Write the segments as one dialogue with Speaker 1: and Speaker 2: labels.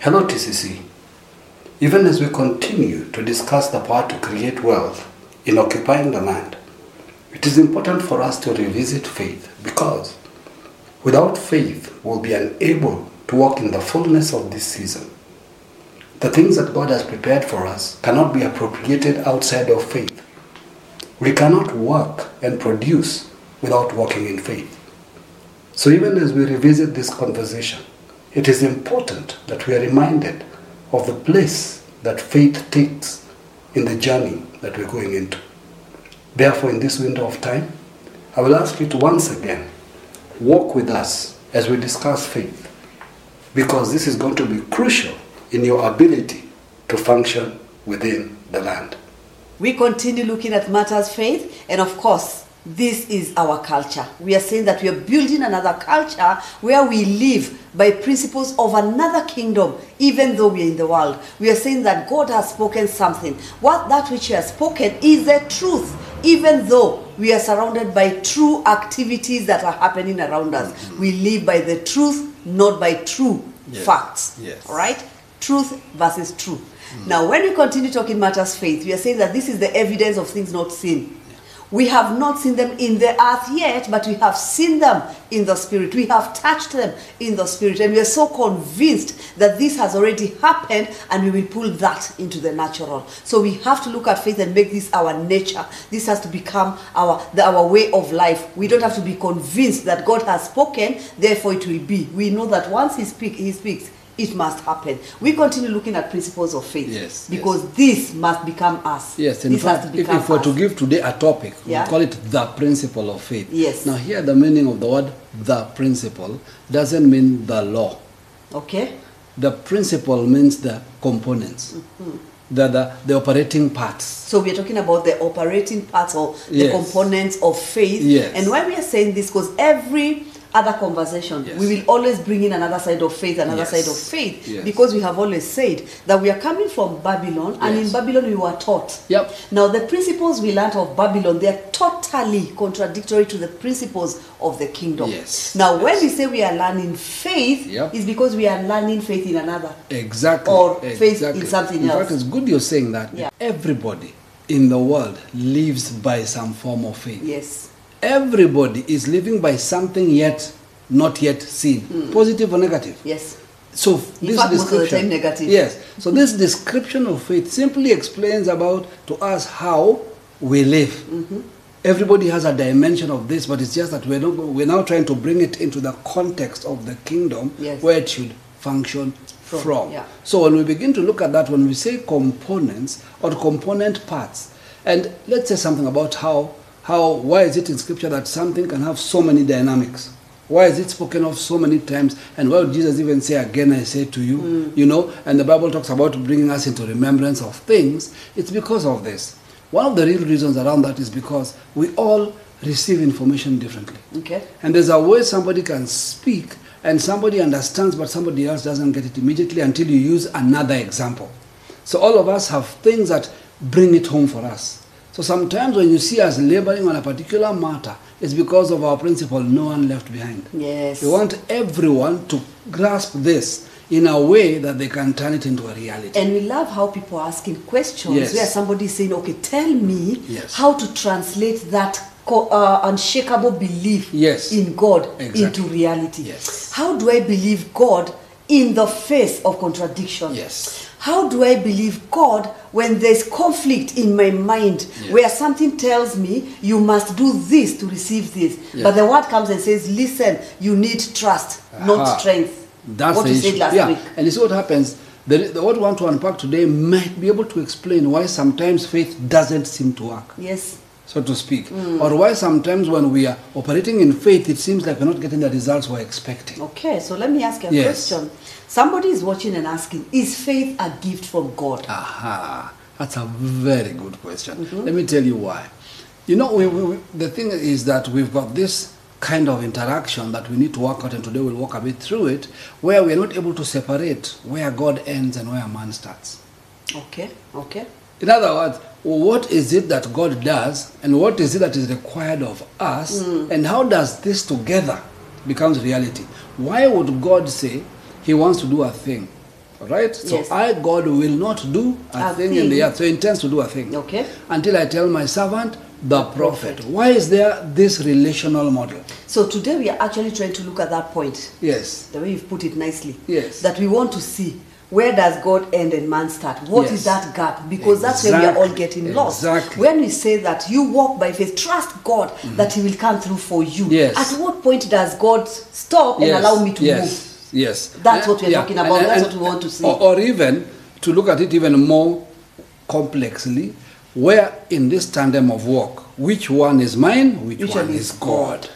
Speaker 1: Hello, TCC. Even as we continue to discuss the power to create wealth in occupying the land, it is important for us to revisit faith because without faith, we'll be unable to walk in the fullness of this season. The things that God has prepared for us cannot be appropriated outside of faith. We cannot work and produce without walking in faith. So, even as we revisit this conversation, it is important that we are reminded of the place that faith takes in the journey that we're going into. Therefore, in this window of time, I will ask you to once again walk with us as we discuss faith, because this is going to be crucial in your ability to function within the land.
Speaker 2: We continue looking at matters faith, and of course, this is our culture. We are saying that we are building another culture where we live by principles of another kingdom, even though we are in the world. We are saying that God has spoken something. What that which He has spoken is the truth, even though we are surrounded by true activities that are happening around us. We live by the truth, not by true
Speaker 3: Mm-hmm. Yes.
Speaker 2: facts.
Speaker 3: Yes.
Speaker 2: All right? Truth versus truth. Now, when we continue talking matters faith, we are saying that this is the evidence of things not seen. We have not seen them in the earth yet, but we have seen them in the spirit. We have touched them in the spirit. And we are so convinced that this has already happened and we will pull that into the natural. So we have to look at faith and make this our nature. This has to become our, the, our way of life. We don't have to be convinced that God has spoken, therefore it will be. We know that once He, speak, he speaks, it must happen. We continue looking at principles of faith
Speaker 3: Yes, yes.
Speaker 2: because this must become us.
Speaker 3: Yes, in
Speaker 2: this has
Speaker 3: fact,
Speaker 2: to
Speaker 3: if,
Speaker 2: become
Speaker 3: if we're
Speaker 2: us.
Speaker 3: to give today a topic,
Speaker 2: Yeah.
Speaker 3: we call it the principle of faith.
Speaker 2: Yes.
Speaker 3: Now, here the meaning of the word the principle doesn't mean the law.
Speaker 2: okay.
Speaker 3: The principle means the components,
Speaker 2: Mm-hmm.
Speaker 3: the, the, the operating parts.
Speaker 2: So we are talking about the operating parts or the
Speaker 3: Yes.
Speaker 2: components of faith.
Speaker 3: Yes.
Speaker 2: And why we are saying this, because every other conversation,
Speaker 3: Yes.
Speaker 2: we will always bring in another side of faith, another
Speaker 3: Yes.
Speaker 2: side of faith,
Speaker 3: Yes.
Speaker 2: because we have always said that we are coming from Babylon, and in
Speaker 3: Yes.
Speaker 2: Babylon we were taught.
Speaker 3: Yep.
Speaker 2: Now the principles we learnt of Babylon, they are totally contradictory to the principles of the kingdom.
Speaker 3: Yes.
Speaker 2: Now when
Speaker 3: Yes.
Speaker 2: we say we are learning faith,
Speaker 3: Yep.
Speaker 2: it's because we are learning faith in another.
Speaker 3: Exactly.
Speaker 2: Or faith in
Speaker 3: exactly.
Speaker 2: something
Speaker 3: In
Speaker 2: else.
Speaker 3: fact, it's good you're saying that.
Speaker 2: Yeah.
Speaker 3: Everybody in the world lives by some form of faith.
Speaker 2: Yes.
Speaker 3: Everybody is living by something yet not yet seen, positive or negative.
Speaker 2: Yes.
Speaker 3: So
Speaker 2: Hmm. In
Speaker 3: this
Speaker 2: fact, most of the
Speaker 3: description,
Speaker 2: time negative.
Speaker 3: Yes. So this description of faith simply explains about to us how we live.
Speaker 2: Mm-hmm.
Speaker 3: Everybody has a dimension of this, but it's just that we're not, we're now trying to bring it into the context of the kingdom
Speaker 2: Yes.
Speaker 3: where it should function
Speaker 2: From,
Speaker 3: from.
Speaker 2: yeah.
Speaker 3: So when we begin to look at that, when we say components or component parts, and let's say something about how how why is it in scripture that something can have so many dynamics? Why is it spoken of so many times? And why would Jesus even say, Again, I say to you, you know? And the Bible talks about bringing us into remembrance of things. It's because of this. One of the real reasons around that is because we all receive information differently.
Speaker 2: Okay.
Speaker 3: And there's a way somebody can speak and somebody understands, but somebody else doesn't get it immediately until you use another example. So all of us have things that bring it home for us. So sometimes when you see us laboring on a particular matter, it's because of our principle, no one left behind.
Speaker 2: Yes.
Speaker 3: We want everyone to grasp this in a way that they can turn it into a reality.
Speaker 2: And we love how people are asking questions
Speaker 3: Yes.
Speaker 2: where somebody is saying, okay, tell me
Speaker 3: Yes.
Speaker 2: how to translate that co- uh, unshakable belief
Speaker 3: Yes.
Speaker 2: in God
Speaker 3: Exactly.
Speaker 2: into reality.
Speaker 3: Yes.
Speaker 2: How do I believe God in the face of contradiction?
Speaker 3: Yes.
Speaker 2: How do I believe God when there's conflict in my mind
Speaker 3: Yes.
Speaker 2: where something tells me you must do this to receive this? But
Speaker 3: Yes.
Speaker 2: the word comes and says, listen, you need trust, not
Speaker 3: Aha.
Speaker 2: strength.
Speaker 3: That's
Speaker 2: what
Speaker 3: the
Speaker 2: you
Speaker 3: issue.
Speaker 2: said last
Speaker 3: yeah.
Speaker 2: week.
Speaker 3: And you see what happens. The, the, what we want to unpack today might be able to explain why sometimes faith doesn't seem to work,
Speaker 2: Yes.
Speaker 3: so to speak, or why sometimes when we are operating in faith, it seems like we're not getting the results we're expecting.
Speaker 2: Okay, so let me ask you a
Speaker 3: Yes.
Speaker 2: question. Somebody is watching and asking, is faith a gift from God?
Speaker 3: Aha, that's a very good question. Let me tell you why. You know, we, we, we, the thing is that we've got this kind of interaction that we need to work out, and today we'll walk a bit through it, where we're not able to separate where God ends and where man starts.
Speaker 2: Okay, okay.
Speaker 3: In other words, what is it that God does and what is it that is required of us and how does this together becomes reality? Why would God say he wants to do a thing All right? So
Speaker 2: Yes.
Speaker 3: I, God, will not do a,
Speaker 2: A
Speaker 3: thing, in the
Speaker 2: thing.
Speaker 3: earth. So he intends to do a thing.
Speaker 2: Okay.
Speaker 3: Until I tell my servant, the prophet. Why is there this relational model?
Speaker 2: So today we are actually trying to look at that point.
Speaker 3: Yes.
Speaker 2: the way you've put it nicely.
Speaker 3: Yes.
Speaker 2: That we want to see where does God end and man start? What is
Speaker 3: Yes.
Speaker 2: that gap? Because that's where we are all
Speaker 3: Exact-
Speaker 2: getting lost.
Speaker 3: exactly. Mm-hmm.
Speaker 2: When we say that you walk by faith, trust God that He will come through for you.
Speaker 3: Yes.
Speaker 2: At what point does God stop
Speaker 3: yes.
Speaker 2: and allow me to move?
Speaker 3: yes. Yes.
Speaker 2: That's
Speaker 3: Eh,
Speaker 2: what we're talking about. That's what we want to see.
Speaker 3: Or, or even to look at it even more complexly, where in this tandem of work, which one is mine, which, one is God?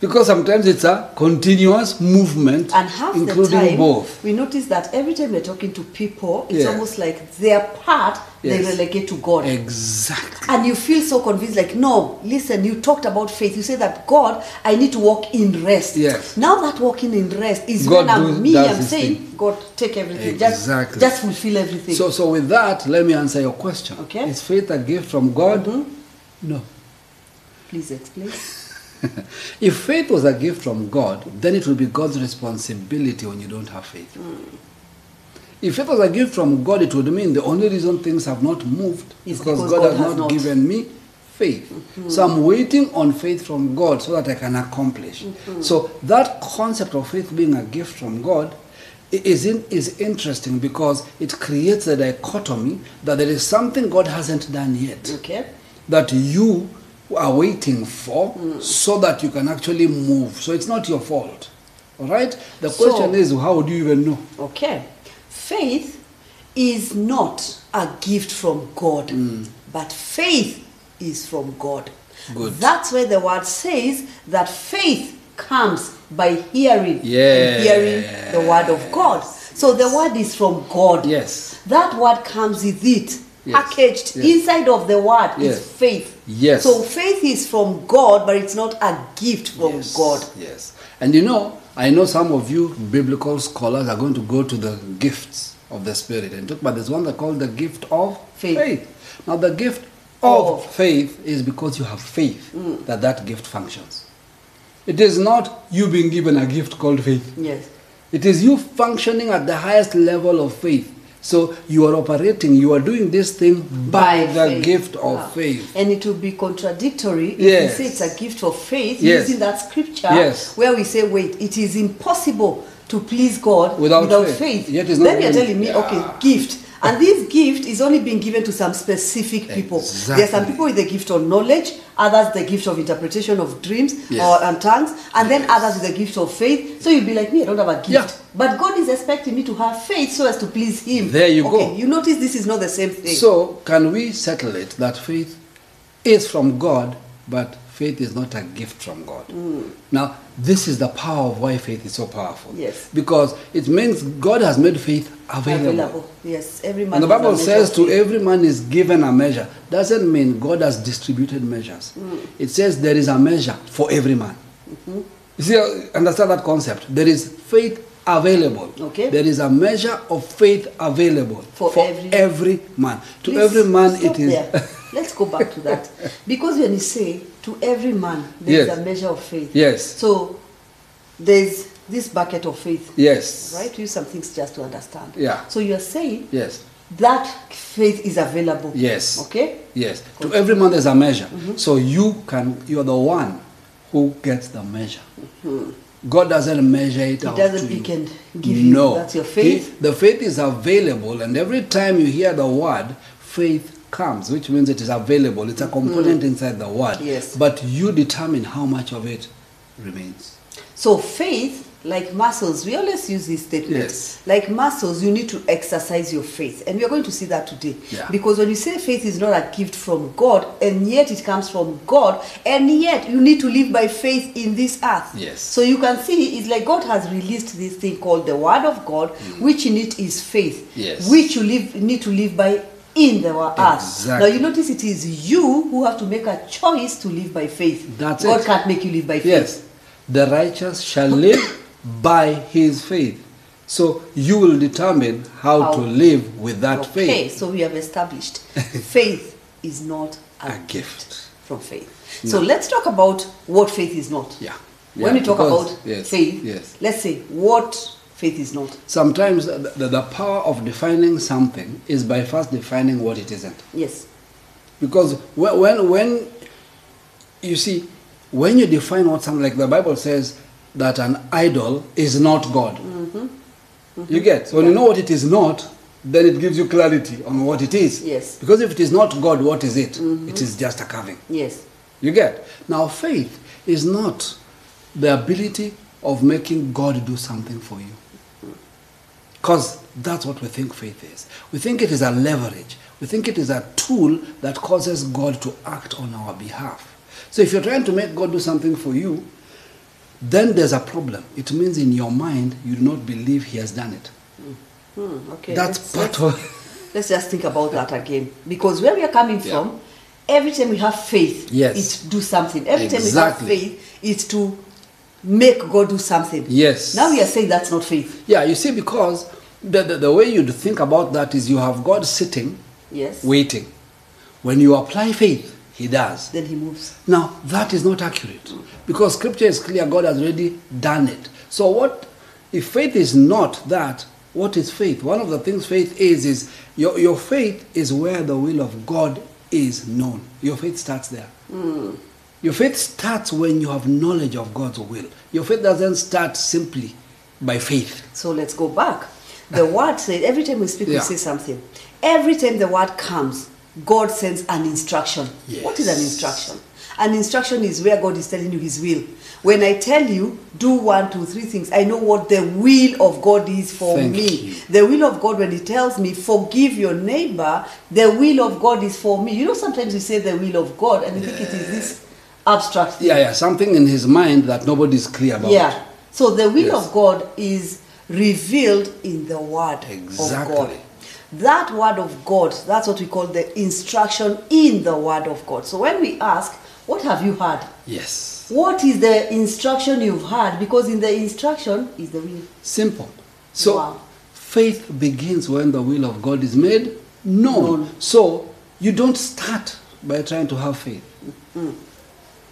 Speaker 3: Because sometimes it's a continuous movement,
Speaker 2: And half
Speaker 3: including
Speaker 2: the time,
Speaker 3: both.
Speaker 2: we notice that every time we're talking to people, it's
Speaker 3: Yeah.
Speaker 2: almost like their part they
Speaker 3: Yes. Eh.
Speaker 2: relegate to God.
Speaker 3: Exactly.
Speaker 2: And you feel so convinced, like, no, listen, you talked about faith. You say that, God, I need to walk in rest.
Speaker 3: Yes.
Speaker 2: Now that walking in rest is
Speaker 3: God
Speaker 2: when I'm
Speaker 3: do-
Speaker 2: me,
Speaker 3: does
Speaker 2: I'm
Speaker 3: his
Speaker 2: saying,
Speaker 3: thing.
Speaker 2: God, take everything.
Speaker 3: Exactly.
Speaker 2: Just, just fulfill everything.
Speaker 3: So, so with that, let me answer your question.
Speaker 2: Okay. Mm-hmm.
Speaker 3: Is faith a gift from God? No.
Speaker 2: Please explain.
Speaker 3: if faith was a gift from God, then it would be God's responsibility when you don't have faith.
Speaker 2: Hmm.
Speaker 3: If faith was a gift from God, it would mean the only reason things have not moved
Speaker 2: Is
Speaker 3: is because,
Speaker 2: because
Speaker 3: God,
Speaker 2: God
Speaker 3: has,
Speaker 2: has
Speaker 3: not,
Speaker 2: not. Mm-hmm.
Speaker 3: given me faith. So I'm waiting on faith from God so that I can accomplish.
Speaker 2: Mm-hmm.
Speaker 3: So that concept of faith being a gift from God i- is, in, is interesting because it creates a dichotomy that there is something God hasn't done yet
Speaker 2: Okay.
Speaker 3: that you are waiting for so that you can actually move. So it's not your fault. All right? The
Speaker 2: So-
Speaker 3: question is, how would you even know?
Speaker 2: Okay. Faith is not a gift from God,
Speaker 3: Mm.
Speaker 2: but faith is from God.
Speaker 3: Good.
Speaker 2: That's where the word says that faith comes by hearing and hearing the word of God. So the word is from God.
Speaker 3: Yes.
Speaker 2: That word comes with it.
Speaker 3: Yes.
Speaker 2: Packaged
Speaker 3: Yes.
Speaker 2: inside of the word
Speaker 3: Yes.
Speaker 2: is faith.
Speaker 3: Yes.
Speaker 2: So faith is from God, but it's not a gift from
Speaker 3: Yes,
Speaker 2: God.
Speaker 3: Yes. Oh, And you know, I know some of you biblical scholars are going to go to the gifts of the Spirit and talk about this one they call the gift of
Speaker 2: Faith.
Speaker 3: Now, the gift
Speaker 2: Of.
Speaker 3: of Mm. faith is because you have faith that that gift functions. It is not you being given a gift called faith.
Speaker 2: Yes.
Speaker 3: It is you functioning at the highest level of faith. So you are operating, you are doing this thing by, the
Speaker 2: faith. Ah.
Speaker 3: gift of
Speaker 2: Wow.
Speaker 3: faith.
Speaker 2: And it will be contradictory
Speaker 3: Yes.
Speaker 2: if we say it's a gift of faith
Speaker 3: Yes.
Speaker 2: using that scripture
Speaker 3: Yes.
Speaker 2: where we say, wait, it is impossible to please God
Speaker 3: Without
Speaker 2: without,
Speaker 3: faith.
Speaker 2: faith.
Speaker 3: Yet it's not
Speaker 2: then you're
Speaker 3: given-
Speaker 2: telling me,
Speaker 3: Yeah.
Speaker 2: okay, gift. And this gift is only being given to some specific people. There are some
Speaker 3: Exactly.
Speaker 2: people with the gift of knowledge, others the gift of interpretation of dreams
Speaker 3: Yes.
Speaker 2: or and tongues, and then others with the gift of faith. So you'll be like me, I don't have a gift.
Speaker 3: Yeah.
Speaker 2: But God is expecting me to have faith so as to please Him.
Speaker 3: There you go.
Speaker 2: Okay, you notice this is not the same thing.
Speaker 3: So can we settle it that faith is from God, but faith is not a gift from God?
Speaker 2: Mm.
Speaker 3: Now, this is the power of why faith is so powerful.
Speaker 2: Yes.
Speaker 3: Because it means God has made faith available.
Speaker 2: available. Yes, every man.
Speaker 3: And the
Speaker 2: has a
Speaker 3: Bible
Speaker 2: measure
Speaker 3: says
Speaker 2: of
Speaker 3: to
Speaker 2: faith.
Speaker 3: every man is given a measure. Doesn't mean God has distributed measures.
Speaker 2: Mm.
Speaker 3: It says there is a measure for every man.
Speaker 2: Mm-hmm.
Speaker 3: You see, uh, understand that concept. There is faith available.
Speaker 2: Okay.
Speaker 3: There is a measure of faith available
Speaker 2: For every-
Speaker 3: man. To
Speaker 2: Please
Speaker 3: every man,
Speaker 2: stop
Speaker 3: it is.
Speaker 2: There. Let's go back to that because when you say to every man, there is
Speaker 3: Yes.
Speaker 2: a measure of faith.
Speaker 3: Yes.
Speaker 2: So there's this bucket of faith,
Speaker 3: yes.
Speaker 2: right? Use some things just to understand.
Speaker 3: Yeah.
Speaker 2: So you are saying
Speaker 3: Yes.
Speaker 2: that faith is available.
Speaker 3: Yes.
Speaker 2: Okay.
Speaker 3: Yes. To every man there's a measure.
Speaker 2: Mm-hmm.
Speaker 3: So you can you are the one who gets the measure. God doesn't measure it out.
Speaker 2: Mm-hmm. doesn't
Speaker 3: to
Speaker 2: pick
Speaker 3: you.
Speaker 2: and give you.
Speaker 3: No.
Speaker 2: That's your faith.
Speaker 3: He- the faith is available, and every time you hear the word, faith comes, which means it is available. It's a component inside the word.
Speaker 2: Mm-hmm. Yes.
Speaker 3: But you determine how much of it remains.
Speaker 2: So faith, like muscles, we always use this statement.
Speaker 3: Yes.
Speaker 2: Like muscles, you need to exercise your faith. And we're going to see that today.
Speaker 3: Yeah.
Speaker 2: Because when you say faith is not a gift from God, and yet it comes from God, and yet you need to live by faith in this earth.
Speaker 3: Yes.
Speaker 2: So you can see it's like God has released this thing called the word of God, which in it is faith.
Speaker 3: Mm. Yes.
Speaker 2: Which you live need to live by in the wo- earth.
Speaker 3: Exactly.
Speaker 2: Now you notice it is you who have to make a choice to live by faith.
Speaker 3: That's
Speaker 2: God
Speaker 3: it.
Speaker 2: can't make you live by faith.
Speaker 3: Yes, the righteous shall live by his faith. So you will determine how,
Speaker 2: How-
Speaker 3: to live with that
Speaker 2: Okay,
Speaker 3: faith.
Speaker 2: so we have established faith is not a,
Speaker 3: A gift.
Speaker 2: from faith. So let's talk about what faith is not.
Speaker 3: Yeah.
Speaker 2: when
Speaker 3: Yeah,
Speaker 2: we talk
Speaker 3: because-
Speaker 2: about
Speaker 3: yes,
Speaker 2: faith,
Speaker 3: yes.
Speaker 2: let's say what faith is not.
Speaker 3: Sometimes the, the, the power of defining something is by first defining what it isn't.
Speaker 2: Yes.
Speaker 3: Because when, when, when you see, when you define what something, like the Bible says that an idol is not God.
Speaker 2: Mm-hmm.
Speaker 3: You get? So when you know what it is not, then it gives you clarity on what it is.
Speaker 2: Yes. Mm-hmm.
Speaker 3: Because if it is not God, what is it? It is just a carving.
Speaker 2: Yes.
Speaker 3: You get? Now, faith is not the ability of making God do something for you. Because that's what we think faith is. We think it is a leverage, we think it is a tool that causes God to act on our behalf. So if you're trying to make God do something for you, then there's a problem. It means in your mind you do not believe He has done it.
Speaker 2: Hmm, okay.
Speaker 3: that's
Speaker 2: let's-
Speaker 3: part of.
Speaker 2: Let's just think about that again. Because where we are coming
Speaker 3: Yeah.
Speaker 2: from, every time we have faith,
Speaker 3: Yes.
Speaker 2: it's to do something. Every
Speaker 3: Exactly.
Speaker 2: time we have faith, it's to make God do something.
Speaker 3: Yes.
Speaker 2: Now we are saying that's not faith.
Speaker 3: Yeah, you see, because the, the, the way you'd think about that is you have God sitting,
Speaker 2: Yes.
Speaker 3: waiting. When you apply faith, He does.
Speaker 2: Then he moves.
Speaker 3: Now, that is not accurate because scripture is clear God has already done it. So, what if faith is not that? What is faith? One of the things faith is is your, your faith is where the will of God is known. Your faith starts there. Your faith starts when you have knowledge of God's will. Your faith doesn't start simply by faith.
Speaker 2: So let's go back. The word said, every time we speak, we
Speaker 3: Yeah.
Speaker 2: say something. Every time the word comes, God sends an instruction. What is an
Speaker 3: Yes.
Speaker 2: instruction? An instruction is where God is telling you His will. When I tell you, do one, two, three things, I know what the will of God is for
Speaker 3: Thank
Speaker 2: me.
Speaker 3: you.
Speaker 2: The will of God, when He tells me, forgive your neighbor, the will of God is for me. You know, sometimes you say the will of God, and you think it is this abstract thing.
Speaker 3: Yeah, yeah, something in his mind that nobody's clear about.
Speaker 2: Yeah. So the will
Speaker 3: Yes.
Speaker 2: of God is revealed in the word
Speaker 3: Exactly.
Speaker 2: of God. That word of God, that's what we call the instruction in the word of God. So when we ask, what have you heard?
Speaker 3: Yes.
Speaker 2: What is the instruction you've heard? Because in the instruction is the will.
Speaker 3: Simple. So
Speaker 2: Wow.
Speaker 3: faith begins when the will of God is made known.
Speaker 2: Known.
Speaker 3: So you don't start by trying to have faith.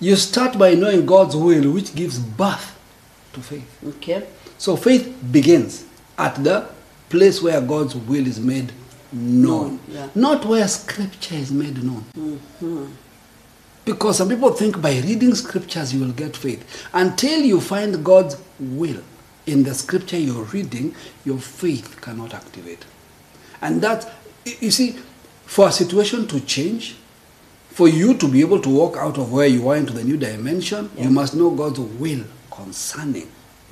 Speaker 3: You start by knowing God's will, which gives birth to faith.
Speaker 2: Okay?
Speaker 3: So faith begins at the place where God's will is made known,
Speaker 2: Known, yeah.
Speaker 3: not where scripture is made known. Because some people think by reading scriptures you will get faith. Until you find God's will in the scripture you're reading, your faith cannot activate. And that's, you- you see, for a situation to change, for you to be able to walk out of where you are into the new dimension,
Speaker 2: Yeah.
Speaker 3: you must know God's will concerning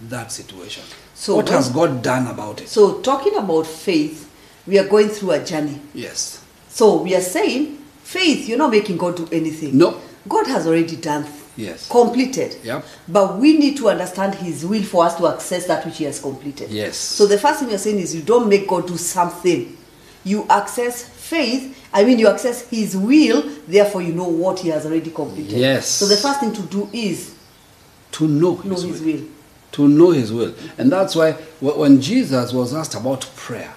Speaker 3: that situation.
Speaker 2: So
Speaker 3: what
Speaker 2: when-
Speaker 3: has God done about it?
Speaker 2: So talking about faith, we are going through a journey.
Speaker 3: Yes.
Speaker 2: So we are saying, faith, you're not making God do anything.
Speaker 3: No.
Speaker 2: God has already done,
Speaker 3: Yes.
Speaker 2: completed.
Speaker 3: Yep.
Speaker 2: But we need to understand His will for us to access that which He has completed.
Speaker 3: Yes.
Speaker 2: So the first thing you're saying is you don't make God do something. You access faith. I mean, you access His will. Therefore, you know what He has already completed.
Speaker 3: Yes.
Speaker 2: So the first thing to do is
Speaker 3: To know His,
Speaker 2: know His will.
Speaker 3: to know his will and that's why wh- when jesus was asked about prayer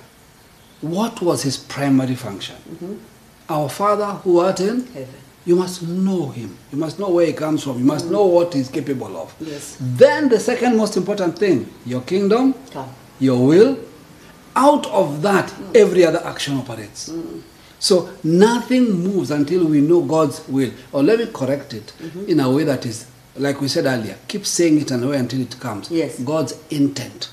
Speaker 3: what was his primary function our father who art in
Speaker 2: Mm-hmm. Heaven. Mm-hmm.
Speaker 3: you must know him you must know where he comes from you must know what he's capable of
Speaker 2: Yes.
Speaker 3: then the second most important thing your kingdom
Speaker 2: Come.
Speaker 3: your will out of that every other action operates so nothing moves until we know god's will or let me correct it
Speaker 2: Mm-hmm.
Speaker 3: in a way that is like we said earlier keep saying it and wait until it comes
Speaker 2: Yes.
Speaker 3: god's intent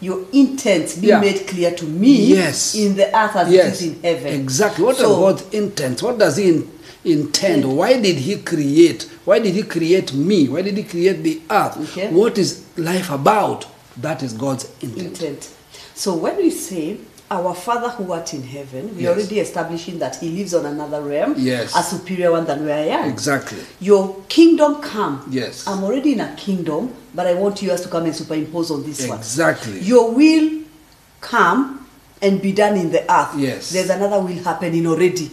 Speaker 2: Your intent be
Speaker 3: Yeah.
Speaker 2: made clear to me
Speaker 3: Yes.
Speaker 2: in the earth as
Speaker 3: yes
Speaker 2: it is in heaven.
Speaker 3: exactly what
Speaker 2: so,
Speaker 3: are god's intents what does he in, intend why did he create why did he create me why did he create the earth
Speaker 2: Okay.
Speaker 3: what is life about that is god's intent
Speaker 2: intent. So when we say our Father who art in heaven, we are
Speaker 3: Yes.
Speaker 2: already establishing that He lives on another realm,
Speaker 3: Yes.
Speaker 2: a superior one than where I am.
Speaker 3: exactly
Speaker 2: Your kingdom come.
Speaker 3: Yes.
Speaker 2: I'm already in a kingdom, but I want yours to come and superimpose on this one.
Speaker 3: Exactly.
Speaker 2: Your will come and be done in the earth.
Speaker 3: Yes.
Speaker 2: There's another will happening already.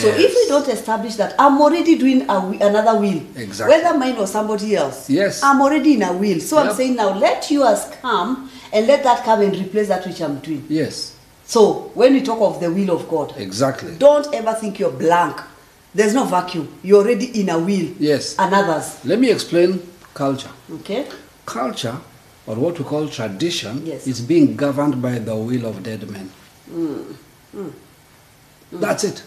Speaker 2: So if
Speaker 3: Yes.
Speaker 2: we don't establish that I'm already doing a wi- another will,
Speaker 3: Exactly.
Speaker 2: whether mine or somebody else,
Speaker 3: Yes.
Speaker 2: I'm already in a will. So I'm
Speaker 3: Yep.
Speaker 2: saying now let yours come and let that come and replace that which I'm doing.
Speaker 3: yes
Speaker 2: So when we talk of the will of God,
Speaker 3: exactly
Speaker 2: don't ever think you're blank. There's no vacuum. You're already in a will.
Speaker 3: Yes.
Speaker 2: And others.
Speaker 3: Let me explain culture.
Speaker 2: Okay?
Speaker 3: Culture or what we call tradition,
Speaker 2: Yes.
Speaker 3: is being governed by the will of dead men.
Speaker 2: Mm.
Speaker 3: That's it.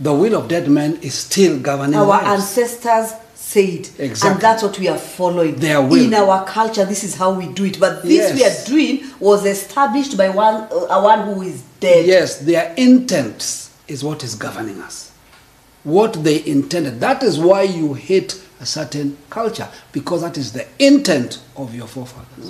Speaker 3: The will of dead men is still governing
Speaker 2: Our
Speaker 3: lives.
Speaker 2: ancestors said,
Speaker 3: Exactly.
Speaker 2: and that's what we are following.
Speaker 3: Their will.
Speaker 2: In our culture, this is how we do it. But this
Speaker 3: Yes.
Speaker 2: we are doing was established by one, uh, one who is dead.
Speaker 3: Yes, their intents is what is governing us. What they intended. That is why you hate a certain culture, because that is the intent of your forefathers.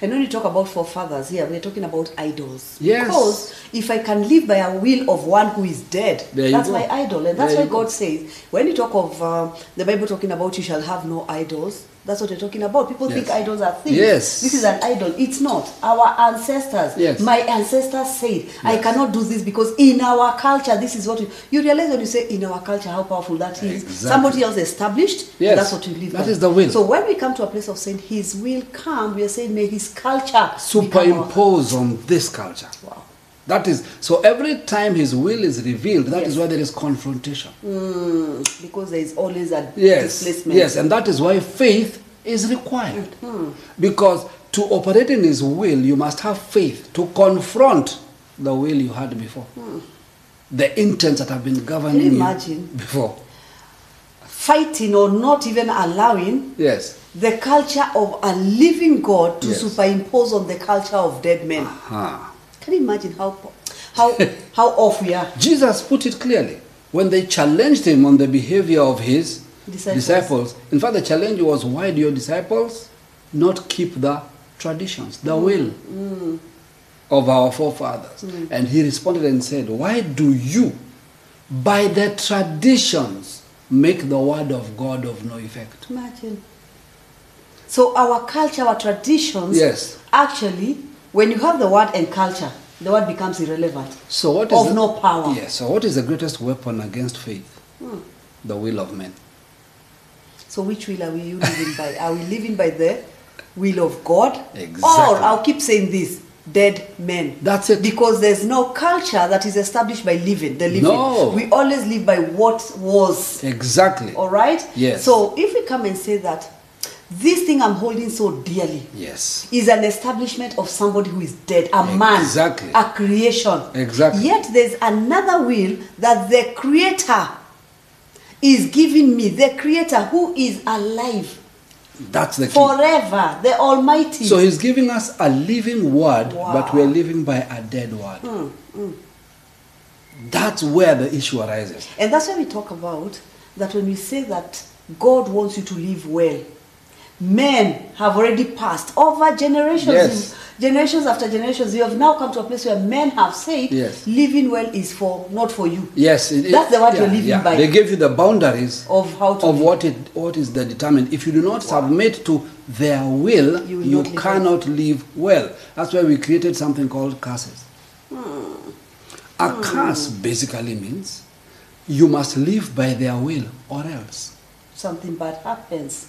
Speaker 2: And when we talk about forefathers here, we're talking about idols.
Speaker 3: Yes.
Speaker 2: Because if I can live by a will of one who is dead,
Speaker 3: There you
Speaker 2: that's
Speaker 3: go.
Speaker 2: my idol. And that's
Speaker 3: There
Speaker 2: why
Speaker 3: you go.
Speaker 2: God says, when you talk of um, the Bible talking about you shall have no idols, that's what you're talking about. People
Speaker 3: Yes.
Speaker 2: think idols are things.
Speaker 3: Yes.
Speaker 2: This is an idol. It's not. Our ancestors,
Speaker 3: Yes.
Speaker 2: my ancestors said, I cannot do this because in our culture, this is what we, you realize when you say in our culture how powerful that is.
Speaker 3: Exactly.
Speaker 2: Somebody else established, and
Speaker 3: Yes.
Speaker 2: that's what you live
Speaker 3: That
Speaker 2: by.
Speaker 3: is the will.
Speaker 2: So when we come to a place of saying His will come, we are saying may His culture become our-
Speaker 3: Superimpose on this culture.
Speaker 2: Wow.
Speaker 3: That is so. Every time His will is revealed, that is
Speaker 2: Yes.
Speaker 3: why there is confrontation.
Speaker 2: because there is always a
Speaker 3: Yes,
Speaker 2: displacement. Mm-hmm.
Speaker 3: yes, and that is why faith is required. Because to operate in His will, you must have faith to confront the will you had before, the intents that have been governing
Speaker 2: Mm. Can you
Speaker 3: you
Speaker 2: imagine?
Speaker 3: before.
Speaker 2: Fighting or not even allowing
Speaker 3: Yes,
Speaker 2: the culture of a living God to
Speaker 3: Yes.
Speaker 2: superimpose on the culture of dead men.
Speaker 3: ah.
Speaker 2: Can you imagine how po- how how off we are?
Speaker 3: Jesus put it clearly when they challenged him on the behavior of his
Speaker 2: Disciples.
Speaker 3: disciples. In fact, the challenge was, "Why do your disciples not keep the traditions, the
Speaker 2: Mm,
Speaker 3: will?" of our forefathers.
Speaker 2: Mm.
Speaker 3: And he responded and said, Why do you, by the traditions, make the word of God of no effect?
Speaker 2: Imagine. So our culture, our traditions,
Speaker 3: Yes.
Speaker 2: actually, when you have the word and culture, the word becomes irrelevant.
Speaker 3: So what is
Speaker 2: of
Speaker 3: the-
Speaker 2: no power? Hmm.
Speaker 3: Yes. So what is the greatest weapon against faith? The will of men.
Speaker 2: So which will are we you living by? Are we living by the will of God?
Speaker 3: Exactly.
Speaker 2: Or I'll keep saying this, dead men.
Speaker 3: That's it.
Speaker 2: Because there's no culture that is established by living, the living.
Speaker 3: No.
Speaker 2: We always live by what was.
Speaker 3: Exactly.
Speaker 2: All right?
Speaker 3: Yes.
Speaker 2: So if we come and say that this thing I'm holding so dearly
Speaker 3: Yes.
Speaker 2: is an establishment of somebody who is dead, a
Speaker 3: Exactly.
Speaker 2: man, a creation.
Speaker 3: Exactly.
Speaker 2: Yet there's another will that the creator is giving me, the creator who is alive
Speaker 3: That's the key.
Speaker 2: forever, the Almighty.
Speaker 3: so he's giving us a living word,
Speaker 2: Wow. Hmm,
Speaker 3: but we're living by a dead word. That's where the issue arises.
Speaker 2: and that's why we talk about that when we say that God wants you to live well, men have already passed over generations,
Speaker 3: Yes.
Speaker 2: generations after generations. You have now come to a place where men have said,
Speaker 3: Yes.
Speaker 2: living well is for not for you.
Speaker 3: Yes, it-
Speaker 2: That's the word
Speaker 3: yeah,
Speaker 2: you're living
Speaker 3: yeah.
Speaker 2: by. Oh,
Speaker 3: They gave you the boundaries
Speaker 2: Of how to
Speaker 3: of
Speaker 2: live.
Speaker 3: what it what is the determined. If you do not submit to their will,
Speaker 2: You
Speaker 3: you,
Speaker 2: will not live well.
Speaker 3: cannot live well. That's why we created something called curses.
Speaker 2: Hmm.
Speaker 3: A curse basically means you must live by their will, or else.
Speaker 2: something bad happens.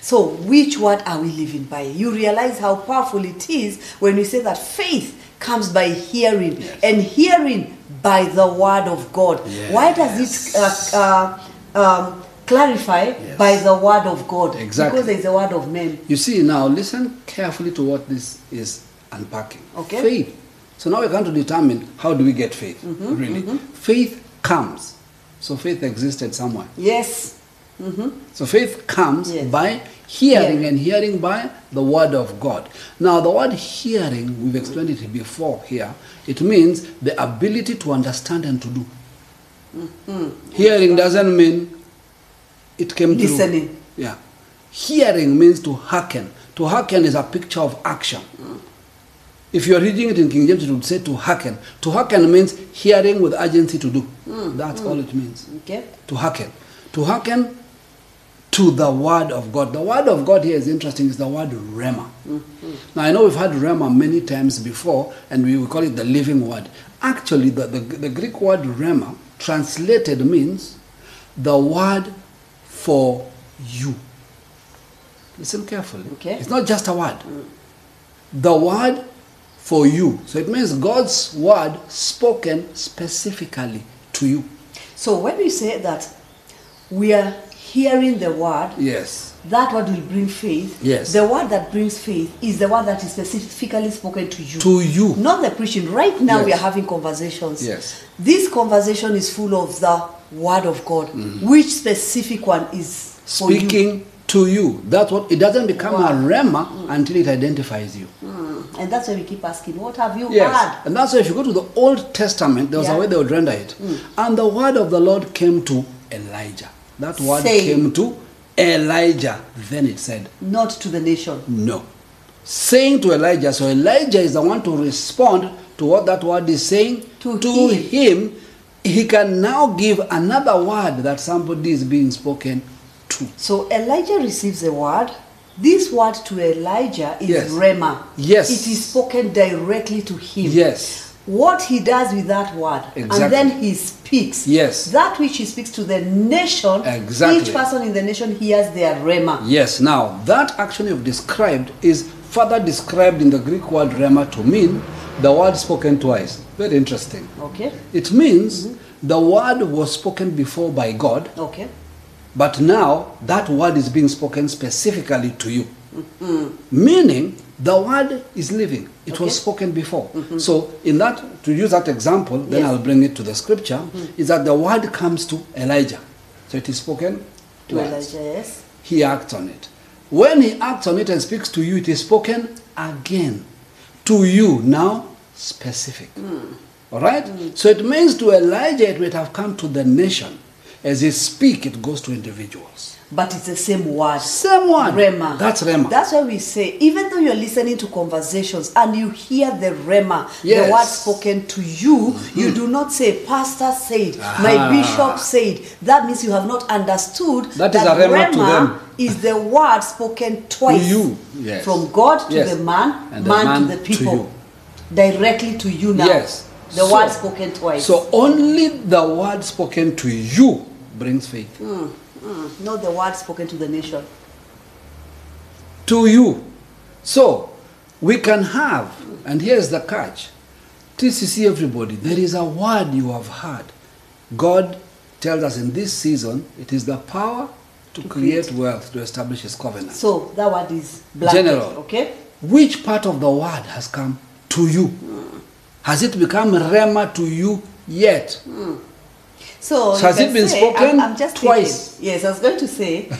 Speaker 2: So, which word are we living by? You realize how powerful it is when we say that faith comes by hearing,
Speaker 3: Yes.
Speaker 2: and hearing by the word of God. Why does
Speaker 3: Yes.
Speaker 2: it uh, uh, um, clarify
Speaker 3: Yes.
Speaker 2: by the word of God?
Speaker 3: Exactly.
Speaker 2: Because there is a word of men.
Speaker 3: You see now, listen carefully to what this is unpacking.
Speaker 2: Okay.
Speaker 3: Faith. So now we're going to determine how do we get faith. really, faith comes. So faith existed somewhere.
Speaker 2: Yes.
Speaker 3: So faith comes
Speaker 2: Yes.
Speaker 3: by hearing
Speaker 2: Hearing.
Speaker 3: and hearing by the word of God. Now, the word hearing, we've explained it before here, it means the ability to understand and to do.
Speaker 2: Mm-hmm.
Speaker 3: Hearing doesn't mean it came through.
Speaker 2: Listening.
Speaker 3: Yeah. Hearing means to hearken. To hearken is a picture of action.
Speaker 2: Mm.
Speaker 3: If you are reading it in King James, it would say to hearken. To hearken means hearing with urgency to do.
Speaker 2: Mm.
Speaker 3: That's all it means
Speaker 2: Okay.
Speaker 3: to hearken. To hearken to the word of God. The word of God here is interesting, it's the word Rema. Now, I know we've had Rema many times before, and we, we call it the living word. Actually, the, the, the Greek word Rema translated means the word for you. Listen carefully.
Speaker 2: Okay.
Speaker 3: It's not just a word. The word for you. So it means God's word spoken specifically to you.
Speaker 2: So when we say that we are hearing the word,
Speaker 3: Yes.
Speaker 2: that word will bring faith.
Speaker 3: Yes.
Speaker 2: The word that brings faith is the word that is specifically spoken to you.
Speaker 3: To you.
Speaker 2: Not the preaching. Right now we are
Speaker 3: Yes.
Speaker 2: having conversations.
Speaker 3: Yes.
Speaker 2: This conversation is full of the word of God. Which specific one is for you?
Speaker 3: Mm-hmm. Speaking to you. That's what it doesn't become a rema until it identifies you.
Speaker 2: Mm. And that's why we keep asking, what have you
Speaker 3: Yes.
Speaker 2: heard?
Speaker 3: And that's why if you go to the Old Testament, there was
Speaker 2: Yeah. Mm.
Speaker 3: a way they would render it. And the word of the Lord came to Elijah. That word
Speaker 2: Saying.
Speaker 3: came to Elijah. Then it said,
Speaker 2: Not to the nation.
Speaker 3: No. Saying to Elijah, so Elijah is the one to respond to what that word is saying
Speaker 2: To
Speaker 3: him. He can now give another word that somebody is being spoken to.
Speaker 2: So Elijah receives a word. This word to Elijah is
Speaker 3: Yes.
Speaker 2: Rema.
Speaker 3: Yes.
Speaker 2: It is spoken directly to him.
Speaker 3: Yes.
Speaker 2: What he does with that word.
Speaker 3: Exactly.
Speaker 2: And then he speaks.
Speaker 3: Yes.
Speaker 2: That which he speaks to the nation.
Speaker 3: Exactly.
Speaker 2: Each person in the nation hears their Rema.
Speaker 3: Yes, now that action you've described is further described in the Greek word rema to mean the word spoken twice. Very interesting.
Speaker 2: Okay?
Speaker 3: It means the word was spoken before by God,
Speaker 2: Okay.
Speaker 3: but now that word is being spoken specifically to you. Meaning, the word is living.
Speaker 2: Mm-hmm. Okay.
Speaker 3: It
Speaker 2: Mm-hmm.
Speaker 3: was spoken before. So, in that, to use that example,
Speaker 2: Yes.
Speaker 3: then
Speaker 2: Mm-hmm.
Speaker 3: I'll bring it to the scripture, is that the word comes to Elijah. So, it is spoken
Speaker 2: To
Speaker 3: twice.
Speaker 2: Elijah, yes.
Speaker 3: He acts on it. When he acts on it and speaks to you, it is spoken again to you, now specific. All right? So it means to Elijah it would have come to the nation. As he speak, it goes to individuals.
Speaker 2: But it's the same word.
Speaker 3: Same one.
Speaker 2: Rema.
Speaker 3: That's Rema.
Speaker 2: That's why we say, even though you're listening to conversations and you hear the Rema,
Speaker 3: Yes. Mm-hmm.
Speaker 2: the word spoken to you, you do not say, Pastor said,
Speaker 3: Aha.
Speaker 2: my bishop said. That means you have not understood
Speaker 3: That is a Rema to them.
Speaker 2: is the word spoken twice.
Speaker 3: you. Yes.
Speaker 2: From God to
Speaker 3: Yes.
Speaker 2: the man,
Speaker 3: And the
Speaker 2: man,
Speaker 3: man
Speaker 2: to the
Speaker 3: to
Speaker 2: people. Directly to you now.
Speaker 3: Yes.
Speaker 2: The
Speaker 3: So-
Speaker 2: word spoken twice.
Speaker 3: So only the word spoken to you brings faith.
Speaker 2: Mm, not the word spoken to the nation.
Speaker 3: to you. So we can have, and here's the catch TCC, everybody, there is a word you have heard. God tells us in this season it is the power to, create, wealth to establish His covenant.
Speaker 2: So that word is blanket,
Speaker 3: General.
Speaker 2: okay?
Speaker 3: Which part of the word has come to you? Has it become rema to you yet?
Speaker 2: So,
Speaker 3: So
Speaker 2: you
Speaker 3: has
Speaker 2: can
Speaker 3: it been
Speaker 2: say- I'm,
Speaker 3: spoken
Speaker 2: I'm just
Speaker 3: twice?
Speaker 2: thinking. yes, I was going to say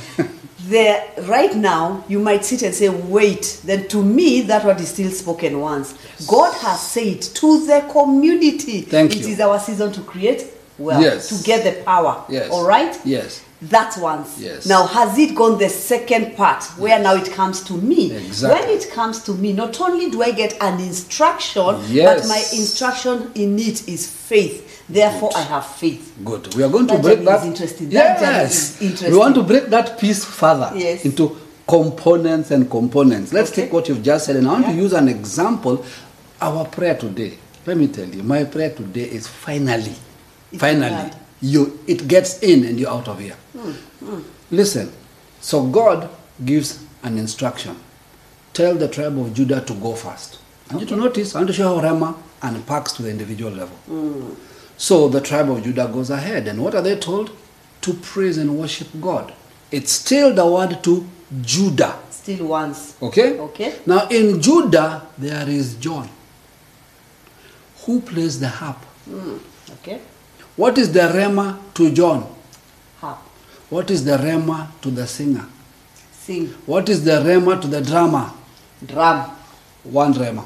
Speaker 2: there right now you might sit and say, wait, then to me that word is still spoken once. God has said to the community,
Speaker 3: Thank
Speaker 2: it
Speaker 3: you.
Speaker 2: is our season to create well
Speaker 3: Yes.
Speaker 2: to get the power.
Speaker 3: Yes.
Speaker 2: All right?
Speaker 3: Yes.
Speaker 2: That's once.
Speaker 3: Yes.
Speaker 2: Now has it gone the second part where now it comes to me?
Speaker 3: Exactly.
Speaker 2: When it comes to me, not only do I get an instruction,
Speaker 3: Yes.
Speaker 2: but my instruction in it is faith. Therefore I have faith.
Speaker 3: Good. We are going to
Speaker 2: That
Speaker 3: break
Speaker 2: journey is
Speaker 3: that.
Speaker 2: interesting. That journey
Speaker 3: Yes.
Speaker 2: is interesting.
Speaker 3: We want to break that piece further
Speaker 2: Yes.
Speaker 3: into components and components. Let's
Speaker 2: Okay.
Speaker 3: take what you've just said, and I want to
Speaker 2: Yeah.
Speaker 3: use an example. Our prayer today. Let me tell you, my prayer today is finally,
Speaker 2: It's
Speaker 3: finally,
Speaker 2: glad.
Speaker 3: you it gets in and you're out of here. Listen. So God gives an instruction. Tell the tribe of Judah to go first. I want you to notice. I want to show how Rama unpacks to the individual level. So the tribe of Judah goes ahead, and what are they told? To praise and worship God. It's still the word to Judah.
Speaker 2: Still once.
Speaker 3: Okay?
Speaker 2: Okay.
Speaker 3: Now in Judah, there is John, who plays the harp.
Speaker 2: Okay.
Speaker 3: What is the rema to John?
Speaker 2: Harp.
Speaker 3: What is the rema to the singer?
Speaker 2: Sing.
Speaker 3: What is the rema to the drummer?
Speaker 2: Drum.
Speaker 3: One rema.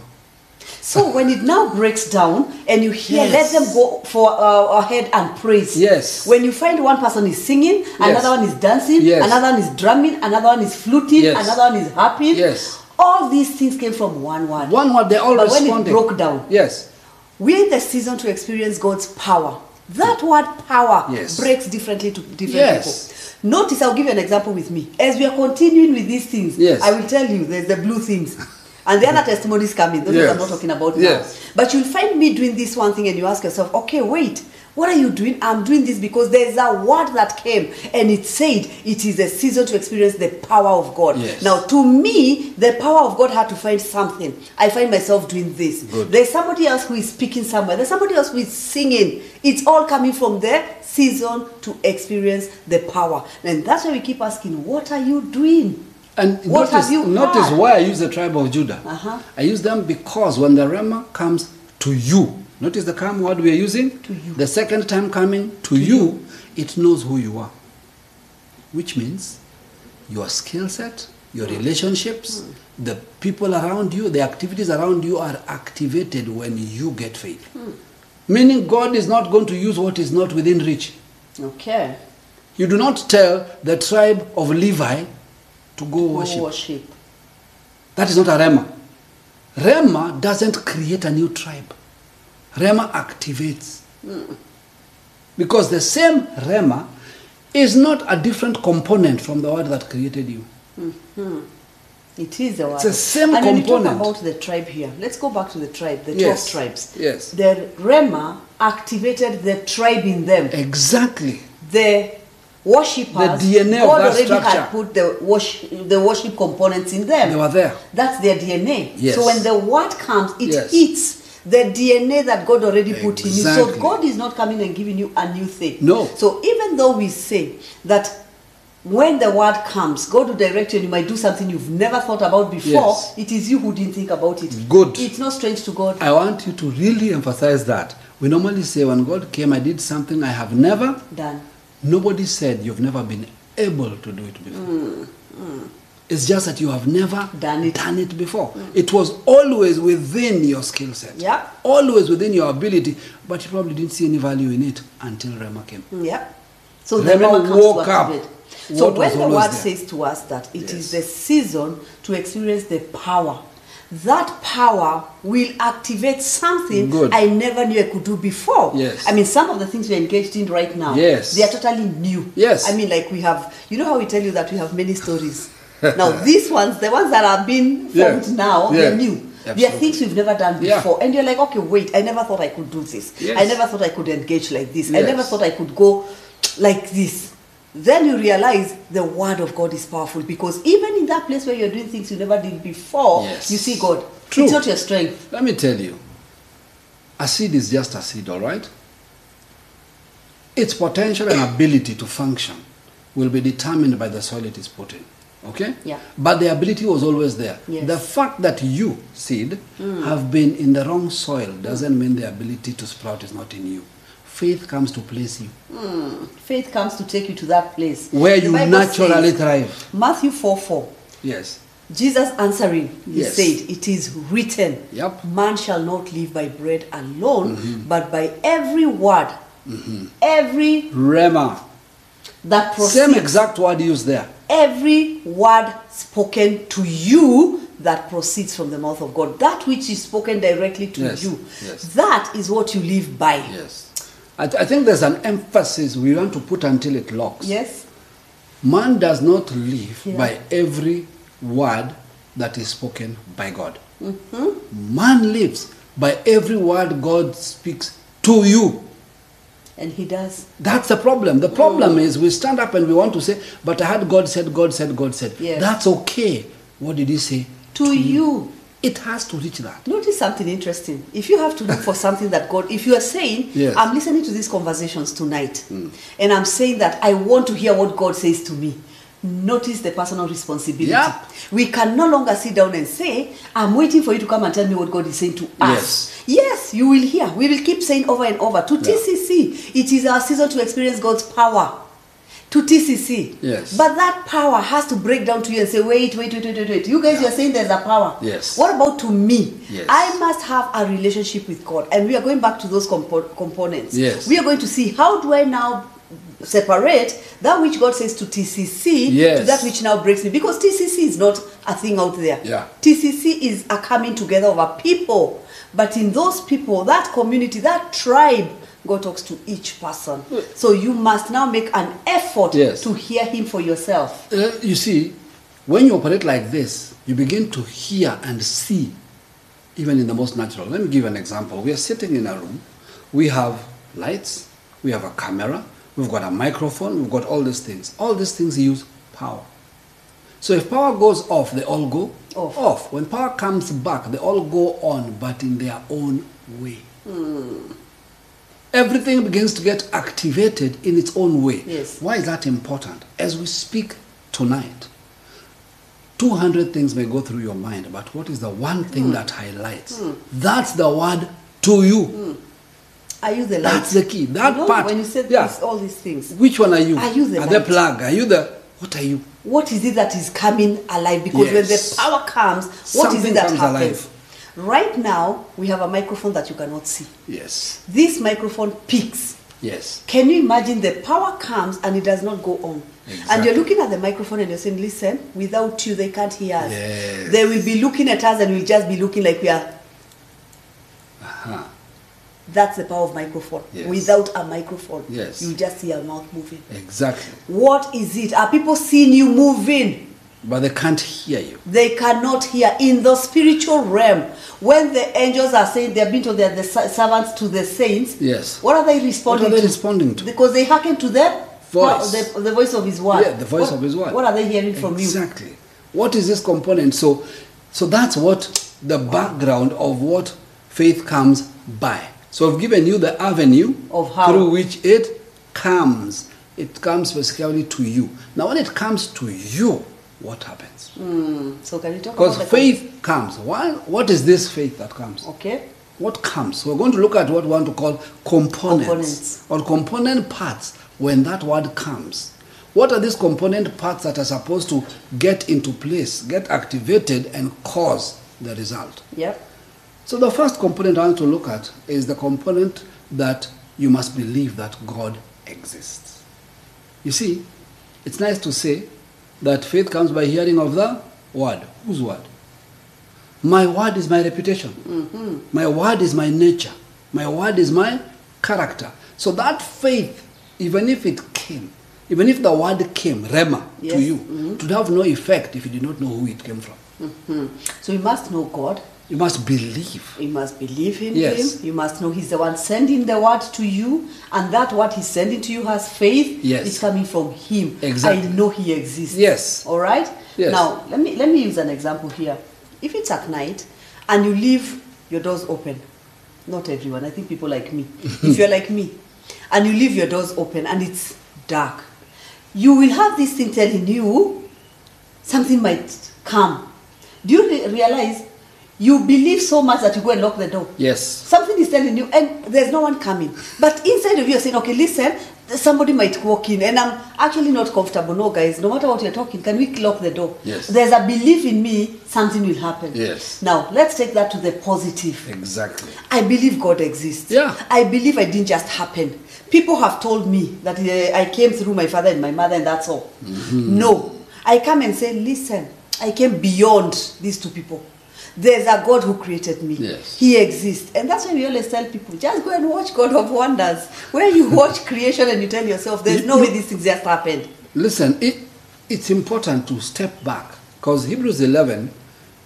Speaker 2: So when it now breaks down and you hear,
Speaker 3: Yes.
Speaker 2: let them go for uh, ahead and praise.
Speaker 3: Yes.
Speaker 2: When you find one person is singing, another one is dancing,
Speaker 3: Yes.
Speaker 2: another one is drumming, another one is fluting,
Speaker 3: Yes.
Speaker 2: another one is harping.
Speaker 3: Yes.
Speaker 2: All these things came from one word.
Speaker 3: One word they all
Speaker 2: But when it
Speaker 3: responded.
Speaker 2: broke down.
Speaker 3: Yes.
Speaker 2: We're in the season to experience God's power. That word power
Speaker 3: Yes.
Speaker 2: breaks differently to different
Speaker 3: Yes.
Speaker 2: people. Notice, I'll give you an example with me. As we are continuing with these things,
Speaker 3: Yes.
Speaker 2: I will tell you there's the blue things. And the other testimonies coming, those ones I'm
Speaker 3: Yes.
Speaker 2: not talking about
Speaker 3: Yes.
Speaker 2: now. But you'll find me doing this one thing and you ask yourself, okay, wait, What are you doing? I'm doing this because there's a word that came and it said it is a season to experience the power of God.
Speaker 3: Yes.
Speaker 2: Now, to me, the power of God had to find something. I find myself doing this.
Speaker 3: Good.
Speaker 2: There's somebody else who is speaking somewhere. There's somebody else who is singing. It's all coming from the season to experience the power. And that's why we keep asking, what are you doing?
Speaker 3: And
Speaker 2: What
Speaker 3: notice,
Speaker 2: have you
Speaker 3: notice
Speaker 2: heard?
Speaker 3: why I use the tribe of Judah.
Speaker 2: Uh-huh.
Speaker 3: I use them because when the Rema comes to you, notice the come word we are using? To you. The second time coming to, you, it knows who you are. Which means your skill set, your relationships, the people around you, the activities around you are activated when you get faith. Meaning God is not going to use what is not within reach.
Speaker 2: Okay.
Speaker 3: You do not tell the tribe of Levi to go worship.
Speaker 2: Worship.
Speaker 3: That is not a Rema. Rema doesn't create a new tribe. Rema activates. Because the same Rema is not a different component from the word that created you.
Speaker 2: It is a word.
Speaker 3: the same
Speaker 2: and When
Speaker 3: component.
Speaker 2: you talk about the tribe here, let's go back to the tribe, the
Speaker 3: Yes.
Speaker 2: 12 tribes.
Speaker 3: Yes.
Speaker 2: The Rema activated the tribe in them.
Speaker 3: Exactly.
Speaker 2: The worshippers,
Speaker 3: The DNA of
Speaker 2: God
Speaker 3: that
Speaker 2: already
Speaker 3: structure.
Speaker 2: had put the worship, the worship components in them.
Speaker 3: They were there.
Speaker 2: That's their DNA.
Speaker 3: Yes.
Speaker 2: So when the word comes, it
Speaker 3: Yes.
Speaker 2: eats the DNA that God already put in you. So
Speaker 3: Exactly.
Speaker 2: God is not coming and giving you a new thing.
Speaker 3: No.
Speaker 2: So even though we say that when the word comes, God will direct you and you might do something you've never thought about before,
Speaker 3: Yes.
Speaker 2: it is you who didn't think about it.
Speaker 3: Good.
Speaker 2: It's not strange to God.
Speaker 3: I want you to really emphasize that. We normally say, when God came, I did something I have never
Speaker 2: Done.
Speaker 3: Nobody said you've never been able to do it before. It's just that you have never
Speaker 2: Done it. Mm.
Speaker 3: before. It was always within your skill set.
Speaker 2: Yeah.
Speaker 3: Always within your ability, but you probably didn't see any value in it until Rema came.
Speaker 2: Mm, Yeah. So
Speaker 3: Let
Speaker 2: the
Speaker 3: me
Speaker 2: Rema comes
Speaker 3: walk
Speaker 2: to
Speaker 3: up
Speaker 2: activate. So
Speaker 3: what was
Speaker 2: when the
Speaker 3: always
Speaker 2: word
Speaker 3: there.
Speaker 2: says to us that it is
Speaker 3: Yes.
Speaker 2: the season to experience the power, that power will activate something
Speaker 3: Good.
Speaker 2: I never knew I could do before.
Speaker 3: Yes.
Speaker 2: I mean, some of the things we're engaged in right now,
Speaker 3: Yes.
Speaker 2: they are totally new.
Speaker 3: Yes.
Speaker 2: I mean, like we have, you know how we tell you that we have many stories. now, these ones, the ones that have been formed
Speaker 3: Yes.
Speaker 2: now,
Speaker 3: Yes.
Speaker 2: they're new. They are
Speaker 3: Absolutely.
Speaker 2: things we've never done
Speaker 3: Yeah.
Speaker 2: before. And you're like, okay, wait, I never thought I could do this.
Speaker 3: Yes.
Speaker 2: I never thought I could engage like this. I never
Speaker 3: Yes.
Speaker 2: thought I could go like this. Then you realize the word of God is powerful because even in that place where you're doing things you never did before,
Speaker 3: Yes.
Speaker 2: you see God.
Speaker 3: True.
Speaker 2: It's not your strength.
Speaker 3: Let me tell you, a seed is just a seed, all right? Its potential and ability to function will be determined by the soil it is put in. Okay?
Speaker 2: Yeah.
Speaker 3: But the ability was always there.
Speaker 2: Yes. Hmm.
Speaker 3: The fact that you, seed, have been in the wrong soil doesn't mean the ability to sprout is not in you. Faith comes to place you
Speaker 2: Faith comes to take you to that place
Speaker 3: where
Speaker 2: The
Speaker 3: you
Speaker 2: Bible
Speaker 3: naturally
Speaker 2: says,
Speaker 3: thrive.
Speaker 2: Matthew 4 4.
Speaker 3: Yes.
Speaker 2: Jesus answering, he
Speaker 3: Yes.
Speaker 2: said, It is written,
Speaker 3: Yup.
Speaker 2: man shall not live by bread alone,
Speaker 3: Mm-hmm.
Speaker 2: but by every word, every
Speaker 3: Rema.
Speaker 2: that proceeds
Speaker 3: Same exact word used there.
Speaker 2: every word spoken to you that proceeds from the mouth of God, that which is spoken directly to
Speaker 3: Yes,
Speaker 2: you,
Speaker 3: yes.
Speaker 2: that is what you live by.
Speaker 3: Yes. I, th- I think there's an emphasis we want to put until it locks.
Speaker 2: Yes?
Speaker 3: Man does not live
Speaker 2: Yeah.
Speaker 3: by every word that is spoken by God.
Speaker 2: Mm-hmm.
Speaker 3: Man lives by every word God speaks to you.
Speaker 2: And he does.
Speaker 3: That's the problem. The
Speaker 2: Mm.
Speaker 3: problem is we stand up and we want to say, but I had God said, God said, God said.
Speaker 2: Yes.
Speaker 3: That's okay. What did he say?
Speaker 2: To you.
Speaker 3: It has to reach that.
Speaker 2: Notice something interesting. If you have to look for something that God, if you are saying,
Speaker 3: Yes.
Speaker 2: I'm listening to these conversations tonight, and I'm saying that I want to hear what God says to me, notice the personal responsibility.
Speaker 3: Yeah.
Speaker 2: We can no longer sit down and say, I'm waiting for you to come and tell me what God is saying to us. Yes, you will hear. We will keep saying over and over to TCC, it is our season to experience God's power. To TCC.
Speaker 3: Yes.
Speaker 2: But that power has to break down to you and say, wait, wait, wait, wait, wait, wait. You guys, you're saying there's a power.
Speaker 3: Yes.
Speaker 2: What about to me?
Speaker 3: Yes.
Speaker 2: I must have a relationship with God. And we are going back to those compo- components.
Speaker 3: Yes.
Speaker 2: We are going to see how do I now separate that which God says to TCC to
Speaker 3: Yes.
Speaker 2: that which now breaks me. Because TCC is not a thing out there.
Speaker 3: Yeah.
Speaker 2: TCC is a coming together of a people. But in those people, that community, that tribe, God talks to each person. So you must now make an effort
Speaker 3: Hmm. Yes.
Speaker 2: to hear Him for yourself.
Speaker 3: Uh, you see, when you operate like this, you begin to hear and see, even in the most natural. Let me give you an example. We are sitting in a room, we have lights, we have a camera, we've got a microphone, we've got all these things. All these things use power. So if power goes off, they all go
Speaker 2: Off.
Speaker 3: When power comes back, they all go on, but in their own way.
Speaker 2: Hmm.
Speaker 3: Everything begins to get activated in its own way.
Speaker 2: Yes.
Speaker 3: Why is that important? As we speak tonight, 200 things may go through your mind, but what is the one
Speaker 2: Hmm.
Speaker 3: thing that highlights? That's the word to you.
Speaker 2: Hmm. Are you the light?
Speaker 3: That's the key. That
Speaker 2: You know,
Speaker 3: part.
Speaker 2: When you said
Speaker 3: yeah.
Speaker 2: this, all these things,
Speaker 3: Which one are you?
Speaker 2: Are you the
Speaker 3: Are the
Speaker 2: light?
Speaker 3: plug? Are you the. What are you?
Speaker 2: what is it that is coming alive? Because when
Speaker 3: Yes.
Speaker 2: the power comes, what is
Speaker 3: Something
Speaker 2: it that
Speaker 3: comes
Speaker 2: happens?
Speaker 3: alive.
Speaker 2: Right now, we have a microphone that you cannot see.
Speaker 3: Yes.
Speaker 2: This microphone peaks.
Speaker 3: Yes.
Speaker 2: Can you imagine the power comes and it does not go on? And
Speaker 3: Exactly.
Speaker 2: you're looking at the microphone and you're saying, listen, without you, they can't hear us.
Speaker 3: Yes.
Speaker 2: They will be looking at us and we'll just be looking like we are.
Speaker 3: Huh.
Speaker 2: That's the power of microphone.
Speaker 3: Uh-huh. Yes.
Speaker 2: Without a microphone,
Speaker 3: Yes.
Speaker 2: you just see your mouth moving.
Speaker 3: Exactly.
Speaker 2: What is it? Are people seeing you moving?
Speaker 3: But they can't hear you.
Speaker 2: They cannot hear in the spiritual realm. When the angels are saying they have been to the, the ser- servants to the saints,
Speaker 3: Yes.
Speaker 2: what are they responding
Speaker 3: What are they
Speaker 2: to?
Speaker 3: responding to?
Speaker 2: Because they hearken to the
Speaker 3: Voice.
Speaker 2: the, the voice of His word.
Speaker 3: Yeah, the voice
Speaker 2: What-
Speaker 3: of his word.
Speaker 2: What are they hearing from you?
Speaker 3: exactly. What is this component? So, so that's what the background of what faith comes by. So I've given you the avenue
Speaker 2: Of how?
Speaker 3: through which it comes. It comes specifically to you. Now, when it comes to you, what happens?
Speaker 2: Mm. So can you talk about
Speaker 3: Because
Speaker 2: the
Speaker 3: faith comes. Why, what is this faith that comes?
Speaker 2: Okay.
Speaker 3: What comes? We're going to look at what we want to call components,
Speaker 2: Components.
Speaker 3: or component parts when that word comes. What are these component parts that are supposed to get into place, get activated, and cause the result?
Speaker 2: Yep.
Speaker 3: So, the first component I want to look at is the component that you must believe that God exists. You see, it's nice to say that faith comes by hearing of the word. Whose word? My word is my reputation. My word is my nature. My word is my character. So that faith, even if it came, even if the word came, Rema, to
Speaker 2: Yes.
Speaker 3: you, it would have no effect if you did not know who it came from.
Speaker 2: Hmm. So you must know God.
Speaker 3: You must believe.
Speaker 2: You must believe in
Speaker 3: Yes.
Speaker 2: him. You must know he's the one sending the word to you, and that what he's sending to you has faith.
Speaker 3: Yes.
Speaker 2: It's coming from him.
Speaker 3: Exactly.
Speaker 2: I know he exists.
Speaker 3: Yes.
Speaker 2: All right?
Speaker 3: Yes.
Speaker 2: Now let me let me use an example here. If it's at night and you leave your doors open, not everyone, I think people like me. if you're like me, and you leave your doors open and it's dark, you will have this thing telling you something might come. Do you re- realize you believe so much that you go and lock the door?
Speaker 3: Yes.
Speaker 2: Something is telling you, and there's no one coming. But inside of you, you're saying, okay, listen, somebody might walk in, and I'm actually not comfortable. No, guys, no matter what you're talking, can we lock the door?
Speaker 3: Yes.
Speaker 2: There's a belief in me, something will happen.
Speaker 3: Yes.
Speaker 2: Now, let's take that to the positive.
Speaker 3: Exactly.
Speaker 2: I believe God exists.
Speaker 3: Yeah.
Speaker 2: I believe I didn't just happen. People have told me that uh, I came through my father and my mother, and that's all. No. I come and say, listen, I came beyond these two people. There's a God who created me.
Speaker 3: Yes.
Speaker 2: He exists. And that's why we always tell people just go and watch God of Wonders, where you watch creation and you tell yourself, there's no way these things just happened.
Speaker 3: Listen, it, it's important to step back because Hebrews 11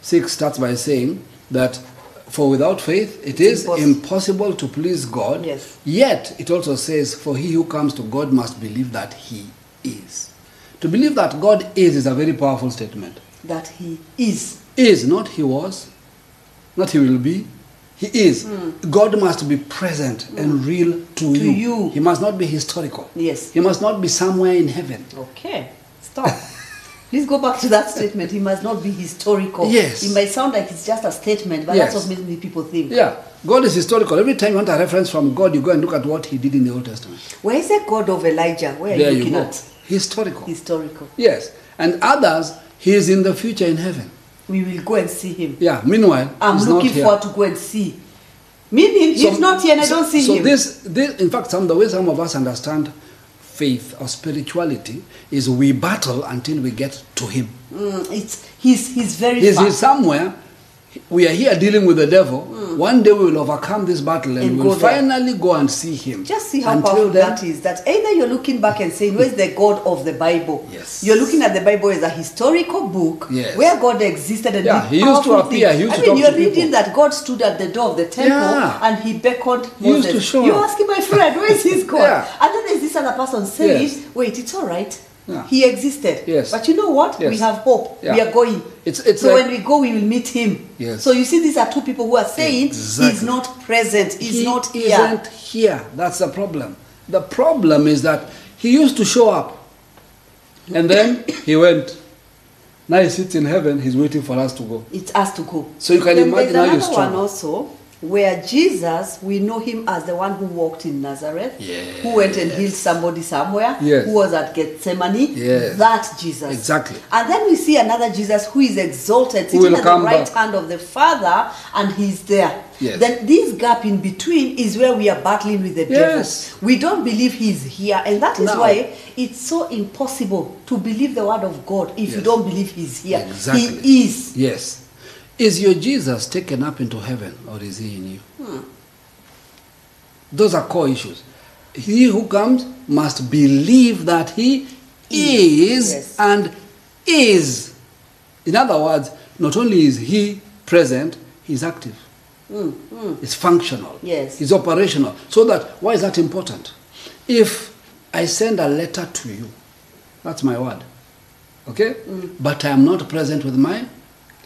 Speaker 3: 6 starts by saying that for without faith it is
Speaker 2: impos-
Speaker 3: impossible to please God.
Speaker 2: Yes.
Speaker 3: Yet it also says, For he who comes to God must believe that he is. To believe that God is is a very powerful statement.
Speaker 2: That He is.
Speaker 3: Is, not he was, not he will be. He is. God must be present and real to, you.
Speaker 2: Hmm. you.
Speaker 3: He must not be historical.
Speaker 2: Yes.
Speaker 3: He must not be somewhere in heaven.
Speaker 2: Okay, stop. Please go back to that statement. He must not be historical.
Speaker 3: Yes.
Speaker 2: It might sound like it's just a statement, but
Speaker 3: Yes.
Speaker 2: that's what many people think.
Speaker 3: Yeah, God is historical. Every time you want a reference from God, you go and look at what He did in the Old Testament.
Speaker 2: Where is the God of Elijah? Where are
Speaker 3: there
Speaker 2: you
Speaker 3: you
Speaker 2: looking
Speaker 3: go.
Speaker 2: at?
Speaker 3: Historical.
Speaker 2: Historical.
Speaker 3: yes, and others, He is in the future in heaven.
Speaker 2: We will go and see him.
Speaker 3: Yeah. Meanwhile,
Speaker 2: I'm
Speaker 3: He's
Speaker 2: looking
Speaker 3: not here.
Speaker 2: forward to go and see. Meaning, he's not here and I
Speaker 3: so-
Speaker 2: don't see
Speaker 3: so
Speaker 2: him.
Speaker 3: this, this, in fact, some the way some of us understand faith or spirituality is we battle until we get to Him.
Speaker 2: Mm, it's he's he's very
Speaker 3: He's,
Speaker 2: far.
Speaker 3: he's somewhere. we are here dealing with the devil. One day we will overcome this battle and,
Speaker 2: Hmm. And
Speaker 3: we'll
Speaker 2: go there.
Speaker 3: finally go and see him.
Speaker 2: Just see how
Speaker 3: Until
Speaker 2: powerful
Speaker 3: then,
Speaker 2: that is. That either you're looking back and saying, Where's the God of the Bible?
Speaker 3: Yes.
Speaker 2: You're looking at the Bible as a historical book
Speaker 3: Yes.
Speaker 2: where God existed and
Speaker 3: Yeah,
Speaker 2: did
Speaker 3: he used to
Speaker 2: powerful
Speaker 3: appear, he used
Speaker 2: I
Speaker 3: to
Speaker 2: mean,
Speaker 3: talk to
Speaker 2: you're
Speaker 3: people.
Speaker 2: reading that God stood at the door of the temple
Speaker 3: Yeah.
Speaker 2: and he beckoned
Speaker 3: He used
Speaker 2: Moses.
Speaker 3: to show
Speaker 2: you're
Speaker 3: up.
Speaker 2: asking my friend, Where's his God?
Speaker 3: Yeah.
Speaker 2: And then there's this other person saying,
Speaker 3: Yes.
Speaker 2: Wait, it's all right.
Speaker 3: Yeah.
Speaker 2: He existed.
Speaker 3: Yes.
Speaker 2: But you know what? We
Speaker 3: Yes.
Speaker 2: have hope.
Speaker 3: Yeah.
Speaker 2: We are going.
Speaker 3: It's- it's
Speaker 2: so
Speaker 3: like-
Speaker 2: when we go, we will meet him.
Speaker 3: Yes.
Speaker 2: So you see, these are two people who are saying he's
Speaker 3: Exactly.
Speaker 2: not present, he's
Speaker 3: he
Speaker 2: not here.
Speaker 3: isn't here. That's the problem. The problem is that he used to show up and then he went. Now he sits in heaven, he's waiting for us to go.
Speaker 2: it has to go.
Speaker 3: So you can
Speaker 2: then
Speaker 3: imagine how
Speaker 2: there's
Speaker 3: you
Speaker 2: another one
Speaker 3: struggle.
Speaker 2: also where Jesus, we know him as the one who walked in Nazareth, who went and healed somebody somewhere,
Speaker 3: Yes.
Speaker 2: who was at Gethsemane.
Speaker 3: Yes.
Speaker 2: That Jesus.
Speaker 3: Exactly.
Speaker 2: And then we see another Jesus who is exalted, sitting
Speaker 3: Who will
Speaker 2: at the
Speaker 3: come
Speaker 2: right
Speaker 3: back.
Speaker 2: hand of the Father, and he's there.
Speaker 3: Yes.
Speaker 2: Then this gap in between is where we are battling with the
Speaker 3: Yes.
Speaker 2: devil. We don't believe he's here, and that is
Speaker 3: No.
Speaker 2: why it's so impossible to believe the word of God if you
Speaker 3: Yes.
Speaker 2: don't believe he's here.
Speaker 3: Exactly.
Speaker 2: He is.
Speaker 3: Yes. Is your Jesus taken up into heaven or is he in you?
Speaker 2: Hmm.
Speaker 3: Those are core issues. He who comes must believe that he is
Speaker 2: Yes.
Speaker 3: and is. In other words, not only is he present, he's active. It's functional.
Speaker 2: Hmm, Yes.
Speaker 3: It's operational. So that why is that important? If I send a letter to you, that's my word. Okay?
Speaker 2: Mm.
Speaker 3: But I am not present with my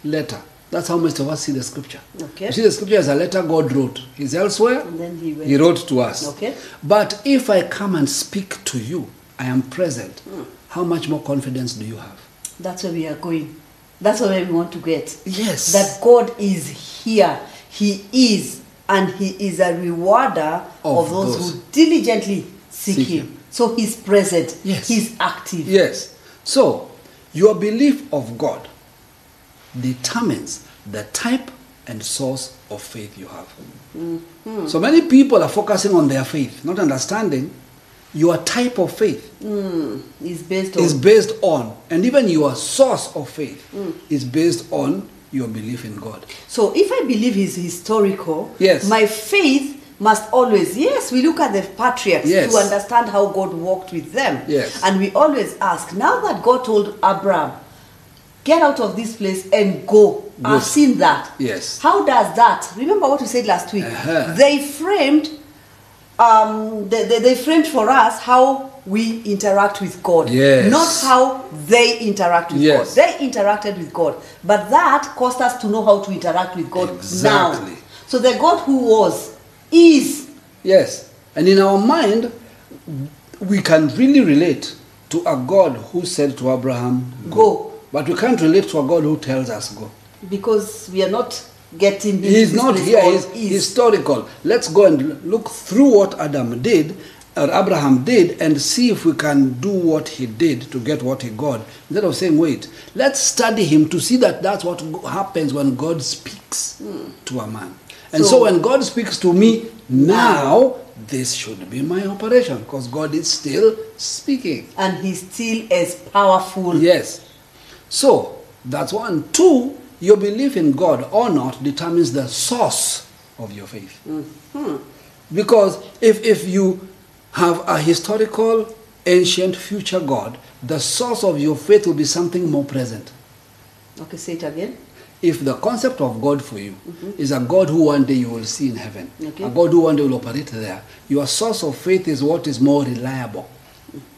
Speaker 3: letter. That's how most of us see the scripture.
Speaker 2: Okay.
Speaker 3: You see the scripture as a letter God wrote. He's elsewhere.
Speaker 2: And then he went.
Speaker 3: He wrote to us.
Speaker 2: Okay.
Speaker 3: But if I come and speak to you, I am present.
Speaker 2: Mm.
Speaker 3: How much more confidence do you have?
Speaker 2: That's where we are going. That's where we want to get.
Speaker 3: Yes.
Speaker 2: That God is here. He is. And He is a rewarder of,
Speaker 3: Of
Speaker 2: those,
Speaker 3: those.
Speaker 2: who diligently seek,
Speaker 3: Seek
Speaker 2: him.
Speaker 3: Him.
Speaker 2: So He's present.
Speaker 3: Yes.
Speaker 2: He's active.
Speaker 3: Yes. So, your belief of God determines the type and source of faith you have.
Speaker 2: Mm-hmm.
Speaker 3: So many people are focusing on their faith, not understanding your type of faith
Speaker 2: He's based on.
Speaker 3: is based on, and even your source of faith is based on your belief in God.
Speaker 2: So if I believe he's historical,
Speaker 3: Yes.
Speaker 2: my faith must always yes we look at the patriarchs
Speaker 3: Yes.
Speaker 2: to understand how god walked with them
Speaker 3: Yes.
Speaker 2: and we always ask now that god told abraham get out of this place and go i've
Speaker 3: Go.
Speaker 2: seen that
Speaker 3: Yes.
Speaker 2: how does that remember what we said last week
Speaker 3: Uh-huh.
Speaker 2: they framed um they, they, they framed for us how we interact with god
Speaker 3: Yes.
Speaker 2: not how they interact with
Speaker 3: Yes.
Speaker 2: god they interacted with God, but that caused us to know how to interact with God
Speaker 3: Exactly.
Speaker 2: now. So the God who was, is,
Speaker 3: Yes. And in our mind, we can really relate to a God who said to Abraham, Go.
Speaker 2: Go.
Speaker 3: But we can't relate to a God who tells us go.
Speaker 2: because we are not getting. into
Speaker 3: He's
Speaker 2: this
Speaker 3: not
Speaker 2: place
Speaker 3: here,
Speaker 2: called
Speaker 3: he's
Speaker 2: is.
Speaker 3: historical. Let's go and look through what Adam did, or Abraham did, and see if we can do what he did to get what he got. Instead of saying, wait, let's study him to see that that's what go- happens when God speaks to a man. And so,
Speaker 2: So-
Speaker 3: when God speaks to me now, this should be my operation because God is still speaking.
Speaker 2: and he's still as powerful.
Speaker 3: Yes. So that's one. Two, your belief in God or not determines the source of your faith. Because if, if you have a historical, ancient, future God, the source of your faith will be something more present.
Speaker 2: Okay, say it again.
Speaker 3: If the concept of God for you is a God who one day you will see in heaven,
Speaker 2: Mm-hmm. Okay.
Speaker 3: a God who one day will operate there, your source of faith is what is more reliable,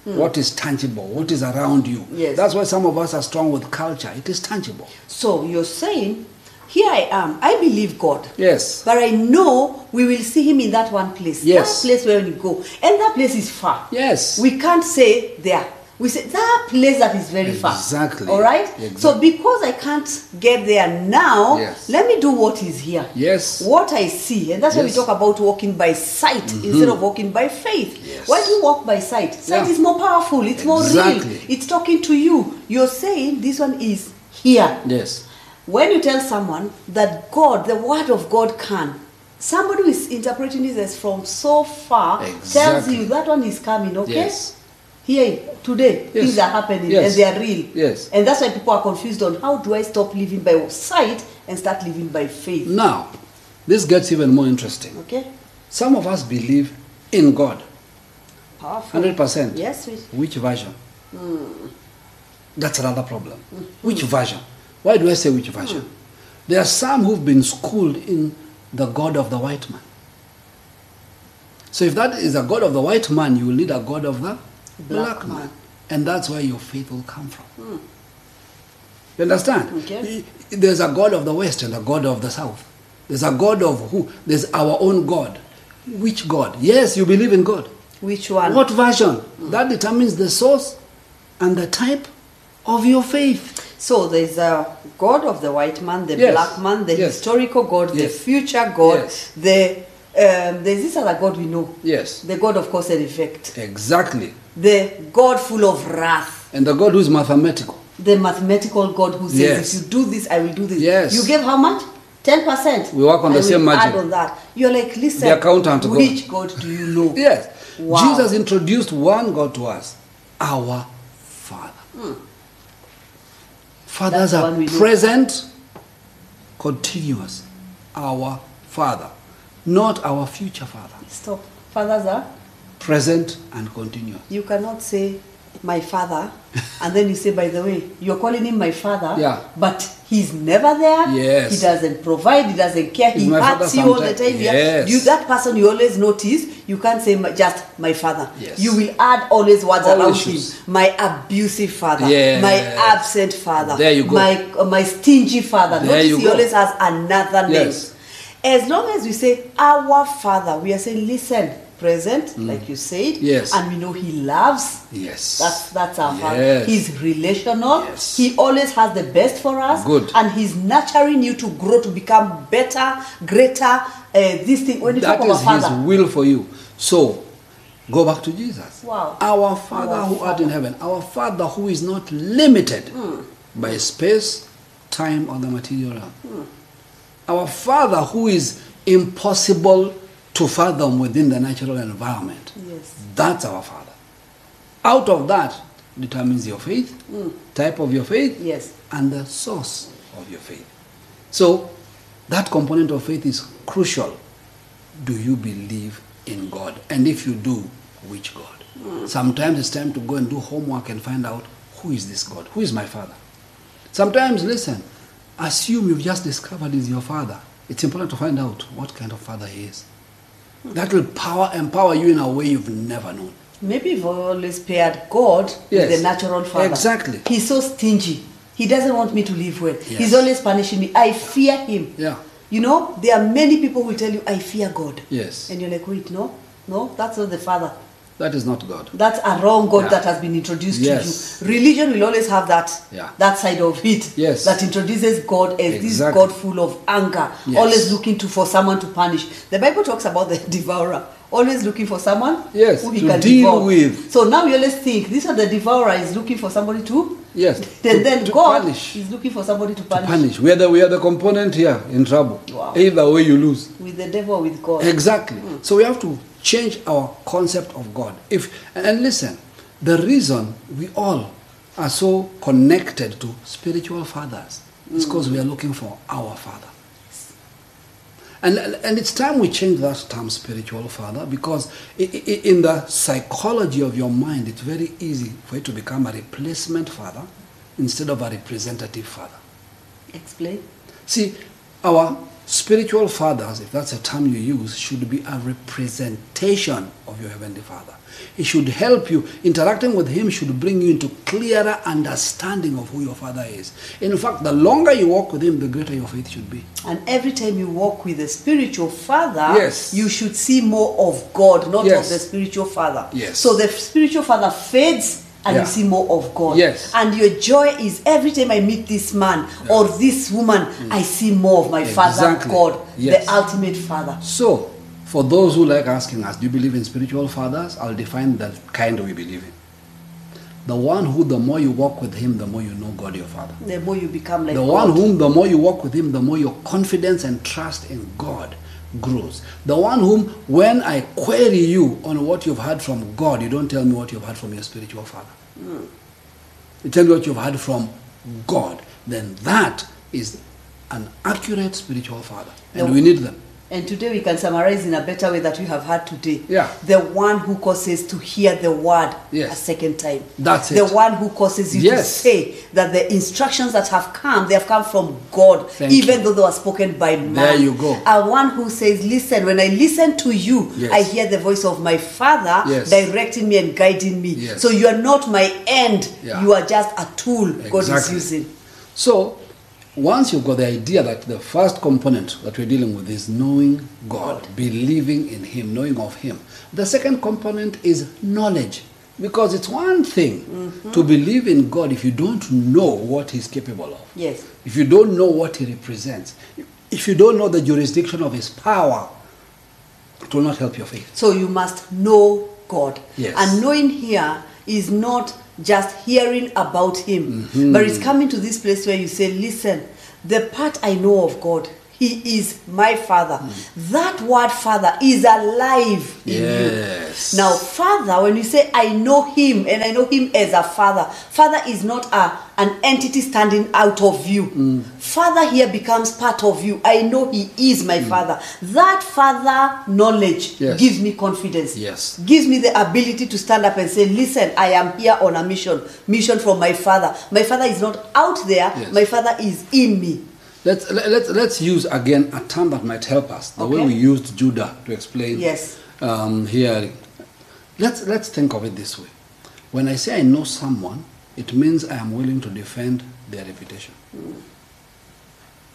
Speaker 3: what is tangible, what is around you.
Speaker 2: Hmm. Yes.
Speaker 3: That's why some of us are strong with culture. It is tangible.
Speaker 2: So you're saying, here I am. I believe God.
Speaker 3: Yes.
Speaker 2: But I know we will see him in that one place.
Speaker 3: Yes.
Speaker 2: That place where we go. And that place is far.
Speaker 3: Yes.
Speaker 2: We can't say there. We say that place that is very far.
Speaker 3: Exactly.
Speaker 2: All right?
Speaker 3: Exactly.
Speaker 2: So because I can't get there now,
Speaker 3: Yes.
Speaker 2: let me do what is here.
Speaker 3: Yes.
Speaker 2: What I see. And that's why
Speaker 3: Yes. Mm-hmm.
Speaker 2: we talk about walking by sight instead of walking by faith.
Speaker 3: Yes.
Speaker 2: Why do you walk by sight? Sight
Speaker 3: Yeah.
Speaker 2: is more powerful, it's more
Speaker 3: Exactly.
Speaker 2: real. It's talking to you. You're saying this one is here.
Speaker 3: Yes.
Speaker 2: When you tell someone that God, the Word of God can, somebody who is interpreting this as from so far tells
Speaker 3: Exactly.
Speaker 2: you that one is coming, okay?
Speaker 3: Yes.
Speaker 2: Here, today,
Speaker 3: Yes.
Speaker 2: things are happening
Speaker 3: Yes.
Speaker 2: and they are real.
Speaker 3: Yes.
Speaker 2: And that's why people are confused on how do I stop living by sight and start living by faith.
Speaker 3: Now, this gets even more interesting.
Speaker 2: Okay?
Speaker 3: Some of us believe in God,
Speaker 2: Powerful.
Speaker 3: 100%.
Speaker 2: Yes, sweet.
Speaker 3: Which version?
Speaker 2: Hmm.
Speaker 3: That's another problem. Which version? Why do I say which version?
Speaker 2: Hmm.
Speaker 3: There are some who've been schooled in the God of the white man. So if that is a God of the white man, you will need a God of the black,
Speaker 2: Black
Speaker 3: man.
Speaker 2: man. Hmm.
Speaker 3: And that's where your faith will come from. You understand?
Speaker 2: Okay.
Speaker 3: I- There's a God of the West and a God of the South. There's a God of who? There's our own God. Which God? Yes, you believe in God.
Speaker 2: Which one?
Speaker 3: What version?
Speaker 2: Hmm.
Speaker 3: That determines the source and the type of your faith.
Speaker 2: So there's a God of the white man, the
Speaker 3: Yes.
Speaker 2: black man, the
Speaker 3: Yes.
Speaker 2: historical God,
Speaker 3: Yes.
Speaker 2: the future God,
Speaker 3: Yes.
Speaker 2: the um, there's this other God we know.
Speaker 3: Yes.
Speaker 2: The God of cause and effect.
Speaker 3: Exactly.
Speaker 2: The God full of wrath.
Speaker 3: And the God who is mathematical.
Speaker 2: The mathematical God who says, if
Speaker 3: Yes.
Speaker 2: you do this, I will do this.
Speaker 3: Yes.
Speaker 2: You gave how much? 10%.
Speaker 3: We work on
Speaker 2: I
Speaker 3: the same
Speaker 2: will Add
Speaker 3: margin.
Speaker 2: on that. You're like, listen,
Speaker 3: The accountant God.
Speaker 2: which God. do you know?
Speaker 3: Yes.
Speaker 2: Wow.
Speaker 3: Jesus introduced one God to us, our Father. Fathers
Speaker 2: Hmm. That's
Speaker 3: are
Speaker 2: one we know.
Speaker 3: present, continuous. Our Father. Not our future Father.
Speaker 2: Stop. Fathers ah. are?
Speaker 3: Present and continuous.
Speaker 2: You cannot say my father, and then you say, by the way, you're calling him my father,
Speaker 3: Yeah.
Speaker 2: but he's never there.
Speaker 3: Yes.
Speaker 2: He doesn't provide, he doesn't care,
Speaker 3: He's
Speaker 2: he
Speaker 3: my
Speaker 2: hurts
Speaker 3: father
Speaker 2: you all the
Speaker 3: sometime.
Speaker 2: time. Yeah.
Speaker 3: Yes.
Speaker 2: You, that person you always notice, you can't say my, just my father.
Speaker 3: Yes.
Speaker 2: You will add always words
Speaker 3: All
Speaker 2: around
Speaker 3: issues.
Speaker 2: him. My abusive father,
Speaker 3: Yes.
Speaker 2: my absent father,
Speaker 3: There you go.
Speaker 2: my, uh, my stingy father.
Speaker 3: There
Speaker 2: notice
Speaker 3: you
Speaker 2: he
Speaker 3: go.
Speaker 2: always has another name.
Speaker 3: Yes.
Speaker 2: As long as we say our father, we are saying, listen, present, like you said,
Speaker 3: Yes.
Speaker 2: and we know he loves.
Speaker 3: Yes.
Speaker 2: That's that's our father.
Speaker 3: Yes.
Speaker 2: He's relational.
Speaker 3: Yes.
Speaker 2: He always has the best for us.
Speaker 3: Good.
Speaker 2: And he's nurturing you to grow to become better, greater. Uh, this thing when you
Speaker 3: That
Speaker 2: talk
Speaker 3: is
Speaker 2: about father,
Speaker 3: his will for you. So go back to Jesus.
Speaker 2: Wow.
Speaker 3: Our Father
Speaker 2: Our
Speaker 3: who art in heaven, our Father who is not limited
Speaker 2: Hmm.
Speaker 3: by space, time, or the material realm.
Speaker 2: Hmm.
Speaker 3: Our Father who is impossible to fathom within the natural environment.
Speaker 2: Yes.
Speaker 3: That's our Father. Out of that determines your faith, type of your faith,
Speaker 2: Yes.
Speaker 3: and the source of your faith. So, that component of faith is crucial. Do you believe in God? And if you do, which God? Sometimes it's time to go and do homework and find out who is this God? Who is my father? Sometimes, listen, assume you've just discovered is your father. It's important to find out what kind of father he is. That will power empower you in a way you've never known.
Speaker 2: maybe you've always paired God
Speaker 3: Yes.
Speaker 2: with the natural father.
Speaker 3: Exactly.
Speaker 2: He's so stingy. He doesn't want me to live well.
Speaker 3: Yes.
Speaker 2: He's always punishing me. I fear him.
Speaker 3: Yeah.
Speaker 2: You know, there are many people who tell you, I fear God.
Speaker 3: Yes.
Speaker 2: And you're like, wait, no, no, that's not the father.
Speaker 3: That is not God.
Speaker 2: That's a wrong God
Speaker 3: Yeah.
Speaker 2: that has been introduced
Speaker 3: Yes.
Speaker 2: to you. Religion will always have that
Speaker 3: Yeah.
Speaker 2: that side of it.
Speaker 3: Yes.
Speaker 2: That introduces God as this
Speaker 3: Exactly.
Speaker 2: God full of anger,
Speaker 3: Yes.
Speaker 2: always looking to for someone to punish. The Bible talks about the devourer, always looking for someone
Speaker 3: Yes,
Speaker 2: who he
Speaker 3: to
Speaker 2: can
Speaker 3: deal
Speaker 2: devour.
Speaker 3: with.
Speaker 2: So now you always think this one the devourer is looking for somebody to
Speaker 3: Yes,
Speaker 2: Then,
Speaker 3: to-
Speaker 2: then
Speaker 3: to
Speaker 2: God
Speaker 3: punish.
Speaker 2: is looking for somebody to punish,
Speaker 3: Punish. We are the, we are the component here in trouble.
Speaker 2: Wow.
Speaker 3: Either way, you lose.
Speaker 2: with the devil or with God.
Speaker 3: Exactly. So we have to change our concept of God. If and listen, the reason we all are so connected to spiritual fathers is because we are looking for our father. And, and it's time we change that term spiritual father because i- i- in the psychology of your mind, it's very easy for it to become a replacement father instead of a representative father.
Speaker 2: Explain.
Speaker 3: See, our spiritual fathers, if that's a term you use, should be a representation of your Heavenly Father. He should help you. Interacting with Him should bring you into clearer understanding of who your Father is. In fact, the longer you walk with Him, the greater your faith should be.
Speaker 2: And every time you walk with a spiritual father,
Speaker 3: Yes.
Speaker 2: you should see more of God, not
Speaker 3: Yes.
Speaker 2: of the spiritual father.
Speaker 3: Yes.
Speaker 2: So the spiritual father fades and
Speaker 3: Yeah.
Speaker 2: you see more of God.
Speaker 3: Yes.
Speaker 2: And your joy is every time I meet this man or this woman, I see more of my
Speaker 3: Mm. Exactly.
Speaker 2: father, God,
Speaker 3: Yes.
Speaker 2: the ultimate father.
Speaker 3: So, for those who like asking us, do you believe in spiritual fathers? I'll define the kind we believe in. The one who, the more you walk with Him, the more you know God your Father.
Speaker 2: The more you become like
Speaker 3: The
Speaker 2: God.
Speaker 3: one whom the more you walk with him, the more your confidence and trust in God grows. The one whom, when I query you on what you've heard from God, you don't tell me what you've heard from your spiritual father. You tell me what you've heard from God. Then that is an accurate spiritual father. And
Speaker 2: The-
Speaker 3: we need them.
Speaker 2: And today we can summarize in a better way that we have had today.
Speaker 3: Yeah.
Speaker 2: The one who causes to hear the word
Speaker 3: Yes.
Speaker 2: a second time.
Speaker 3: That's
Speaker 2: The
Speaker 3: it.
Speaker 2: one who causes you
Speaker 3: Yes.
Speaker 2: to say that the instructions that have come, they have come from God,
Speaker 3: Thank
Speaker 2: even
Speaker 3: you.
Speaker 2: though they were spoken by man.
Speaker 3: There you go.
Speaker 2: A one who says, Listen, when I listen to you,
Speaker 3: Yes.
Speaker 2: I hear the voice of my Father
Speaker 3: Yes.
Speaker 2: directing me and guiding me.
Speaker 3: Yes.
Speaker 2: So you are not my end,
Speaker 3: Yeah.
Speaker 2: you are just a tool God is
Speaker 3: Exactly.
Speaker 2: using.
Speaker 3: So, once you've got the idea that the first component that we're dealing with is knowing God, believing in Him, knowing of Him, the second component is knowledge. Because it's one thing to believe in God if you don't know what He's capable of.
Speaker 2: Yes.
Speaker 3: If you don't know what He represents, if you don't know the jurisdiction of His power, it will not help your faith.
Speaker 2: So you must know God.
Speaker 3: Yes.
Speaker 2: And knowing here is not just hearing about Him,
Speaker 3: Mm-hmm.
Speaker 2: but it's coming to this place where you say, listen, the part I know of God, He is my Father.
Speaker 3: Mm.
Speaker 2: That word Father is alive
Speaker 3: Yes.
Speaker 2: in you. Now, Father, when you say, I know Him and I know Him as a Father, Father is not a, an entity standing out of you.
Speaker 3: Mm.
Speaker 2: Father here becomes part of you. I know He is my Father. That Father knowledge
Speaker 3: Mm. Yes.
Speaker 2: gives me confidence.
Speaker 3: Yes.
Speaker 2: Gives me the ability to stand up and say, Listen, I am here on a mission. Mission from my Father. My Father is not out there,
Speaker 3: Yes.
Speaker 2: my Father is in me.
Speaker 3: Let's let, let's let's use again a term that might help us. The way
Speaker 2: Okay.
Speaker 3: we used Judah to explain.
Speaker 2: Yes.
Speaker 3: Um, hearing. Let's let's think of it this way. When I say I know someone, it means I am willing to defend their reputation.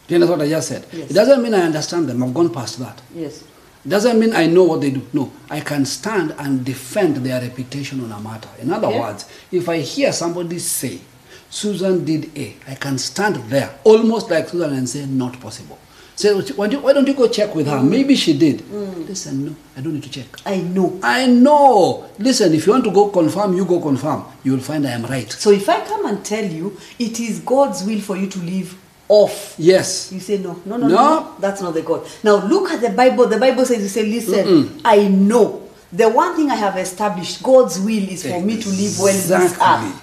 Speaker 3: Do you understand what I just said?
Speaker 2: Mm. Yes.
Speaker 3: It doesn't mean I understand them. I've gone past that.
Speaker 2: Yes.
Speaker 3: It doesn't mean I know what they do. No, I can stand and defend their reputation on a matter. In other
Speaker 2: Yeah.
Speaker 3: words, if I hear somebody say, Susan did A, I can stand there, almost like Susan, and say, not possible. Say, why don't you, why don't you go check with
Speaker 2: Mm.
Speaker 3: her? Maybe she did. Listen, no, I don't need to check.
Speaker 2: I know.
Speaker 3: I know. Listen, if you want to go confirm, you go confirm. You will find I am right.
Speaker 2: So if I come and tell you, it is God's will for you to live off.
Speaker 3: Yes.
Speaker 2: You say no, no, no, no,
Speaker 3: No.
Speaker 2: no. That's not the God. Now look at the Bible. The Bible says, "You say, listen, I know the one thing I have established. God's will is for me to live well in this
Speaker 3: Exactly.
Speaker 2: earth."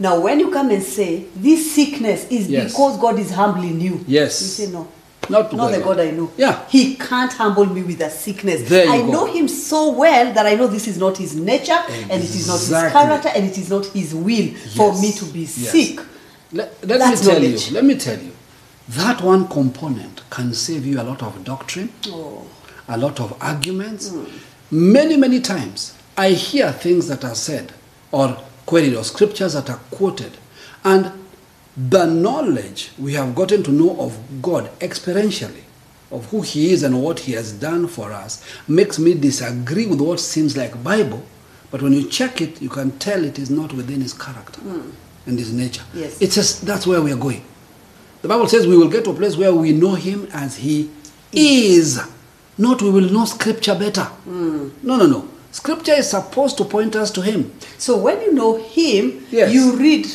Speaker 2: Now, when you come and say this sickness is
Speaker 3: Yes.
Speaker 2: because God is humbling you,
Speaker 3: Yes.
Speaker 2: you say no.
Speaker 3: Not to
Speaker 2: not the
Speaker 3: God.
Speaker 2: God I know.
Speaker 3: Yeah.
Speaker 2: He can't humble me with a sickness.
Speaker 3: There you
Speaker 2: I
Speaker 3: go.
Speaker 2: know him so well that I know this is not his nature and it is not his
Speaker 3: Exactly.
Speaker 2: character and it is not his will for
Speaker 3: Yes.
Speaker 2: me to be
Speaker 3: Yes.
Speaker 2: sick.
Speaker 3: Let, let
Speaker 2: That's
Speaker 3: me tell
Speaker 2: knowledge.
Speaker 3: you. Let me tell you. That one component can save you a lot of doctrine,
Speaker 2: Oh. Hmm.
Speaker 3: a lot of arguments. Many, many times I hear things that are said or queried or scriptures that are quoted, and the knowledge we have gotten to know of God experientially, of who He is and what He has done for us, makes me disagree with what seems like Bible. But when you check it, you can tell it is not within His character and His nature.
Speaker 2: Hmm. Yes.
Speaker 3: It's just that's where we are going. The Bible says we will get to a place where we know him as he is. Not we will know scripture better. No, no, no. Scripture is supposed to point us to him.
Speaker 2: So when you know him,
Speaker 3: Yes.
Speaker 2: you read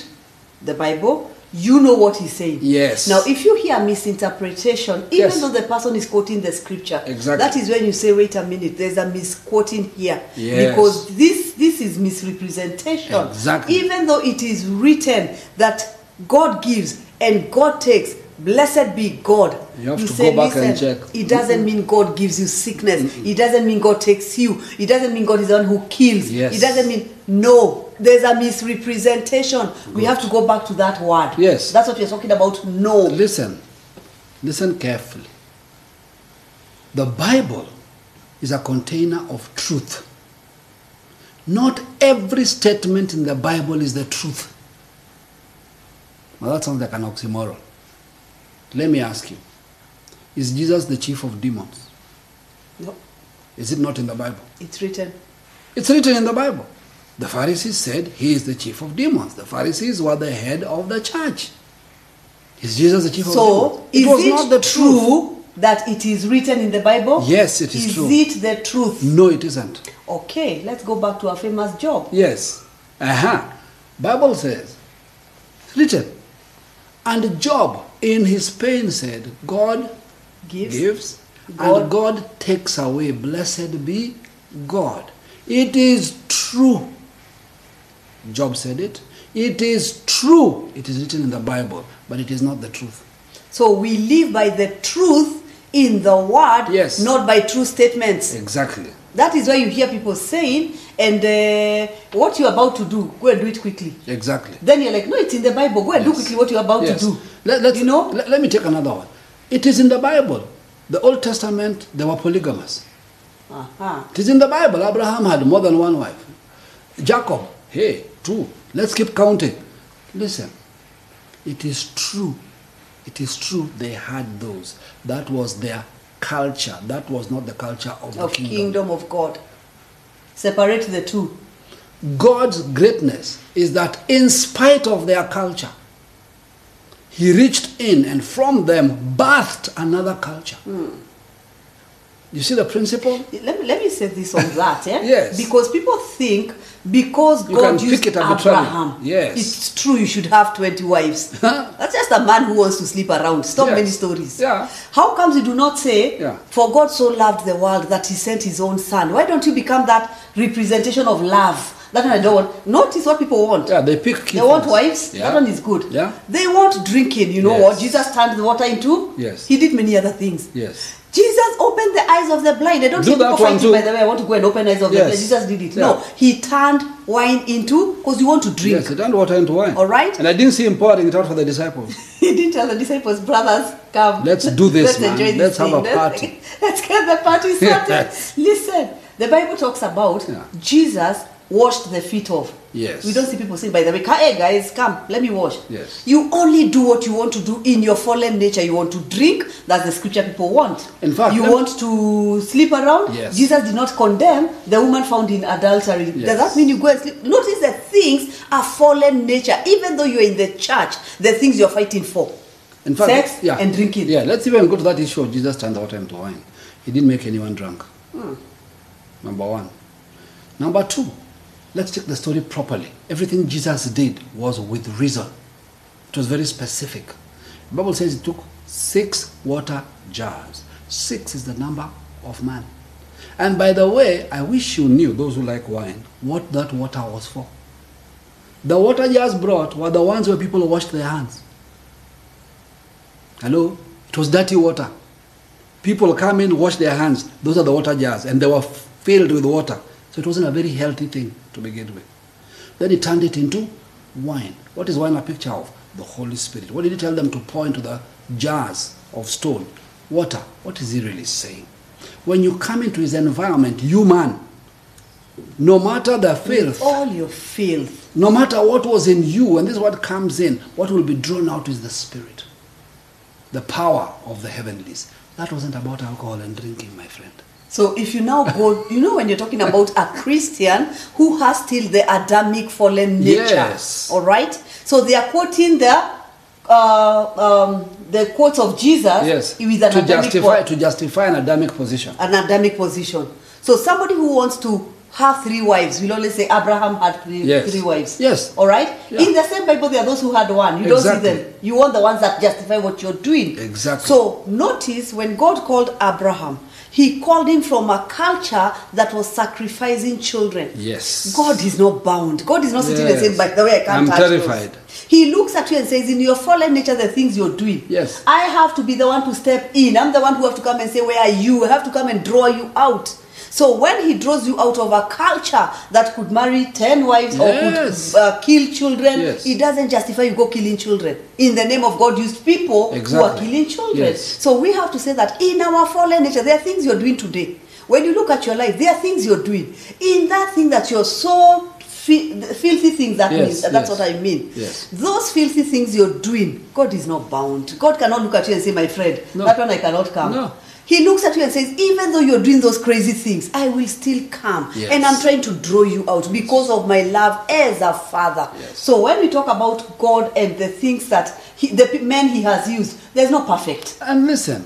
Speaker 2: the Bible, you know what he's saying.
Speaker 3: Yes.
Speaker 2: Now, if you hear misinterpretation, even
Speaker 3: Yes.
Speaker 2: though the person is quoting the scripture,
Speaker 3: Exactly.
Speaker 2: that is when you say, wait a minute, there's a misquoting here.
Speaker 3: Yes.
Speaker 2: Because this this is misrepresentation.
Speaker 3: Exactly.
Speaker 2: Even though it is written that God gives and God takes. Blessed be God.
Speaker 3: You have to go back and check.
Speaker 2: It doesn't mean God gives you sickness. It doesn't mean God takes you. It doesn't mean God is the one who kills.
Speaker 3: Yes.
Speaker 2: It doesn't mean no, there's a misrepresentation. We have to go back to that word.
Speaker 3: Yes.
Speaker 2: That's what we're talking about. No.
Speaker 3: Listen, listen carefully. The Bible is a container of truth. Not every statement in the Bible is the truth. Now that sounds like an oxymoron. Let me ask you Is Jesus the chief of demons?
Speaker 2: No.
Speaker 3: Is it not in the Bible?
Speaker 2: It's written.
Speaker 3: It's written in the Bible. The Pharisees said he is the chief of demons. The Pharisees were the head of the church. Is Jesus the chief of
Speaker 2: So
Speaker 3: demons?
Speaker 2: is
Speaker 3: it was
Speaker 2: it
Speaker 3: not the
Speaker 2: true
Speaker 3: truth.
Speaker 2: that it is written in the Bible?
Speaker 3: Yes, it is true.
Speaker 2: Is it the truth?
Speaker 3: No, it isn't.
Speaker 2: Okay, let's go back to our famous job.
Speaker 3: Yes. Aha. Bible says, written. And Job in his pain said, God
Speaker 2: Gives.
Speaker 3: gives And God takes away, blessed be God. It is true. Job said it. It is true. It is written in the Bible, but it is not the truth.
Speaker 2: So we live by the truth in the word,
Speaker 3: Yes.
Speaker 2: not by true statements.
Speaker 3: Exactly.
Speaker 2: That is why you hear people saying, and uh, what you're about to do, go and do it quickly.
Speaker 3: Exactly.
Speaker 2: Then you're like, no, it's in the Bible. Go and do quickly what you're about
Speaker 3: Yes.
Speaker 2: to do.
Speaker 3: Let, let's-
Speaker 2: You know?
Speaker 3: let, let me take another one. It is in the Bible. The Old Testament, they were polygamous.
Speaker 2: Uh-huh.
Speaker 3: It is in the Bible. Abraham had more than one wife. Jacob, hey, two. Let's keep counting. Listen, it is true. It is true they had those. That was their culture. That was not the culture of, the
Speaker 2: Of kingdom of God. Separate the two.
Speaker 3: God's greatness is that in spite of their culture, He reached in and from them birthed another culture.
Speaker 2: Hmm.
Speaker 3: You see the principle?
Speaker 2: Let me, let me say this on that. Eh?
Speaker 3: Yes.
Speaker 2: Because people think because
Speaker 3: You
Speaker 2: God
Speaker 3: can
Speaker 2: used
Speaker 3: pick it up arbitrarily.
Speaker 2: Abraham,
Speaker 3: Yes.
Speaker 2: it's true you should have 20 wives. That's just a man who wants to sleep around. Stop
Speaker 3: Yes.
Speaker 2: many stories.
Speaker 3: Yeah.
Speaker 2: How comes you do not say,
Speaker 3: Yeah.
Speaker 2: for God so loved the world that he sent his own son? Why don't you become that representation of love? That one I don't want. Notice what people want.
Speaker 3: Yeah, they pick key
Speaker 2: They want
Speaker 3: things.
Speaker 2: wives.
Speaker 3: Yeah.
Speaker 2: That one is good.
Speaker 3: Yeah.
Speaker 2: They want drinking. You know
Speaker 3: Yes.
Speaker 2: what? Jesus turned the water into.
Speaker 3: Yes.
Speaker 2: He did many other things.
Speaker 3: Yes.
Speaker 2: Jesus opened the eyes of the blind. I don't
Speaker 3: Do
Speaker 2: see people
Speaker 3: that one
Speaker 2: fighting,
Speaker 3: too.
Speaker 2: by the way. I want to go and open eyes of the
Speaker 3: Yes.
Speaker 2: blind. Jesus did it.
Speaker 3: Yeah.
Speaker 2: No, he turned wine into because you want to drink.
Speaker 3: Yes, it turned water into wine.
Speaker 2: All right.
Speaker 3: And I didn't see him pouring it out for the disciples.
Speaker 2: He didn't tell the disciples, brothers, come.
Speaker 3: Let's do this,
Speaker 2: Let's
Speaker 3: man.
Speaker 2: enjoy this
Speaker 3: Let's have
Speaker 2: thing.
Speaker 3: a party."
Speaker 2: Let's get the party started.
Speaker 3: Yes.
Speaker 2: Listen, the Bible talks about
Speaker 3: Yeah.
Speaker 2: Jesus washed the feet of.
Speaker 3: Yes.
Speaker 2: We don't see people saying, by the way, "Come, hey guys, come, let me wash.
Speaker 3: Yes.
Speaker 2: You only do what you want to do in your fallen nature. You want to drink, that's the scripture people want.
Speaker 3: In fact,
Speaker 2: you
Speaker 3: let me-
Speaker 2: want to sleep around.
Speaker 3: Yes.
Speaker 2: Jesus did not condemn the woman found in adultery. Does
Speaker 3: Yes.
Speaker 2: that mean you go and sleep? Notice that things are fallen nature, even though you're in the church, the things you're fighting for.
Speaker 3: In fact,
Speaker 2: Sex and drinking.
Speaker 3: Yeah, let's even go to that issue of Jesus turned the water into wine. He didn't make anyone drunk.
Speaker 2: Hmm.
Speaker 3: Number one. Number two, let's take the story properly. Everything Jesus did was with reason. It was very specific. The Bible says it took six water jars. Six is the number of man. And by the way, I wish you knew, those who like wine, what that water was for. The water jars brought were the ones where people washed their hands. Hello? It was dirty water. People come in, wash their hands. Those are the water jars, and they were f- filled with water. So it wasn't a very healthy thing to begin with. Then he turned it into wine. What is wine a picture of? The Holy Spirit. What did he tell them to pour into the jars of stone? Water. What is he really saying? When you come into his environment, you man, no matter the filth,
Speaker 2: All your filth.
Speaker 3: no matter what was in you, and this is what comes in, what will be drawn out is the spirit, the power of the heavenlies. That wasn't about alcohol and drinking, my friend.
Speaker 2: So if you now go, you know when you're talking about a Christian who has still the Adamic fallen nature,
Speaker 3: Yes.
Speaker 2: all right? So they are quoting the uh, um, the quotes of Jesus with an
Speaker 3: to
Speaker 2: Adamic
Speaker 3: justify
Speaker 2: one.
Speaker 3: to justify an Adamic position.
Speaker 2: an Adamic position. So somebody who wants to have three wives, we'll always say Abraham had three,
Speaker 3: Yes.
Speaker 2: three wives.
Speaker 3: Yes.
Speaker 2: All right?
Speaker 3: Yeah.
Speaker 2: In the same Bible, there are those who had one. You
Speaker 3: Exactly.
Speaker 2: don't see them. You want the ones that justify what you're doing.
Speaker 3: Exactly.
Speaker 2: So notice when God called Abraham, he called him from a culture that was sacrificing children.
Speaker 3: Yes.
Speaker 2: God is not bound. God is not sitting
Speaker 3: Yes.
Speaker 2: and saying, by the way, I can't
Speaker 3: I'm
Speaker 2: touch those."
Speaker 3: terrified.
Speaker 2: He looks at you and says, in your fallen nature, the things you're doing.
Speaker 3: Yes.
Speaker 2: I have to be the one to step in. I'm the one who have to come and say, Where are you? I have to come and draw you out. So when he draws you out of a culture that could marry 10 wives
Speaker 3: Yes.
Speaker 2: or could uh, kill children,
Speaker 3: Yes.
Speaker 2: it doesn't justify you go killing children. In the name of God, used people who are
Speaker 3: Exactly.
Speaker 2: killing children.
Speaker 3: Yes.
Speaker 2: So we have to say that in our fallen nature, there are things you're doing today. When you look at your life, there are things you're doing. In that thing that you're so fi- filthy things, that
Speaker 3: Yes,
Speaker 2: means that's
Speaker 3: yes.
Speaker 2: what I mean.
Speaker 3: Yes.
Speaker 2: Those filthy things you're doing, God is not bound. God cannot look at you and say, My friend,
Speaker 3: No.
Speaker 2: that one I cannot come.
Speaker 3: No.
Speaker 2: He looks at you and says, Even though you're doing those crazy things, I will still come.
Speaker 3: Yes.
Speaker 2: And I'm trying to draw you out because of my love as a father.
Speaker 3: Yes.
Speaker 2: So when we talk about God and the things that he, the p- men he has used, there's no perfect.
Speaker 3: And listen,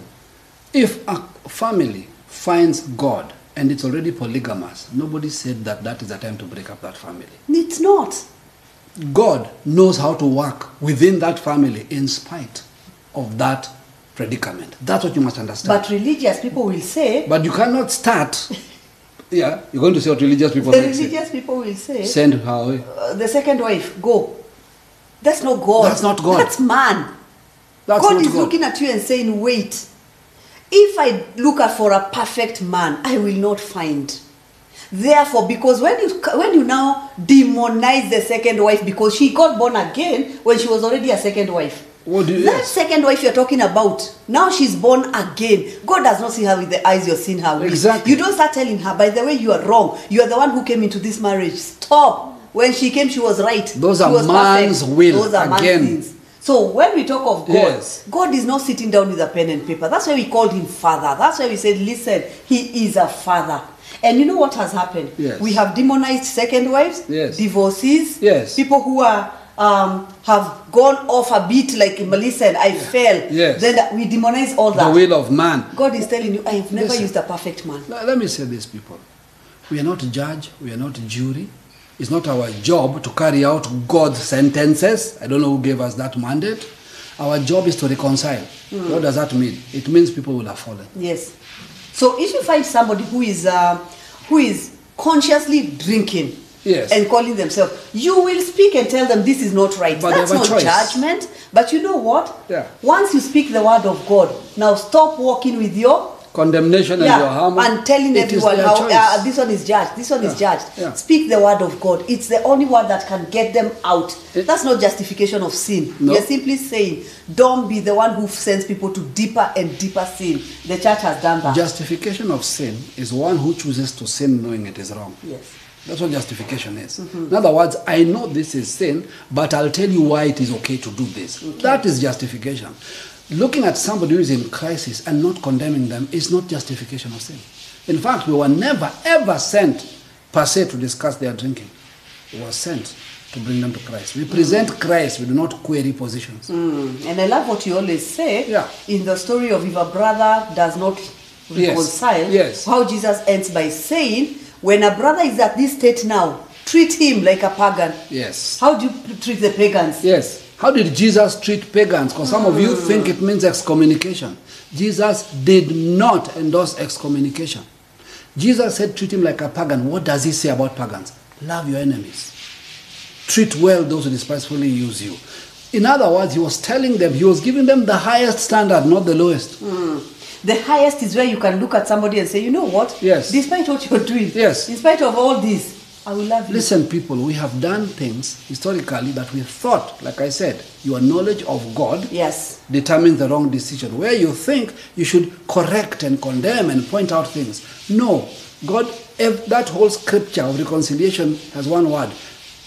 Speaker 3: if a family finds God and it's already polygamous, nobody said that that is the time to break up that family.
Speaker 2: It's not.
Speaker 3: God knows how to work within that family in spite of that predicament. That's what you must understand.
Speaker 2: But religious people will say,
Speaker 3: But you cannot start. Yeah, you're going to say what religious people
Speaker 2: the
Speaker 3: make say.
Speaker 2: religious people will say,
Speaker 3: Send her away.
Speaker 2: uh, the second wife, go. That's not God.
Speaker 3: That's not God.
Speaker 2: That's man.
Speaker 3: That's
Speaker 2: God
Speaker 3: not
Speaker 2: is
Speaker 3: God.
Speaker 2: looking at you and saying, wait. If I look out for a perfect man, I will not find. Therefore, because when you when you now demonize the second wife because she got born again when she was already a second wife.
Speaker 3: What do you-
Speaker 2: that
Speaker 3: yes.
Speaker 2: second wife you're talking about now she's born again. God does not see her with the eyes you're seeing her with.
Speaker 3: Exactly.
Speaker 2: You don't start telling her, by the way, you are wrong. You are the one who came into this marriage. Stop. When she came, she was right.
Speaker 3: Those
Speaker 2: She
Speaker 3: are
Speaker 2: was
Speaker 3: man's
Speaker 2: perfect.
Speaker 3: will
Speaker 2: Those are man's
Speaker 3: again.
Speaker 2: things. So when we talk of God,
Speaker 3: Yes.
Speaker 2: God is not sitting down with a pen and paper. That's why we called him Father. That's why we said, listen, he is a father. And you know what has happened?
Speaker 3: Yes.
Speaker 2: We have demonized second wives,
Speaker 3: Yes.
Speaker 2: divorces,
Speaker 3: Yes.
Speaker 2: people who are um, have gone off a bit like Melissa and I fell.
Speaker 3: Yes.
Speaker 2: Then we demonize all
Speaker 3: The
Speaker 2: that.
Speaker 3: will of man.
Speaker 2: God is telling you, I have never
Speaker 3: Listen.
Speaker 2: used a perfect man.
Speaker 3: Le- Let me say this, people. We are not judge, we are not jury. It's not our job to carry out God's sentences. I don't know who gave us that mandate. Our job is to reconcile.
Speaker 2: Hmm.
Speaker 3: What does that mean? It means people will have fallen.
Speaker 2: Yes. So if you find somebody who is uh, who is consciously drinking
Speaker 3: Yes.
Speaker 2: and calling themselves, you will speak and tell them this is not right.
Speaker 3: But they
Speaker 2: That's
Speaker 3: have a
Speaker 2: not
Speaker 3: choice.
Speaker 2: judgment. But you know what?
Speaker 3: Yeah.
Speaker 2: Once you speak the word of God, now stop walking with your
Speaker 3: Condemnation and your harm.
Speaker 2: and telling
Speaker 3: it is
Speaker 2: everyone
Speaker 3: their
Speaker 2: how
Speaker 3: choice.
Speaker 2: uh, this one is judged, this one is
Speaker 3: Yeah,
Speaker 2: judged.
Speaker 3: yeah.
Speaker 2: Speak the word of God. It's the only word that can get them out. That's not justification of sin.
Speaker 3: Eh? No.
Speaker 2: You're simply saying, don't be the one who sends people to deeper and deeper sin. The church has done that.
Speaker 3: Justification of sin is one who chooses to sin knowing it is wrong.
Speaker 2: Yes.
Speaker 3: That's what justification is. In other words, I know this is sin, but I'll tell you why it is okay to do this. That is justification. Looking at somebody who is in crisis and not condemning them is not justification of sin. In fact, we were never, ever sent per se to discuss their drinking. We were sent to bring them to Christ. We present Christ, we do not query positions.
Speaker 2: Mm. And I love what you always say
Speaker 3: Yeah.
Speaker 2: in the story of if a brother does not
Speaker 3: Yes.
Speaker 2: reconcile,
Speaker 3: Yes.
Speaker 2: how Jesus ends by saying, when a brother is at this state now, treat him like a pagan.
Speaker 3: Yes.
Speaker 2: How do you p- treat the pagans?
Speaker 3: Yes. How did Jesus treat pagans? Because some of you think it means excommunication. Jesus did not endorse excommunication. Jesus said, treat him like a pagan. What does he say about pagans? Love your enemies. Treat well those who despitefully use you. In other words, he was telling them, he was giving them the highest standard, not the lowest.
Speaker 2: The highest is where you can look at somebody and say, you know what?
Speaker 3: Yes.
Speaker 2: Despite what you're doing,
Speaker 3: Yes.
Speaker 2: in spite of all this, I will love you.
Speaker 3: Listen, people, we have done things historically that we thought, like I said, your knowledge of God
Speaker 2: Yes.
Speaker 3: determines the wrong decision, where you think you should correct and condemn and point out things. No, God, if that whole scripture of reconciliation has one word.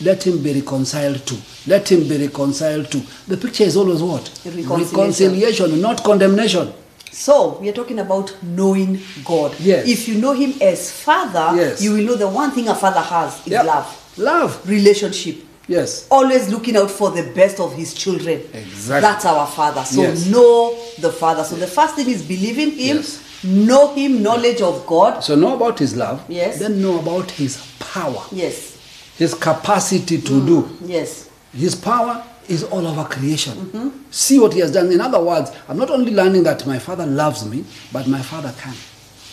Speaker 3: Let him be reconciled to. Let him be reconciled to. The picture is always what?
Speaker 2: Reconciliation.
Speaker 3: Reconciliation, not condemnation.
Speaker 2: So we are talking about knowing God.
Speaker 3: Yes.
Speaker 2: If you know Him as Father,
Speaker 3: Yes.
Speaker 2: you will know the one thing a father has is
Speaker 3: Yeah.
Speaker 2: love,
Speaker 3: Love.
Speaker 2: relationship.
Speaker 3: Yes.
Speaker 2: Always looking out for the best of his children.
Speaker 3: Exactly.
Speaker 2: That's our father. So
Speaker 3: Yes.
Speaker 2: know the father. So the first thing is believe in him,
Speaker 3: Yes.
Speaker 2: know him, knowledge of God.
Speaker 3: So know about his love.
Speaker 2: Yes.
Speaker 3: Then know about his power,
Speaker 2: Yes.
Speaker 3: his capacity to do.
Speaker 2: Yes.
Speaker 3: His power is all over creation. See what he has done. In other words, I'm not only learning that my father loves me, but my father can.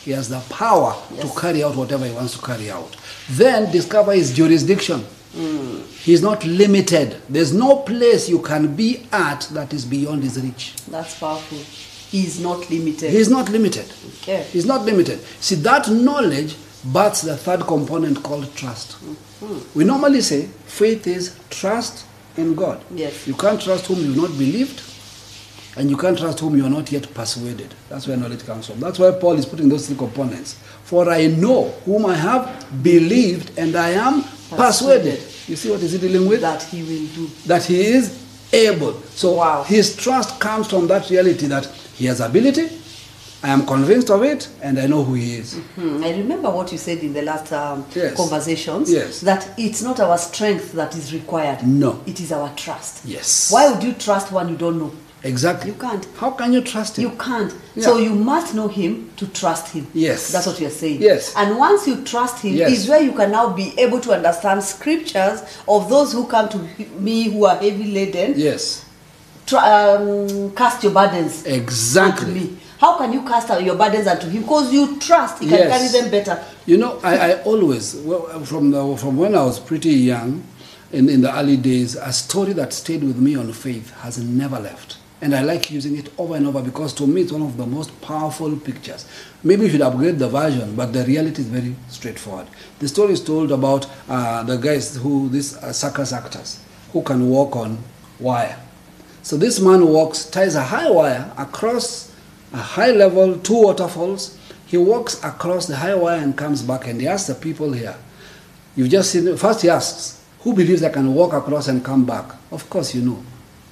Speaker 3: He has the power
Speaker 2: Yes.
Speaker 3: to carry out whatever he wants to carry out. Then discover his jurisdiction. He's not limited. There's no place you can be at that is beyond his reach.
Speaker 2: That's powerful. He is not limited.
Speaker 3: He's not limited.
Speaker 2: Okay.
Speaker 3: He's not limited. See, that knowledge births the third component called trust.
Speaker 2: Hmm.
Speaker 3: We normally say faith is trust in God.
Speaker 2: Yes.
Speaker 3: You can't trust whom you've not believed, and you can't trust whom you're not yet persuaded. That's where knowledge comes from. That's why Paul is putting those three components. For I know whom I have believed, and I am persuaded.
Speaker 2: Persuaded.
Speaker 3: You see what is he dealing with?
Speaker 2: that he will do.
Speaker 3: that he is able. So
Speaker 2: Wow.
Speaker 3: his trust comes from that reality that he has ability, I am convinced of it, and I know who he is.
Speaker 2: Hmm, I remember what you said in the last um,
Speaker 3: Yes.
Speaker 2: conversations
Speaker 3: Yes.
Speaker 2: that it's not our strength that is required.
Speaker 3: No.
Speaker 2: It is our trust.
Speaker 3: Yes.
Speaker 2: Why would you trust one you don't know?
Speaker 3: Exactly.
Speaker 2: You can't.
Speaker 3: How can you trust him?
Speaker 2: You can't.
Speaker 3: Yeah.
Speaker 2: So you must know him to trust him.
Speaker 3: Yes.
Speaker 2: That's what you're saying.
Speaker 3: Yes.
Speaker 2: And once you trust him,
Speaker 3: Yes.
Speaker 2: is where you can now be able to understand scriptures of those who come to me who are heavy laden
Speaker 3: Yes.
Speaker 2: tr- um, cast your burdens
Speaker 3: Exactly.
Speaker 2: to me. How can you cast out your burdens unto him? Because you trust he can
Speaker 3: Yes.
Speaker 2: carry them better.
Speaker 3: You know, I, I always, well, from, the, from when I was pretty young, in, in the early days, a story that stayed with me on faith has never left. And I like using it over and over because to me it's one of the most powerful pictures. Maybe you should upgrade the version, but the reality is very straightforward. The story is told about uh, the guys who, these uh, circus actors, who can walk on wire. So this man walks, ties a high wire across a high level, two waterfalls. He walks across the high wire and comes back and he asks the people here, You've just seen, first he asks, Who believes I can walk across and come back? Of course, you know.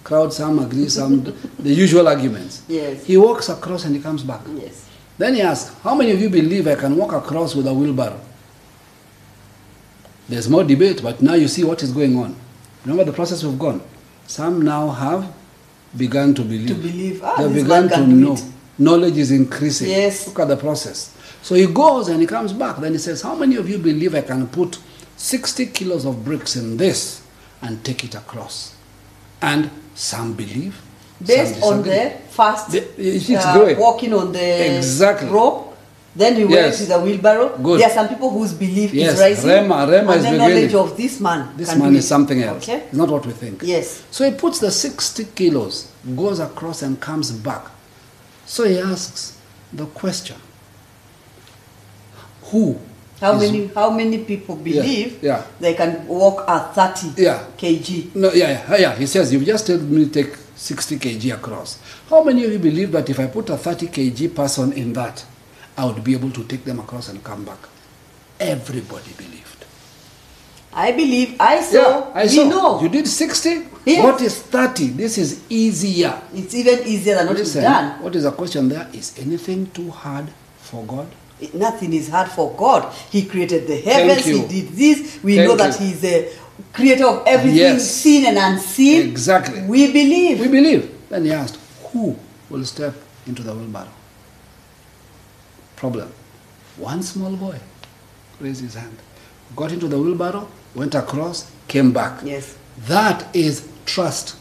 Speaker 3: Crowd, some agree, some, the usual arguments.
Speaker 2: Yes.
Speaker 3: He walks across and he comes back.
Speaker 2: Yes.
Speaker 3: Then he asks, How many of you believe I can walk across with a wheelbarrow? There's more debate, but now you see what is going on. Remember the process we've gone. Some now have begun to believe.
Speaker 2: To believe. Ah,
Speaker 3: They've
Speaker 2: this
Speaker 3: begun
Speaker 2: man
Speaker 3: to
Speaker 2: can do
Speaker 3: know.
Speaker 2: it.
Speaker 3: Knowledge is increasing.
Speaker 2: Yes.
Speaker 3: Look at the process. So he goes and he comes back. Then he says, How many of you believe I can put 60 kilos of bricks in this and take it across? And some believe. some
Speaker 2: Based on
Speaker 3: disagree.
Speaker 2: the first uh,
Speaker 3: The- it's growing.
Speaker 2: walking on the
Speaker 3: Exactly.
Speaker 2: rope, then we
Speaker 3: Yes.
Speaker 2: went to the wheelbarrow.
Speaker 3: Good.
Speaker 2: There are some people whose belief
Speaker 3: Yes,
Speaker 2: is rising.
Speaker 3: Rema-
Speaker 2: and
Speaker 3: Rema is
Speaker 2: the
Speaker 3: beginning.
Speaker 2: knowledge of this man.
Speaker 3: This
Speaker 2: can
Speaker 3: man
Speaker 2: do
Speaker 3: is
Speaker 2: it.
Speaker 3: something else.
Speaker 2: Okay?
Speaker 3: It's not what we think.
Speaker 2: Yes.
Speaker 3: So he puts the 60 kilos, goes across and comes back. So he asks the question Who?
Speaker 2: How
Speaker 3: is-
Speaker 2: many how many people believe
Speaker 3: yeah.
Speaker 2: they can walk at 30
Speaker 3: Yeah.
Speaker 2: kg?
Speaker 3: No, yeah, yeah, yeah. He says, You've just told me to take 60 kg across. How many of you believe that if I put a 30 kg person in that, I would be able to take them across and come back? Everybody believed.
Speaker 2: I believe I saw.
Speaker 3: I
Speaker 2: we
Speaker 3: saw.
Speaker 2: know.
Speaker 3: You did 60?
Speaker 2: Yes.
Speaker 3: What is 30? This is easier.
Speaker 2: It's even easier than what is
Speaker 3: Listen,
Speaker 2: done.
Speaker 3: what is the question there? Is anything too hard for God?
Speaker 2: It- Nothing is hard for God. He created the heavens,
Speaker 3: Thank you.
Speaker 2: He did this. We
Speaker 3: Thank
Speaker 2: know that
Speaker 3: you.
Speaker 2: He is the creator of everything
Speaker 3: Yes.
Speaker 2: seen and unseen.
Speaker 3: Exactly.
Speaker 2: We believe.
Speaker 3: We believe. Then he asked, Who will step into the wheelbarrow? Problem. One small boy raised his hand, got into the wheelbarrow, went across, came back.
Speaker 2: Yes.
Speaker 3: That is trust.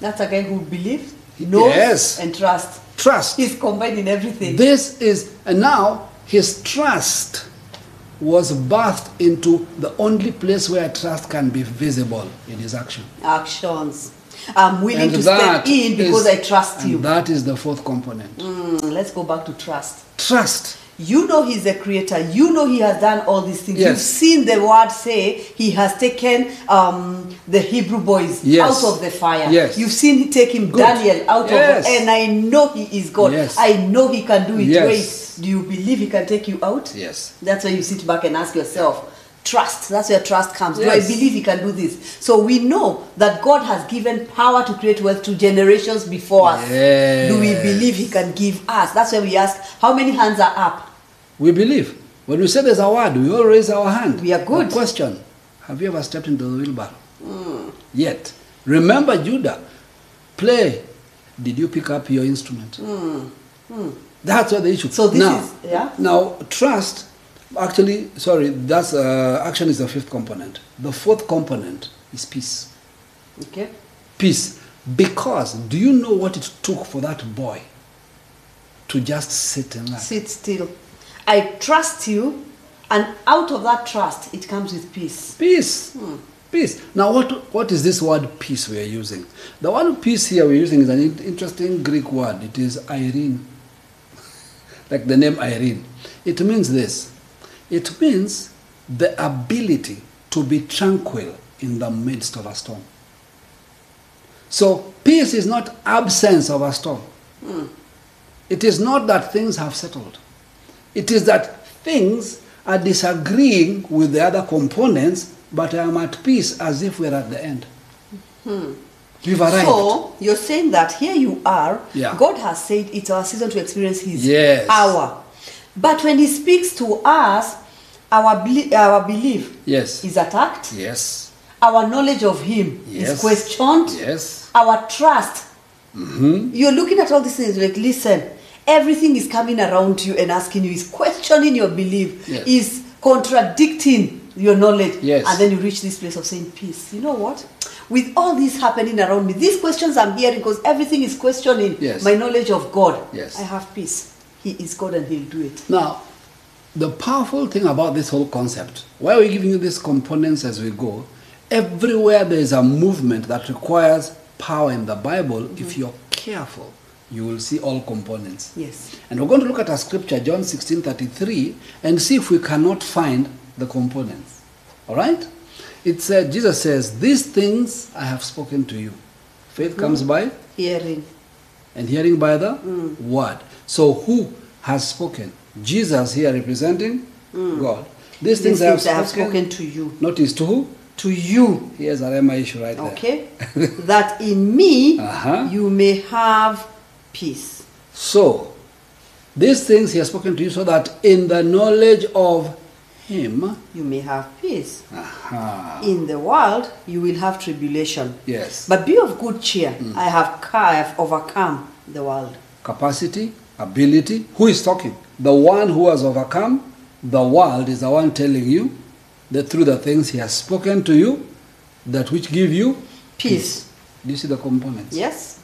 Speaker 2: That's a guy who believes,
Speaker 3: He-
Speaker 2: knows,
Speaker 3: yes.
Speaker 2: and trusts.
Speaker 3: Trust.
Speaker 2: He's combined in everything.
Speaker 3: This is, and now his trust was bathed into the only place where trust can be visible in his action.
Speaker 2: Actions. I'm willing
Speaker 3: And
Speaker 2: to
Speaker 3: that
Speaker 2: step in because
Speaker 3: is-
Speaker 2: I trust
Speaker 3: and
Speaker 2: you.
Speaker 3: That is the fourth component.
Speaker 2: Mm, let's go back to trust.
Speaker 3: Trust.
Speaker 2: You know he's a creator. You know he has done all these things. You've
Speaker 3: Yes.
Speaker 2: seen the word say he has taken um, the Hebrew boys
Speaker 3: Yes.
Speaker 2: out of the fire.
Speaker 3: Yes.
Speaker 2: You've seen him take him
Speaker 3: Good.
Speaker 2: Daniel out
Speaker 3: Yes.
Speaker 2: of and I know he is God.
Speaker 3: Yes.
Speaker 2: I know he can do it.
Speaker 3: Yes.
Speaker 2: Wait, do you believe he can take you out?
Speaker 3: Yes.
Speaker 2: That's why you sit back and ask yourself. Trust. That's where trust comes.
Speaker 3: Yes.
Speaker 2: Do I believe he can do this? So we know that God has given power to create wealth to generations before us. Do we
Speaker 3: Yes.
Speaker 2: believe he can give us? That's why we ask, how many hands are up?
Speaker 3: We believe. When we say there's a word, we all raise our hand.
Speaker 2: We are good.
Speaker 3: The question Have you ever stepped into the wheelbarrow?
Speaker 2: Mm.
Speaker 3: Yet. Remember Judah. Play. Did you pick up your instrument? That's what the issue.
Speaker 2: Mm. So this
Speaker 3: now,
Speaker 2: is- yeah?
Speaker 3: Now trust. Actually, sorry. That's uh, action is the fifth component. The fourth component is peace.
Speaker 2: Okay.
Speaker 3: peace because do you know what it took for that boy to just sit in that
Speaker 2: Sit still. I trust you, and out of that trust, it comes with peace.
Speaker 3: peace peace now what what is this word peace we are using the word peace here we're using is an in- interesting greek word it is irene like the name irene it means this it means the ability to be tranquil in the midst of a storm so peace is not absence of a storm Hmm. It is not that things have settled. It is that things are disagreeing with the other components, but I am at peace as if we're at the end. We've arrived.
Speaker 2: Hmm. So you're saying that here you are.
Speaker 3: Yeah.
Speaker 2: God has said it's our season to experience His
Speaker 3: Yes.
Speaker 2: hour. But when He speaks to us, our beli- our belief
Speaker 3: Yes.
Speaker 2: is attacked.
Speaker 3: yes.
Speaker 2: Our knowledge of Him
Speaker 3: Yes.
Speaker 2: is questioned.
Speaker 3: Yes.
Speaker 2: Our trust.
Speaker 3: Mm-hmm.
Speaker 2: You're looking at all these things like, listen, everything is coming around you and asking you, is questioning your belief,
Speaker 3: Yes.
Speaker 2: is contradicting your knowledge.
Speaker 3: Yes.
Speaker 2: And then you reach this place of saying, peace. You know what? with all this happening around me, these questions I'm hearing, because everything is questioning
Speaker 3: Yes.
Speaker 2: my knowledge of God,
Speaker 3: Yes.
Speaker 2: I have peace. He is God and He'll do it.
Speaker 3: Now, the powerful thing about this whole concept, why we're giving you these components as we go, everywhere there is a movement that requires power in the Bible. If you're careful, you will see all components.
Speaker 2: Yes.
Speaker 3: And we're going to look at a scripture, John 16 33, and see if we cannot find the components. All right? It said, Jesus says, These things I have spoken to you. Faith comes by
Speaker 2: Hearing.
Speaker 3: and hearing by the word. So who has spoken? Jesus here representing God. These things, I, have spoken,
Speaker 2: to you.
Speaker 3: Notice to who?
Speaker 2: To you.
Speaker 3: Here's a Rema issue right there.
Speaker 2: Okay? that in me
Speaker 3: Uh-huh.
Speaker 2: you may have peace.
Speaker 3: So these things he has spoken to you so that in the knowledge of him.
Speaker 2: You may have peace.
Speaker 3: Aha.
Speaker 2: In the world you will have tribulation.
Speaker 3: Yes. Mm.
Speaker 2: But be of good cheer. I have ca- I have overcome the world.
Speaker 3: Capacity, ability. Who is talking? The one who has overcome the world is the one telling you that through the things he has spoken to you, that which give you
Speaker 2: Peace.
Speaker 3: Do you see the components?
Speaker 2: Yes?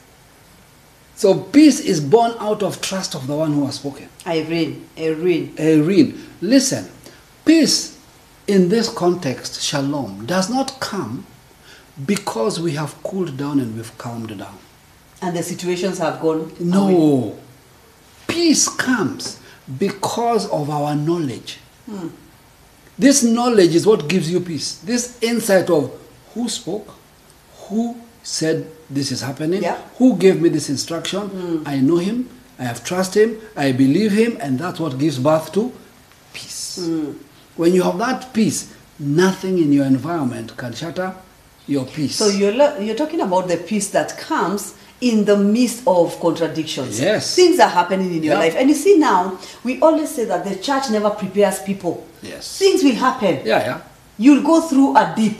Speaker 3: So peace is born out of trust of the one who has spoken.
Speaker 2: Irene. Irene.
Speaker 3: Irene, listen, peace in this context, shalom, does not come because we have cooled down and we've calmed down.
Speaker 2: And the situations have gone. away.
Speaker 3: No. Peace comes because of our knowledge.
Speaker 2: Hmm.
Speaker 3: This knowledge is what gives you peace. This insight of who spoke, who said this is happening,
Speaker 2: Yeah. Hmm.
Speaker 3: who gave me this instruction. I know him, I have trust him, I believe him, and that's what gives birth to peace.
Speaker 2: Hmm.
Speaker 3: When you have that peace, nothing in your environment can shatter your peace.
Speaker 2: So you're, lo- you're talking about the peace that comes in the midst of contradictions.
Speaker 3: Yes.
Speaker 2: Things are happening in your
Speaker 3: Yeah.
Speaker 2: life. And you see now, we always say that the church never prepares people.
Speaker 3: Yes.
Speaker 2: Things will happen.
Speaker 3: yeah, yeah.
Speaker 2: You'll go through a deep.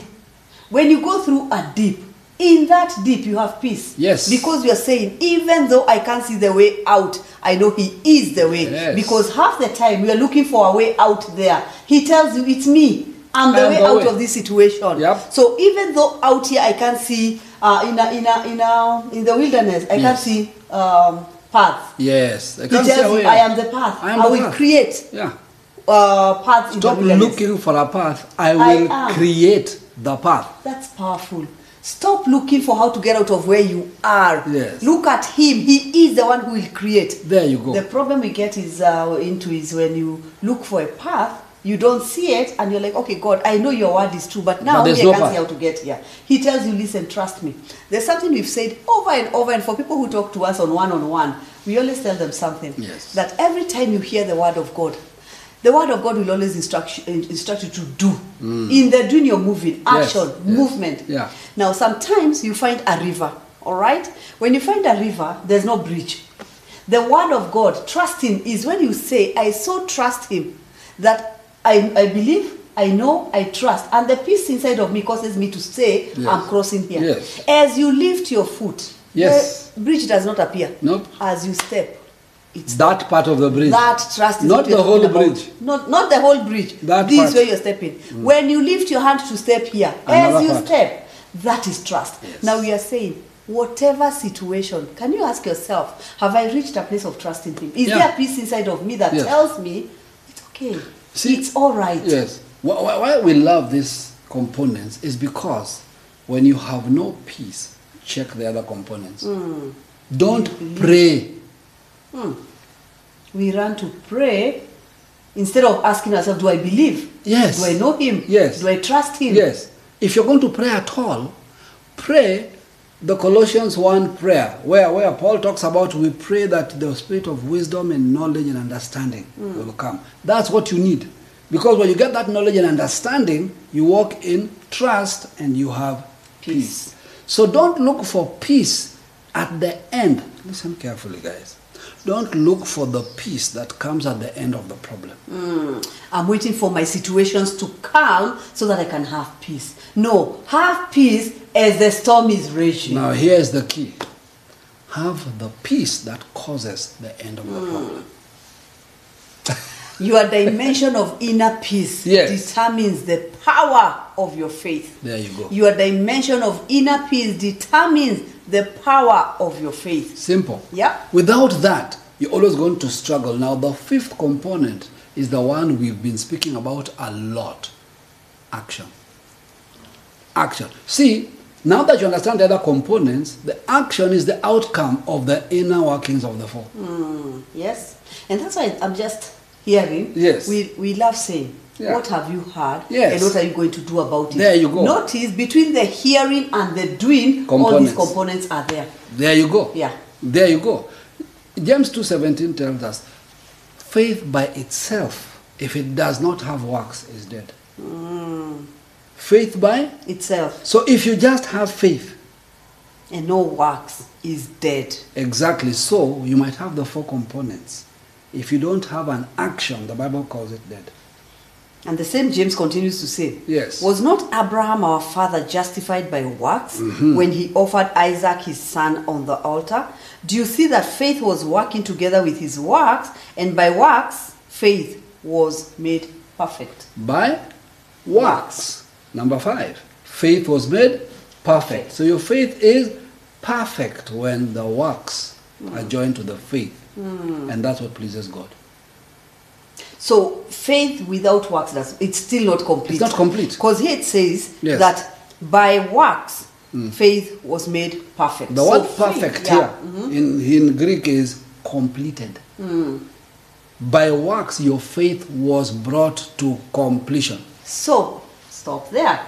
Speaker 2: When you go through a deep, in that deep you have peace.
Speaker 3: Yes.
Speaker 2: Because you are saying, even though I can't see the way out, I know He is the way.
Speaker 3: Yes.
Speaker 2: Because half the time we are looking for a way out there. He tells you, it's me. I'm the
Speaker 3: I'm
Speaker 2: way
Speaker 3: the
Speaker 2: out
Speaker 3: way."
Speaker 2: of this situation.
Speaker 3: Yep.
Speaker 2: So even though out here I can't see uh, in a, in a, in a, in the wilderness, I can't
Speaker 3: Yes.
Speaker 2: see um, paths.
Speaker 3: Yes. I
Speaker 2: He
Speaker 3: can't
Speaker 2: tells
Speaker 3: see
Speaker 2: you,
Speaker 3: away.
Speaker 2: I am the path.
Speaker 3: I am
Speaker 2: I
Speaker 3: the
Speaker 2: will
Speaker 3: path."
Speaker 2: create
Speaker 3: Yeah.
Speaker 2: uh, paths in the
Speaker 3: Stop
Speaker 2: wilderness.
Speaker 3: looking for a path. I
Speaker 2: I
Speaker 3: will
Speaker 2: am.
Speaker 3: create the path.
Speaker 2: That's powerful. Stop looking for how to get out of where you are.
Speaker 3: Yes.
Speaker 2: Look at him. He is the one who will create.
Speaker 3: There you go.
Speaker 2: The problem we get is uh, into is when you look for a path, you don't see it, and you're like, okay, God, I know your word is true, but now
Speaker 3: But
Speaker 2: only I
Speaker 3: there's
Speaker 2: can't
Speaker 3: no
Speaker 2: see
Speaker 3: path.
Speaker 2: how to get here. He tells you, listen, trust me. There's something we've said over and over, and for people who talk to us on one on one, we always tell them something.
Speaker 3: Yes.
Speaker 2: That every time you hear the word of God, the word of God will always instruct you, instruct you to do.
Speaker 3: Mm.
Speaker 2: In the doing, you're moving,
Speaker 3: Yes,
Speaker 2: action,
Speaker 3: yes.
Speaker 2: movement.
Speaker 3: Yeah.
Speaker 2: Now, sometimes you find a river, all right? When you find a river, there's no bridge. The word of God, trust Him, is when you say, I so trust Him that I, I believe, I know, I trust. And the peace inside of me causes me to say,
Speaker 3: Yes.
Speaker 2: I'm crossing here.
Speaker 3: Yes.
Speaker 2: As you lift your foot,
Speaker 3: Yes.
Speaker 2: the bridge does not appear.
Speaker 3: Nope.
Speaker 2: As you step, it's
Speaker 3: That part of the bridge.
Speaker 2: that trust is
Speaker 3: Not
Speaker 2: what we're
Speaker 3: the whole
Speaker 2: talking about.
Speaker 3: bridge.
Speaker 2: Not not the whole bridge.
Speaker 3: That
Speaker 2: this
Speaker 3: part. Hmm.
Speaker 2: is where you're stepping. When you lift your hand to step here,
Speaker 3: Another
Speaker 2: as you
Speaker 3: part.
Speaker 2: step, that is trust.
Speaker 3: Yes.
Speaker 2: Now we are saying, whatever situation, can you ask yourself, have I reached a place of trust in him? Is
Speaker 3: Yeah.
Speaker 2: there a peace inside of me that
Speaker 3: Yes.
Speaker 2: tells me it's okay?
Speaker 3: See?
Speaker 2: it's all right.
Speaker 3: Yes. Why, why- why we love these components is because when you have no peace, check the other components.
Speaker 2: Hmm.
Speaker 3: Don't pray.
Speaker 2: We run to pray instead of asking ourselves, do I believe?
Speaker 3: Yes.
Speaker 2: Do I know him?
Speaker 3: Yes.
Speaker 2: Do I trust him?
Speaker 3: Yes. If you're going to pray at all, pray the Colossians 1 prayer, where, where Paul talks about we pray that the spirit of wisdom and knowledge and understanding will come. That's what you need. Because when you get that knowledge and understanding, you walk in trust and you have
Speaker 2: Peace.
Speaker 3: peace. So don't look for peace at the end. Listen carefully, guys. Don't look for the peace that comes at the end of the problem.
Speaker 2: I'm waiting for my situations to calm so that I can have peace. No, have peace as the storm is raging.
Speaker 3: Now, here's the key have the peace that causes the end of the problem.
Speaker 2: Your dimension of inner peace
Speaker 3: Yes.
Speaker 2: determines the power of your faith.
Speaker 3: There you go.
Speaker 2: Your dimension of inner peace determines the power of your faith.
Speaker 3: Simple.
Speaker 2: Yeah.
Speaker 3: Without that, you're always going to struggle. Now, the fifth component is the one we've been speaking about a lot action. Action. See, now that you understand the other components, the action is the outcome of the inner workings of the four.
Speaker 2: Yes? And that's why I'm just hearing.
Speaker 3: Yes.
Speaker 2: We, we love saying,
Speaker 3: Yeah.
Speaker 2: What have you heard? And
Speaker 3: Yes.
Speaker 2: what are you going to do about it?
Speaker 3: There you go.
Speaker 2: Notice between the hearing and the doing, all these
Speaker 3: Components.
Speaker 2: components are there.
Speaker 3: There you go.
Speaker 2: Yeah.
Speaker 3: There you go. James 2:17 tells us faith by itself if it does not have works is dead. Faith by
Speaker 2: Itself
Speaker 3: So if you just have faith,
Speaker 2: and no works is dead.
Speaker 3: exactly so, you might have the four components. If you don't have an action, the Bible calls it dead.
Speaker 2: And the same James continues to say,
Speaker 3: Yes.
Speaker 2: Was not Abraham our father justified by works
Speaker 3: Mm-hmm.
Speaker 2: when he offered Isaac his son on the altar? Do you see that faith was working together with his works, and by works, faith was made perfect?
Speaker 3: By works. Number five, faith was made perfect. So your faith is perfect when the works are joined to the faith. And that's what pleases God.
Speaker 2: So faith without works, does, it's still not complete.
Speaker 3: It's not complete.
Speaker 2: Because here it says
Speaker 3: Yes. Mm.
Speaker 2: that by works, faith was made perfect.
Speaker 3: The
Speaker 2: So
Speaker 3: word
Speaker 2: faith-
Speaker 3: perfect
Speaker 2: yeah. Mm-hmm.
Speaker 3: here in, in Greek is completed.
Speaker 2: Mm.
Speaker 3: By works, your faith was brought to completion.
Speaker 2: So, stop there.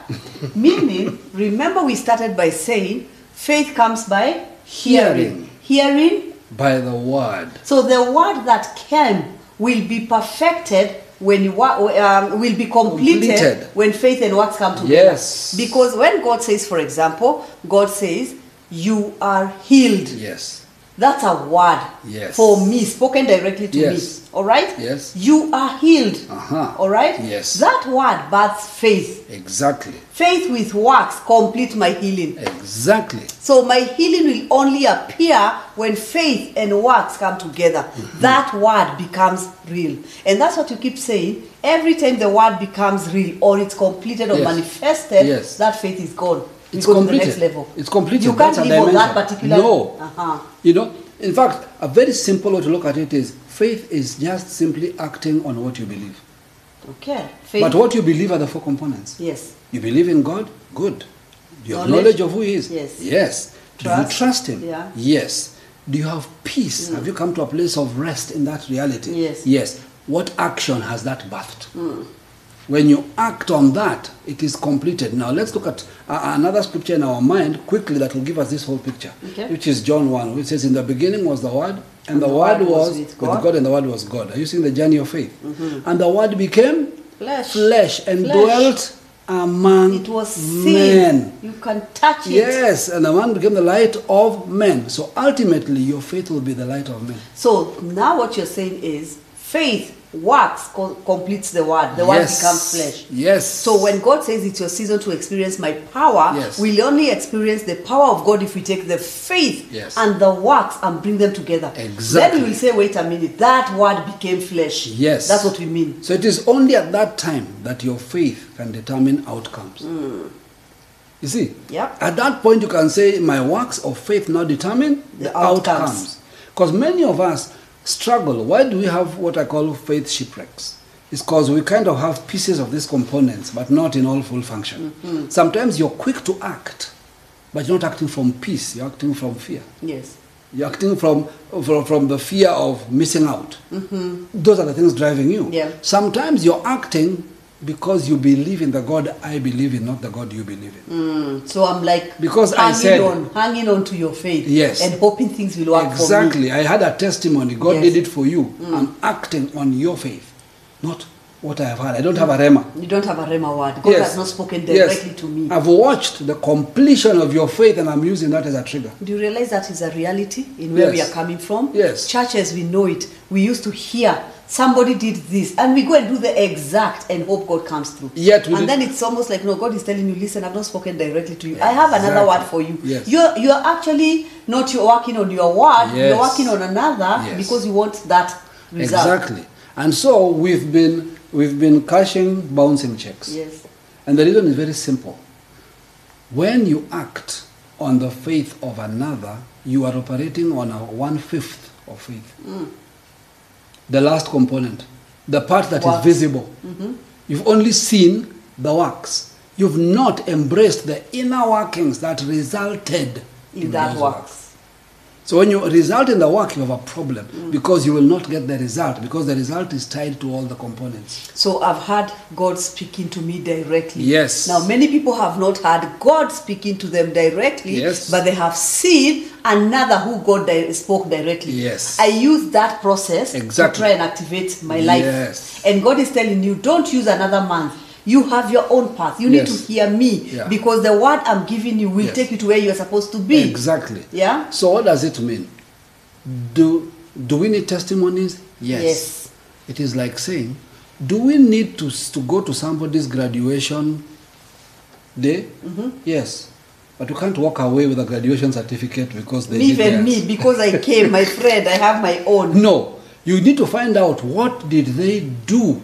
Speaker 2: Meaning, remember we started by saying faith comes by hearing. Hearing,
Speaker 3: by the word.
Speaker 2: so the word that came will be perfected when you wa- um, will be completed,
Speaker 3: Completed.
Speaker 2: when faith and works come together.
Speaker 3: Yes.
Speaker 2: Because when God says, for example, God says, you are healed.
Speaker 3: Yes.
Speaker 2: That's a word
Speaker 3: Yes.
Speaker 2: for me, spoken directly to
Speaker 3: Yes.
Speaker 2: me. All right?
Speaker 3: Yes.
Speaker 2: You are healed.
Speaker 3: Uh-huh.
Speaker 2: All right?
Speaker 3: Yes.
Speaker 2: That word births faith.
Speaker 3: Exactly.
Speaker 2: Faith with works complete my healing.
Speaker 3: Exactly.
Speaker 2: So my healing will only appear when faith and works come together. That word becomes real. And that's what you keep saying. Every time the word becomes real or it's completed or
Speaker 3: Yes.
Speaker 2: manifested,
Speaker 3: Yes.
Speaker 2: that faith is gone. We
Speaker 3: It's
Speaker 2: go
Speaker 3: completed.
Speaker 2: to the next level.
Speaker 3: It's completed.
Speaker 2: You can't
Speaker 3: That's a
Speaker 2: live on that
Speaker 3: dimension.
Speaker 2: particular
Speaker 3: No.
Speaker 2: Uh-huh.
Speaker 3: You know, in fact, a very simple way to look at it is faith is just simply acting on what you believe.
Speaker 2: Okay. Faith.
Speaker 3: But what you believe are the four components.
Speaker 2: Yes.
Speaker 3: You believe in God? Good. You have
Speaker 2: Knowledge?
Speaker 3: knowledge of who He is?
Speaker 2: Yes.
Speaker 3: Yes. Do you
Speaker 2: Trust?
Speaker 3: trust Him?
Speaker 2: Yeah. Mm.
Speaker 3: Yes. Do you have peace? Have you come to a place of rest in that reality?
Speaker 2: Yes. Mm.
Speaker 3: Yes. What action has that birthed? When you act on that, it is completed. Now let's look at uh, another scripture in our mind quickly that will give us this whole picture,
Speaker 2: Okay.
Speaker 3: which is John 1, which says, In the beginning was the Word, and, the, Word was, with, God. and the Word was God. Are you seeing the journey of faith? And the Word became
Speaker 2: Mm-hmm. Flesh.
Speaker 3: and
Speaker 2: Flesh.
Speaker 3: dwelt among
Speaker 2: It was seen.
Speaker 3: men.
Speaker 2: You can touch it.
Speaker 3: Yes, and the man became the light of men. So ultimately, your faith will be the light of men.
Speaker 2: So now what you're saying is faith works co- completes the word. The word
Speaker 3: Yes.
Speaker 2: becomes flesh.
Speaker 3: Yes.
Speaker 2: So when God says it's your season to experience my power,
Speaker 3: Yes.
Speaker 2: we'll only experience the power of God if we take the faith
Speaker 3: Yes.
Speaker 2: and the works and bring them together.
Speaker 3: Exactly.
Speaker 2: Then we will say, wait a minute, that word became flesh.
Speaker 3: Yes.
Speaker 2: That's what we mean.
Speaker 3: So it is only at that time that your faith can determine outcomes. You see?
Speaker 2: Hmm. Yep.
Speaker 3: At that point, you can say, My works of faith now determine
Speaker 2: The
Speaker 3: the,
Speaker 2: outcomes.
Speaker 3: outcomes. Because many of us struggle. Why do we have what I call faith shipwrecks? It's because we kind of have pieces of these components, but not in all full function.
Speaker 2: Mm-hmm.
Speaker 3: Sometimes you're quick to act, but you're not acting from peace, you're acting from fear.
Speaker 2: Yes.
Speaker 3: You're acting from, from, from the fear of missing out. Those are the things driving you.
Speaker 2: Mm-hmm. Yeah.
Speaker 3: Sometimes you're acting because you believe in the God I believe in, not the God you believe in.
Speaker 2: Mm, So I'm like
Speaker 3: Because I
Speaker 2: hanging
Speaker 3: said-
Speaker 2: on, hanging on to your faith.
Speaker 3: Yes.
Speaker 2: And hoping things will work for me.
Speaker 3: Exactly. I had a testimony. God
Speaker 2: Yes. Mm.
Speaker 3: did it for you. I'm acting on your faith, not what I have had. I don't have a rema.
Speaker 2: You don't have a rhema word. God has not spoken directly to me.
Speaker 3: I've watched the completion of your faith and I'm using that as a trigger.
Speaker 2: Do you realize that is a reality in where we
Speaker 3: Yes.
Speaker 2: are coming from?
Speaker 3: Yes.
Speaker 2: Church as we know it, we used to hear somebody did this, and we go and do the exact and hope God comes through.
Speaker 3: Yet we
Speaker 2: and
Speaker 3: did-
Speaker 2: then it's almost like no, God is telling you, listen, I've not spoken directly to you. I have another
Speaker 3: Exactly.
Speaker 2: word for you.
Speaker 3: Yes.
Speaker 2: You're you're actually not you're working on your word. You're
Speaker 3: Yes.
Speaker 2: working on another
Speaker 3: Yes.
Speaker 2: because you want that result.
Speaker 3: Exactly. And so we've been, we've been cashing bouncing checks.
Speaker 2: Yes.
Speaker 3: And the reason is very simple. When you act on the faith of another, you are operating on a one fifth of faith.
Speaker 2: Mm.
Speaker 3: The last component, the part that is
Speaker 2: Works. Mm-hmm.
Speaker 3: visible. You've only seen the works. You've not embraced the inner workings that resulted
Speaker 2: If that
Speaker 3: those
Speaker 2: works.
Speaker 3: So when you result in the work, you have a problem
Speaker 2: Mm.
Speaker 3: because you will not get the result because the result is tied to all the components.
Speaker 2: So I've heard God speaking to me directly.
Speaker 3: Yes.
Speaker 2: Now many people have not heard God speaking to them directly,
Speaker 3: Yes.
Speaker 2: but they have seen another who God di- spoke directly.
Speaker 3: Yes.
Speaker 2: I use that process to
Speaker 3: Exactly.
Speaker 2: try and activate my life.
Speaker 3: Yes.
Speaker 2: And God is telling you, don't use another man. You have your own path. You need
Speaker 3: Yes.
Speaker 2: to hear me
Speaker 3: Yeah.
Speaker 2: because the word I'm giving you will
Speaker 3: Yes.
Speaker 2: take you to where you're supposed to be.
Speaker 3: Exactly.
Speaker 2: Yeah?
Speaker 3: So what does it mean? Do do we need testimonies? Yes.
Speaker 2: Yes.
Speaker 3: It is like saying, do we need to s- to go to somebody's graduation day?
Speaker 2: Mm-hmm.
Speaker 3: Yes. But you can't walk away with a graduation certificate because they did
Speaker 2: Leave and
Speaker 3: theirs.
Speaker 2: me because I came, my friend, I have my own.
Speaker 3: No, you need to find out what did they do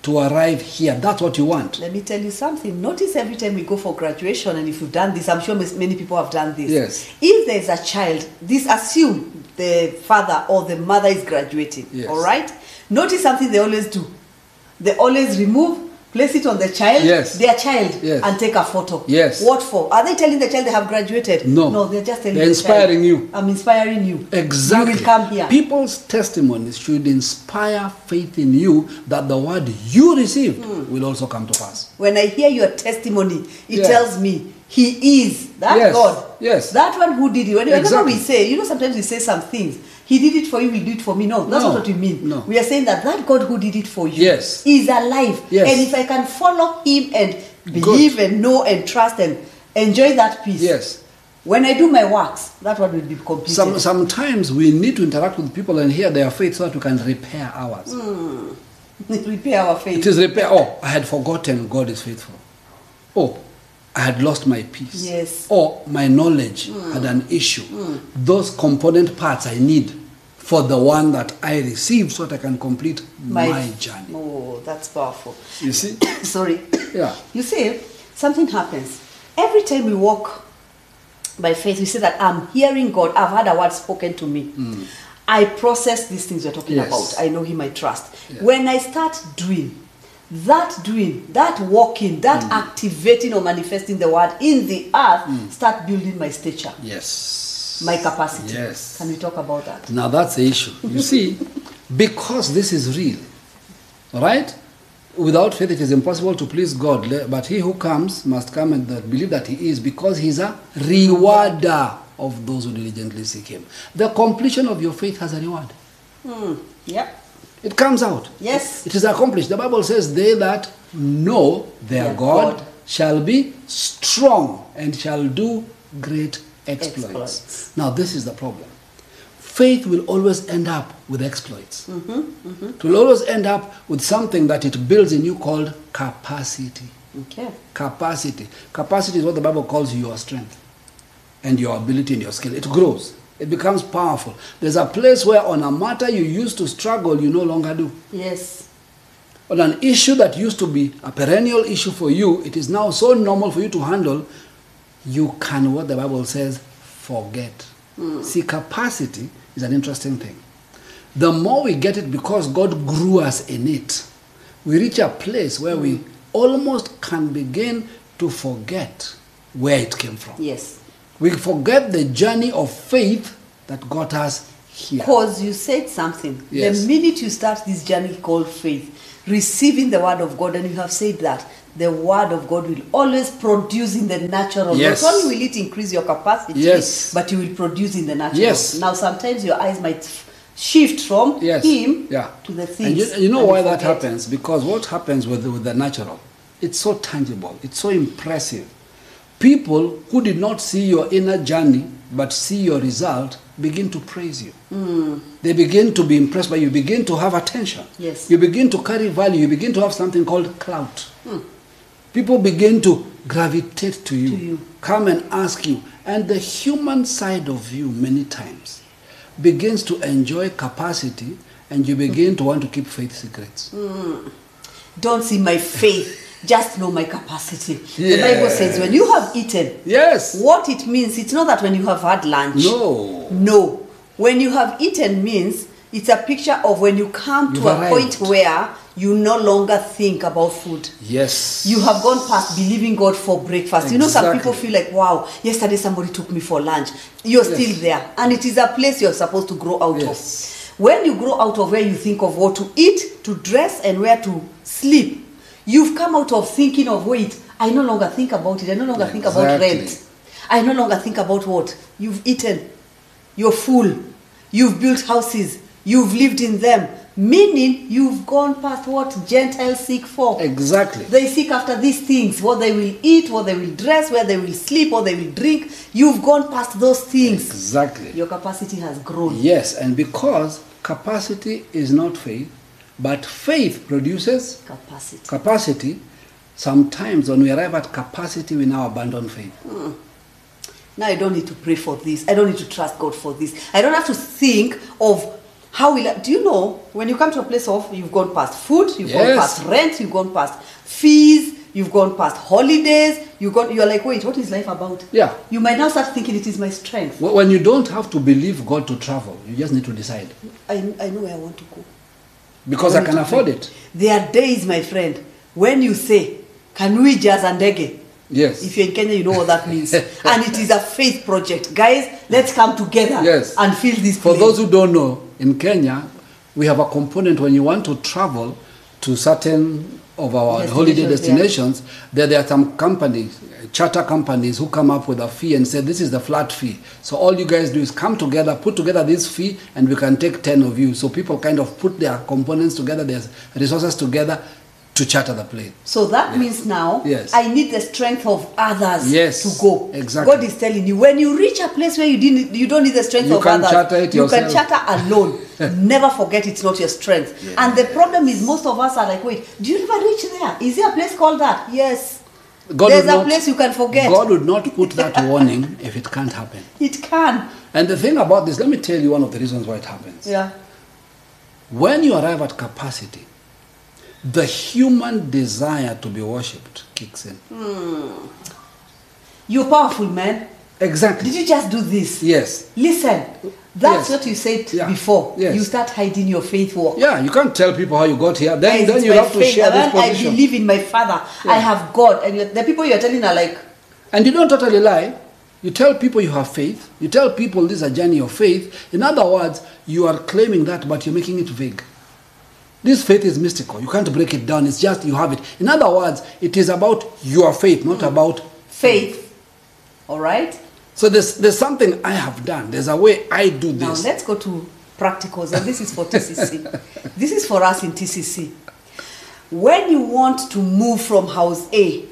Speaker 3: to arrive here. That's what you want.
Speaker 2: Let me tell you something. Notice every time we go for graduation, and if you've done this, I'm sure mis- many people have done this.
Speaker 3: Yes.
Speaker 2: If there's a child, this assume the father or the mother is graduating.
Speaker 3: Yes.
Speaker 2: All right? Notice something they always do. They always remove, place it on the child,
Speaker 3: Yes.
Speaker 2: their child,
Speaker 3: Yes.
Speaker 2: and take a photo.
Speaker 3: Yes.
Speaker 2: What for? Are they telling the child they have graduated?
Speaker 3: No.
Speaker 2: No, they're just telling
Speaker 3: They're
Speaker 2: the child,
Speaker 3: inspiring you.
Speaker 2: I'm inspiring you.
Speaker 3: Exactly.
Speaker 2: You will come here.
Speaker 3: People's testimonies should inspire faith in you that the word you received
Speaker 2: Hmm.
Speaker 3: will also come to pass.
Speaker 2: When I hear your testimony, it
Speaker 3: Yeah.
Speaker 2: tells me He is that
Speaker 3: Yes,
Speaker 2: God.
Speaker 3: yes.
Speaker 2: That one who did it. Whenever
Speaker 3: Exactly.
Speaker 2: we say, you know, sometimes we say some things. He did it for you, he did it for me. No, that's
Speaker 3: No,
Speaker 2: not what we mean.
Speaker 3: no.
Speaker 2: We are saying that that God who did it for you
Speaker 3: Yes.
Speaker 2: is alive.
Speaker 3: Yes.
Speaker 2: And if I can follow him and
Speaker 3: Good.
Speaker 2: believe and know and trust and enjoy that peace.
Speaker 3: Yes.
Speaker 2: When I do my works, that one will be completed.
Speaker 3: Some, sometimes we need to interact with people and hear their faith so that we can repair ours.
Speaker 2: Mm. Repair our faith.
Speaker 3: It is repair. Oh, I had forgotten God is faithful. Oh, I had lost my peace.
Speaker 2: Yes. Mm.
Speaker 3: Or my knowledge had an issue. Those component parts I need for the one that I receive so that I can complete my, journey.
Speaker 2: Oh, that's powerful.
Speaker 3: You see?
Speaker 2: sorry.
Speaker 3: Yeah.
Speaker 2: You see, something happens. Every time we walk by faith, we say that I'm hearing God, I've had a word spoken to me. I process these things you're talking
Speaker 3: Hmm. Yes.
Speaker 2: about. I know Him, I trust.
Speaker 3: Yeah.
Speaker 2: When I start doing, that doing, that walking, that
Speaker 3: Hmm.
Speaker 2: activating or manifesting the word in the earth, start building my stature,
Speaker 3: Yes.
Speaker 2: my capacity.
Speaker 3: Yes.
Speaker 2: Can we talk about that?
Speaker 3: Now that's the issue. You see, because this is real, right? Without faith, it is impossible to please God. Le- But he who comes must come and that believe that he is, because he is a rewarder of those who diligently seek him. The completion of your faith has a reward.
Speaker 2: Yeah.
Speaker 3: It comes out.
Speaker 2: Hmm. Yes.
Speaker 3: It is accomplished. The Bible says, They that know their
Speaker 2: Their
Speaker 3: God,
Speaker 2: God.
Speaker 3: shall be strong and shall do great exploits.
Speaker 2: Exploits.
Speaker 3: Now, this is the problem. Faith will always end up with exploits. It will always end up with something that it builds in you called capacity.
Speaker 2: Okay.
Speaker 3: Capacity. Capacity is what the Bible calls your strength and your ability and your skill. It grows, it becomes powerful. There's a place where on a matter you used to struggle, you no longer do.
Speaker 2: Yes.
Speaker 3: On an issue that used to be a perennial issue for you, it is now so normal for you to handle, you can, what the Bible says, forget.
Speaker 2: Hmm.
Speaker 3: See, capacity is an interesting thing. The more we get it because God grew us in it, we reach a place where we
Speaker 2: Hmm.
Speaker 3: almost can begin to forget where it came from.
Speaker 2: Yes.
Speaker 3: We forget the journey of faith that got us here.
Speaker 2: Because you said something.
Speaker 3: Yes.
Speaker 2: The minute you start this journey called faith, receiving the word of God, and you have said that the word of God will always produce in the natural.
Speaker 3: Yes.
Speaker 2: Not only will it increase your capacity,
Speaker 3: Yes.
Speaker 2: but you will produce in the natural.
Speaker 3: Yes.
Speaker 2: Now, sometimes your eyes might f- shift from
Speaker 3: yes.
Speaker 2: him
Speaker 3: yeah.
Speaker 2: to the
Speaker 3: And
Speaker 2: things.
Speaker 3: you, you know
Speaker 2: and
Speaker 3: why that
Speaker 2: forget.
Speaker 3: happens? Because what happens with the, with the natural, it's so tangible, it's so impressive. People who did not see your inner journey but see your result begin to praise you.
Speaker 2: Hmm.
Speaker 3: They begin to be impressed by you, begin to have attention.
Speaker 2: Yes.
Speaker 3: You begin to carry value, you begin to have something called clout.
Speaker 2: Hmm.
Speaker 3: People begin to gravitate to you,
Speaker 2: To you.
Speaker 3: come and ask you. And the human side of you, many times, begins to enjoy capacity and you begin to want to keep faith
Speaker 2: Hmm.
Speaker 3: secrets.
Speaker 2: Don't see my faith, just know my capacity. The
Speaker 3: Yes.
Speaker 2: Bible says when you have eaten,
Speaker 3: Yes.
Speaker 2: what it means, it's not that when you have had lunch.
Speaker 3: No.
Speaker 2: No. When you have eaten means it's a picture of when you come to
Speaker 3: You've
Speaker 2: a point
Speaker 3: arrived.
Speaker 2: where you no longer think about food.
Speaker 3: Yes.
Speaker 2: You have gone past believing God for breakfast. You know, some
Speaker 3: Exactly.
Speaker 2: people feel like, wow, yesterday somebody took me for lunch. You're
Speaker 3: Yes.
Speaker 2: still there. And it is a place you're supposed to grow out
Speaker 3: Yes.
Speaker 2: of. When you grow out of where you think of what to eat, to dress, and where to sleep, you've come out of thinking of, wait, I no longer think about it. I no longer think about
Speaker 3: Exactly.
Speaker 2: rent. I no longer think about what. You've eaten. You're full. You've built houses. You've lived in them. Meaning you've gone past what Gentiles seek for.
Speaker 3: Exactly.
Speaker 2: They seek after these things what they will eat, what they will dress, where they will sleep, what they will drink. You've gone past those things.
Speaker 3: Exactly.
Speaker 2: Your capacity has grown.
Speaker 3: Yes, and because capacity is not faith, but faith produces
Speaker 2: Capacity.
Speaker 3: capacity, sometimes when we arrive at capacity, we now abandon faith.
Speaker 2: Now I don't need to pray for this. I don't need to trust God for this. I don't have to think of how will I, do you know when you come to a place of you've gone past food, you've gone
Speaker 3: Yes.
Speaker 2: past rent, you've gone past fees, you've gone past holidays, you got you're like, wait, what is life about?
Speaker 3: Yeah.
Speaker 2: You might now start thinking it is my strength.
Speaker 3: Wh- When you don't have to believe God to travel, you just need to decide.
Speaker 2: I, I know where I want to go.
Speaker 3: Because I can afford it.
Speaker 2: There are days, my friend, when you say, Can we jazz and dege?
Speaker 3: Yes.
Speaker 2: If you're in Kenya, you know what that means. and it is a faith project. Guys, let's come together
Speaker 3: Yes.
Speaker 2: and feel this
Speaker 3: For
Speaker 2: place.
Speaker 3: those who don't know, in Kenya, we have a component when you want to travel to certain of our
Speaker 2: Destinations,
Speaker 3: holiday
Speaker 2: yeah.
Speaker 3: destinations, that there are some companies, uh, charter companies, who come up with a fee and say, This is the flat fee. So all you guys do is come together, put together this fee, and we can take 10 of you. So people kind of put their components together, their resources together to charter the plane.
Speaker 2: So that means now
Speaker 3: Yes.
Speaker 2: I need the strength of others
Speaker 3: Yes,
Speaker 2: to go.
Speaker 3: exactly.
Speaker 2: God is telling you when you reach a place where you didn't you don't need the strength
Speaker 3: You
Speaker 2: of
Speaker 3: can
Speaker 2: others.
Speaker 3: charter it
Speaker 2: you can
Speaker 3: yourself.
Speaker 2: charter alone. Never forget it's not your strength. And the problem is most of us are like, wait, do you ever reach there? Is there a place called that? Yes.
Speaker 3: God
Speaker 2: There's
Speaker 3: would
Speaker 2: a
Speaker 3: not-
Speaker 2: place you can forget.
Speaker 3: God would not put that warning if it can't happen.
Speaker 2: It can.
Speaker 3: And the thing about this, let me tell you one of the reasons why it happens.
Speaker 2: Yeah.
Speaker 3: When you arrive at capacity, the human desire to be worshipped kicks in.
Speaker 2: You're powerful, man.
Speaker 3: Exactly.
Speaker 2: Did you just do this?
Speaker 3: yes.
Speaker 2: Listen, that's
Speaker 3: Yes.
Speaker 2: what you said
Speaker 3: Yeah.
Speaker 2: before.
Speaker 3: Yes.
Speaker 2: You start hiding your faith walk.
Speaker 3: Yeah, you can't tell people how you got here. Then,
Speaker 2: Guys,
Speaker 3: then
Speaker 2: it's
Speaker 3: you
Speaker 2: my
Speaker 3: have to
Speaker 2: faith.
Speaker 3: share this
Speaker 2: When I
Speaker 3: position.
Speaker 2: believe in my father. I
Speaker 3: Yeah.
Speaker 2: have God. And you're- the people you're telling are like,
Speaker 3: And you don't totally lie. You tell people you have faith. You tell people this is a journey of faith. In other words, you are claiming that, but you're making it vague. This faith is mystical. You can't break it down. It's just you have it. In other words, it is about your faith,
Speaker 2: Hmm.
Speaker 3: not about
Speaker 2: faith.
Speaker 3: Mm.
Speaker 2: All right?
Speaker 3: So there's there's something I have done. There's a way I do
Speaker 2: Now
Speaker 3: this.
Speaker 2: let's go to practicals. And this is for TCC. this is for us in TCC. When you want to move from house A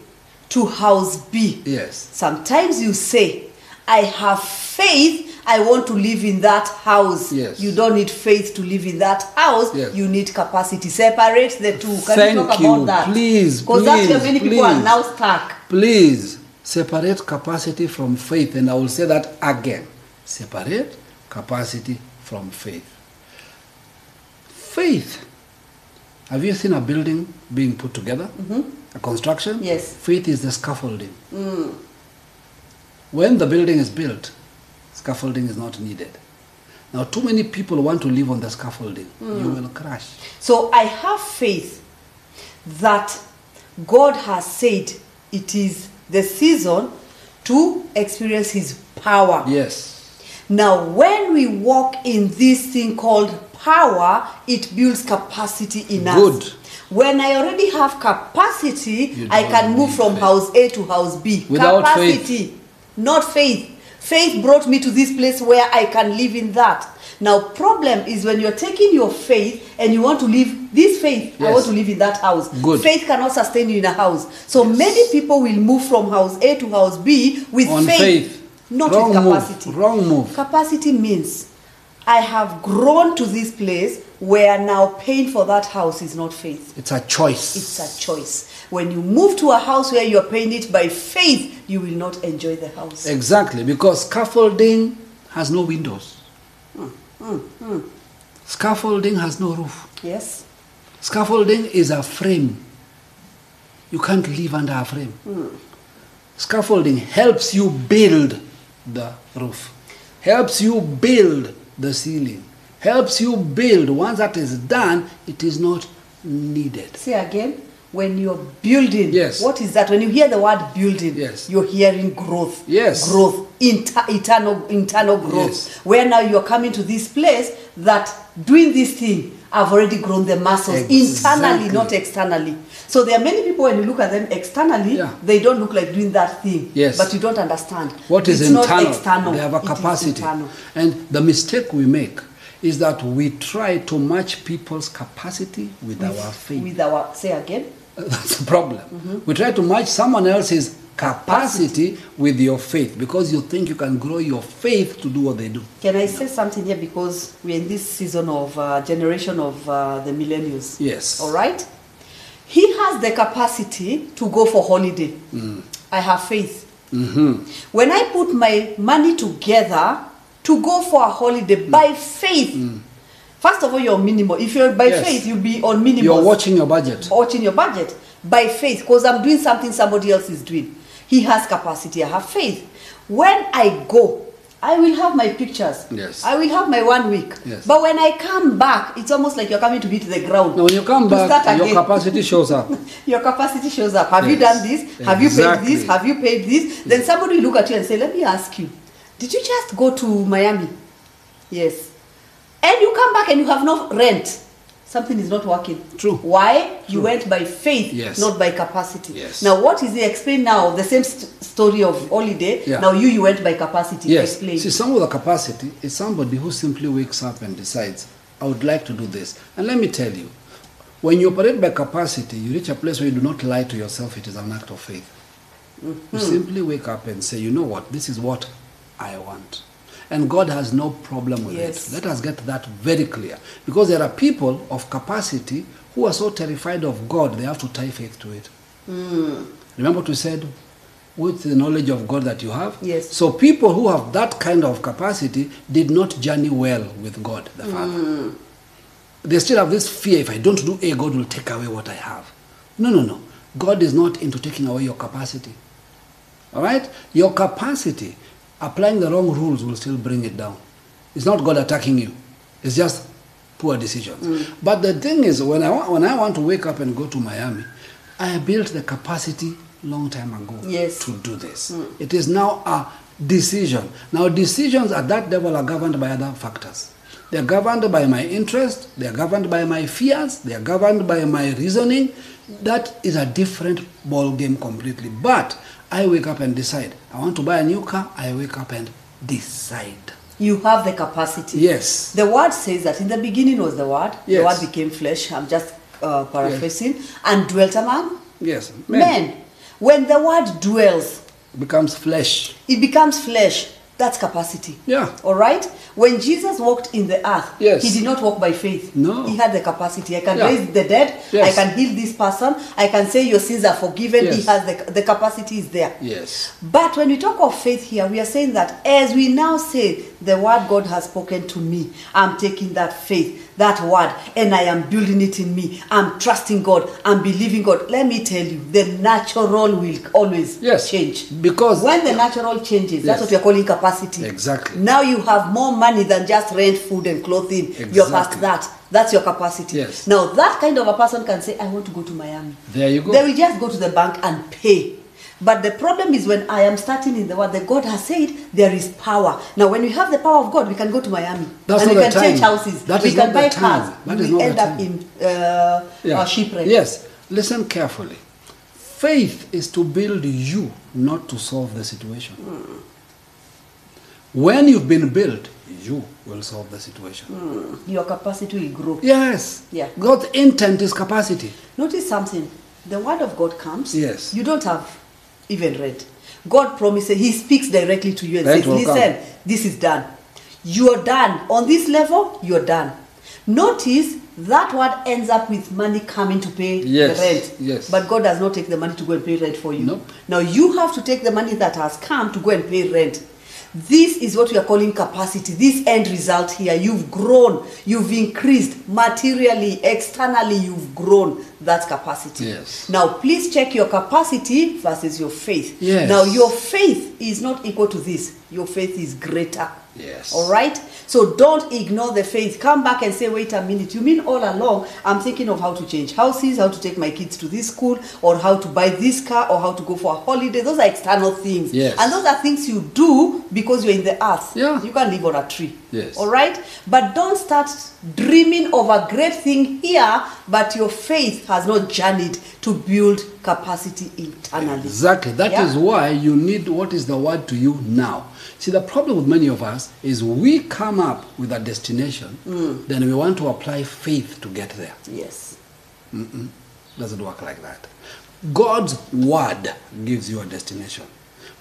Speaker 2: to house B,
Speaker 3: Yes.
Speaker 2: sometimes you say, I have faith. I want to live in that house.
Speaker 3: Yes.
Speaker 2: You don't need faith to live in that house.
Speaker 3: Yes.
Speaker 2: You need capacity. Separate the two. Can
Speaker 3: Thank
Speaker 2: you talk
Speaker 3: you.
Speaker 2: about that?
Speaker 3: Please,
Speaker 2: Because that's where
Speaker 3: please,
Speaker 2: many people are
Speaker 3: please.
Speaker 2: now stuck.
Speaker 3: Please separate capacity from faith, and I will say that again. Separate capacity from faith. Faith. Have you seen a building being put together? A construction?
Speaker 2: Mm-hmm. Yes. Mm.
Speaker 3: Faith is the scaffolding. When the building is built, scaffolding is not needed. Now, too many people want to live on the scaffolding.
Speaker 2: Mm.
Speaker 3: You will crash.
Speaker 2: So I have faith that God has said it is the season to experience His power.
Speaker 3: Yes.
Speaker 2: Now, when we walk in this thing called power, it builds capacity in
Speaker 3: Good.
Speaker 2: us. When I already have capacity,
Speaker 3: You
Speaker 2: I
Speaker 3: don't
Speaker 2: can move
Speaker 3: need
Speaker 2: from
Speaker 3: faith.
Speaker 2: house A to house B.
Speaker 3: Without faith.
Speaker 2: capacity, not faith. Faith brought me to this place where I can live in that. Now, problem is when you're taking your faith and you want to live this faith. I
Speaker 3: Yes.
Speaker 2: want to live in that house.
Speaker 3: Good.
Speaker 2: Faith cannot sustain you in a house. So many people will move from house A to house B with
Speaker 3: On faith.
Speaker 2: not
Speaker 3: Wrong
Speaker 2: with
Speaker 3: move.
Speaker 2: capacity.
Speaker 3: Wrong move.
Speaker 2: Capacity means I have grown to this place where now paying for that house is not faith.
Speaker 3: It's a choice.
Speaker 2: It's a choice. When you move to a house where you're paying it by faith, you will not enjoy the
Speaker 3: Eh.
Speaker 2: house.
Speaker 3: Exactly, because scaffolding has no windows. Scaffolding has no roof.
Speaker 2: Yes.
Speaker 3: Scaffolding is a frame. You can't live under a frame. Scaffolding helps you build the roof, helps you build the ceiling, helps you build. Once that is done, it is not needed.
Speaker 2: See again, when you're building,
Speaker 3: Yes.
Speaker 2: what is that? When you hear the word building,
Speaker 3: Yes.
Speaker 2: you're hearing growth.
Speaker 3: Yes.
Speaker 2: Growth, inter- eternal, internal growth.
Speaker 3: Yes.
Speaker 2: Where now you're coming to this place that doing this thing, I've already grown the muscles internally,
Speaker 3: Exactly.
Speaker 2: not externally. So there are many people when you look at them externally,
Speaker 3: Yeah.
Speaker 2: they don't look like doing that thing.
Speaker 3: Yes.
Speaker 2: But you don't understand.
Speaker 3: What is
Speaker 2: it's
Speaker 3: internal?
Speaker 2: Not external.
Speaker 3: They have a
Speaker 2: It is
Speaker 3: capacity.
Speaker 2: internal.
Speaker 3: And the mistake we make is that we try to match people's capacity with our faith.
Speaker 2: With our say again.
Speaker 3: That's the problem.
Speaker 2: Mm-hmm.
Speaker 3: We try to match someone else's capacity with your faith because you think you can grow your faith to do what they do.
Speaker 2: Can I say something here because we're in this season of uh, generation of uh, the millennials?
Speaker 3: Yes.
Speaker 2: All right? He has the capacity to go for holiday.
Speaker 3: Mm.
Speaker 2: I have faith.
Speaker 3: Mm-hmm.
Speaker 2: When I put my money together to go for a holiday by
Speaker 3: Mm.
Speaker 2: faith, first of all, you're minimal. If you're by
Speaker 3: Yes.
Speaker 2: faith, you'll be on minimal
Speaker 3: You're watching your budget.
Speaker 2: watching your budget by faith because I'm doing something somebody else is doing. He has capacity. I have faith. When I go, I will have my pictures.
Speaker 3: Yes.
Speaker 2: I will have my one week.
Speaker 3: Yes.
Speaker 2: But when I come back, it's almost like you're coming to hit the ground.
Speaker 3: Now, when you come
Speaker 2: To start
Speaker 3: back, your
Speaker 2: again.
Speaker 3: capacity shows up.
Speaker 2: Your capacity shows up. Have you
Speaker 3: Yes.
Speaker 2: done this? Have you paid
Speaker 3: Exactly.
Speaker 2: this? Have you paid this? Then somebody will look at you and say, Let me ask you, did you just go to Miami? Yes. And you come back and you have no rent. Something is not working.
Speaker 3: True.
Speaker 2: Why? You went by faith,
Speaker 3: Yes.
Speaker 2: not by capacity.
Speaker 3: Yes.
Speaker 2: Now, what is it? Explain now the same st- story of holiday.
Speaker 3: Yeah.
Speaker 2: Now, you, you went by capacity.
Speaker 3: Yes.
Speaker 2: Explain.
Speaker 3: See, some of the capacity is somebody who simply wakes up and decides, I would like to do this. And let me tell you, when you operate by capacity, you reach a place where you do not lie to yourself, it is an act of faith. You
Speaker 2: Mm-hmm.
Speaker 3: simply wake up and say, you know what, this is what I want. And God has no problem with
Speaker 2: Yes.
Speaker 3: it. Let us get that very clear. Because there are people of capacity who are so terrified of God, they have to tie faith to it. Remember what we said? With the knowledge of God that you have?
Speaker 2: Yes.
Speaker 3: So people who have that kind of capacity did not journey well with God the Father. They still have this fear if I don't do A, God will take away what I have. No, no, no. God is not into taking away your capacity. All right? Your capacity, applying the wrong rules will still bring it down. It's not God attacking you, it's just poor decisions. But the thing is, when I, wa- when I want to wake up and go to Miami, I built the capacity long time ago
Speaker 2: Yes.
Speaker 3: to do this. It is now a decision. Now, decisions at that level are governed by other factors. They are governed by my interest, they are governed by my fears, they are governed by my reasoning. That is a different ball game completely. But I wake up and decide. I want to buy a new car, I wake up and decide.
Speaker 2: you have the capacity.
Speaker 3: Yes.
Speaker 2: The word says that in the beginning was the word. The
Speaker 3: Yes.
Speaker 2: word became flesh. I'm just uh, paraphrasing. And dwelt among
Speaker 3: Yes.
Speaker 2: men. When the word dwells,
Speaker 3: becomes flesh.
Speaker 2: it becomes flesh. That's capacity.
Speaker 3: Yeah.
Speaker 2: All right. When Jesus walked in the earth,
Speaker 3: Yes.
Speaker 2: he did not walk by faith.
Speaker 3: No.
Speaker 2: He had the capacity. I can
Speaker 3: Yeah.
Speaker 2: raise the dead.
Speaker 3: Yes.
Speaker 2: I can heal this person. I can say your sins are forgiven. He
Speaker 3: Yes.
Speaker 2: has the, the capacity is there.
Speaker 3: Yes.
Speaker 2: But when we talk of faith here, we are saying that as we now say, the word God has spoken to me, I'm taking that faith, that word, and I am building it in me. I'm trusting God. I'm believing God. Let me tell you, the natural will always
Speaker 3: Yes.
Speaker 2: change.
Speaker 3: Because-
Speaker 2: when the natural changes, that's
Speaker 3: Yes.
Speaker 2: what we are calling capacity.
Speaker 3: Exactly.
Speaker 2: Now you have more money than just rent, food, and clothing. You're past
Speaker 3: Exactly.
Speaker 2: that. That's your capacity.
Speaker 3: Yes.
Speaker 2: Now that kind of a person can say, I want to go to Miami.
Speaker 3: There you go.
Speaker 2: They will just go to the bank and pay. But the problem is when I am starting in the word that God has said there is power. Now, when we have the power of God, we can go to Miami
Speaker 3: That's
Speaker 2: and we
Speaker 3: not
Speaker 2: can
Speaker 3: the
Speaker 2: change
Speaker 3: time.
Speaker 2: houses.
Speaker 3: That
Speaker 2: we
Speaker 3: is
Speaker 2: can
Speaker 3: not the
Speaker 2: buy
Speaker 3: time.
Speaker 2: cars.
Speaker 3: That
Speaker 2: we
Speaker 3: is not the
Speaker 2: end up
Speaker 3: time.
Speaker 2: in uh,
Speaker 3: Yeah.
Speaker 2: a shipwreck.
Speaker 3: Yes. Listen carefully. Faith is to build you, not to solve the situation.
Speaker 2: Hmm.
Speaker 3: When you've been built, you will solve the situation.
Speaker 2: Your capacity will grow.
Speaker 3: Yes.
Speaker 2: Hmm. Yeah.
Speaker 3: God's intent is capacity.
Speaker 2: Notice something. The word of God comes.
Speaker 3: Yes.
Speaker 2: You don't have even read. God promises, He speaks directly to you and
Speaker 3: That
Speaker 2: says,
Speaker 3: will come.
Speaker 2: Listen, this is done. You're done. On this level, you're done. Notice that word ends up with money coming to pay
Speaker 3: Yes,
Speaker 2: the rent.
Speaker 3: yes.
Speaker 2: But God does not take the money to go and pay rent for you.
Speaker 3: Nope.
Speaker 2: Now you have to take the money that has come to go and pay rent. This is what we are calling capacity. This end result here, you've grown, you've increased materially, externally, you've grown that capacity.
Speaker 3: Yes.
Speaker 2: Now, please check your capacity versus your faith.
Speaker 3: Yes.
Speaker 2: Now, your faith is not equal to this, your faith is greater.
Speaker 3: Yes.
Speaker 2: All right? So don't ignore the faith. Come back and say, wait a minute. You mean all along I'm thinking of how to change houses, how to take my kids to this school, or how to buy this car, or how to go for a holiday. Those are external things.
Speaker 3: Yes.
Speaker 2: And those are things you do because you're in the earth.
Speaker 3: Yeah.
Speaker 2: You can live on a tree.
Speaker 3: Yes.
Speaker 2: All right? But don't start dreaming of a great thing here, but your faith has not journeyed to build capacity internally.
Speaker 3: Exactly. That is
Speaker 2: Yeah.
Speaker 3: why you need what is the word to you now. See, the problem with many of us is we come up with a destination,
Speaker 2: Hmm.
Speaker 3: then we want to apply faith to get there.
Speaker 2: Yes.
Speaker 3: Doesn't work like that. God's word gives you a destination.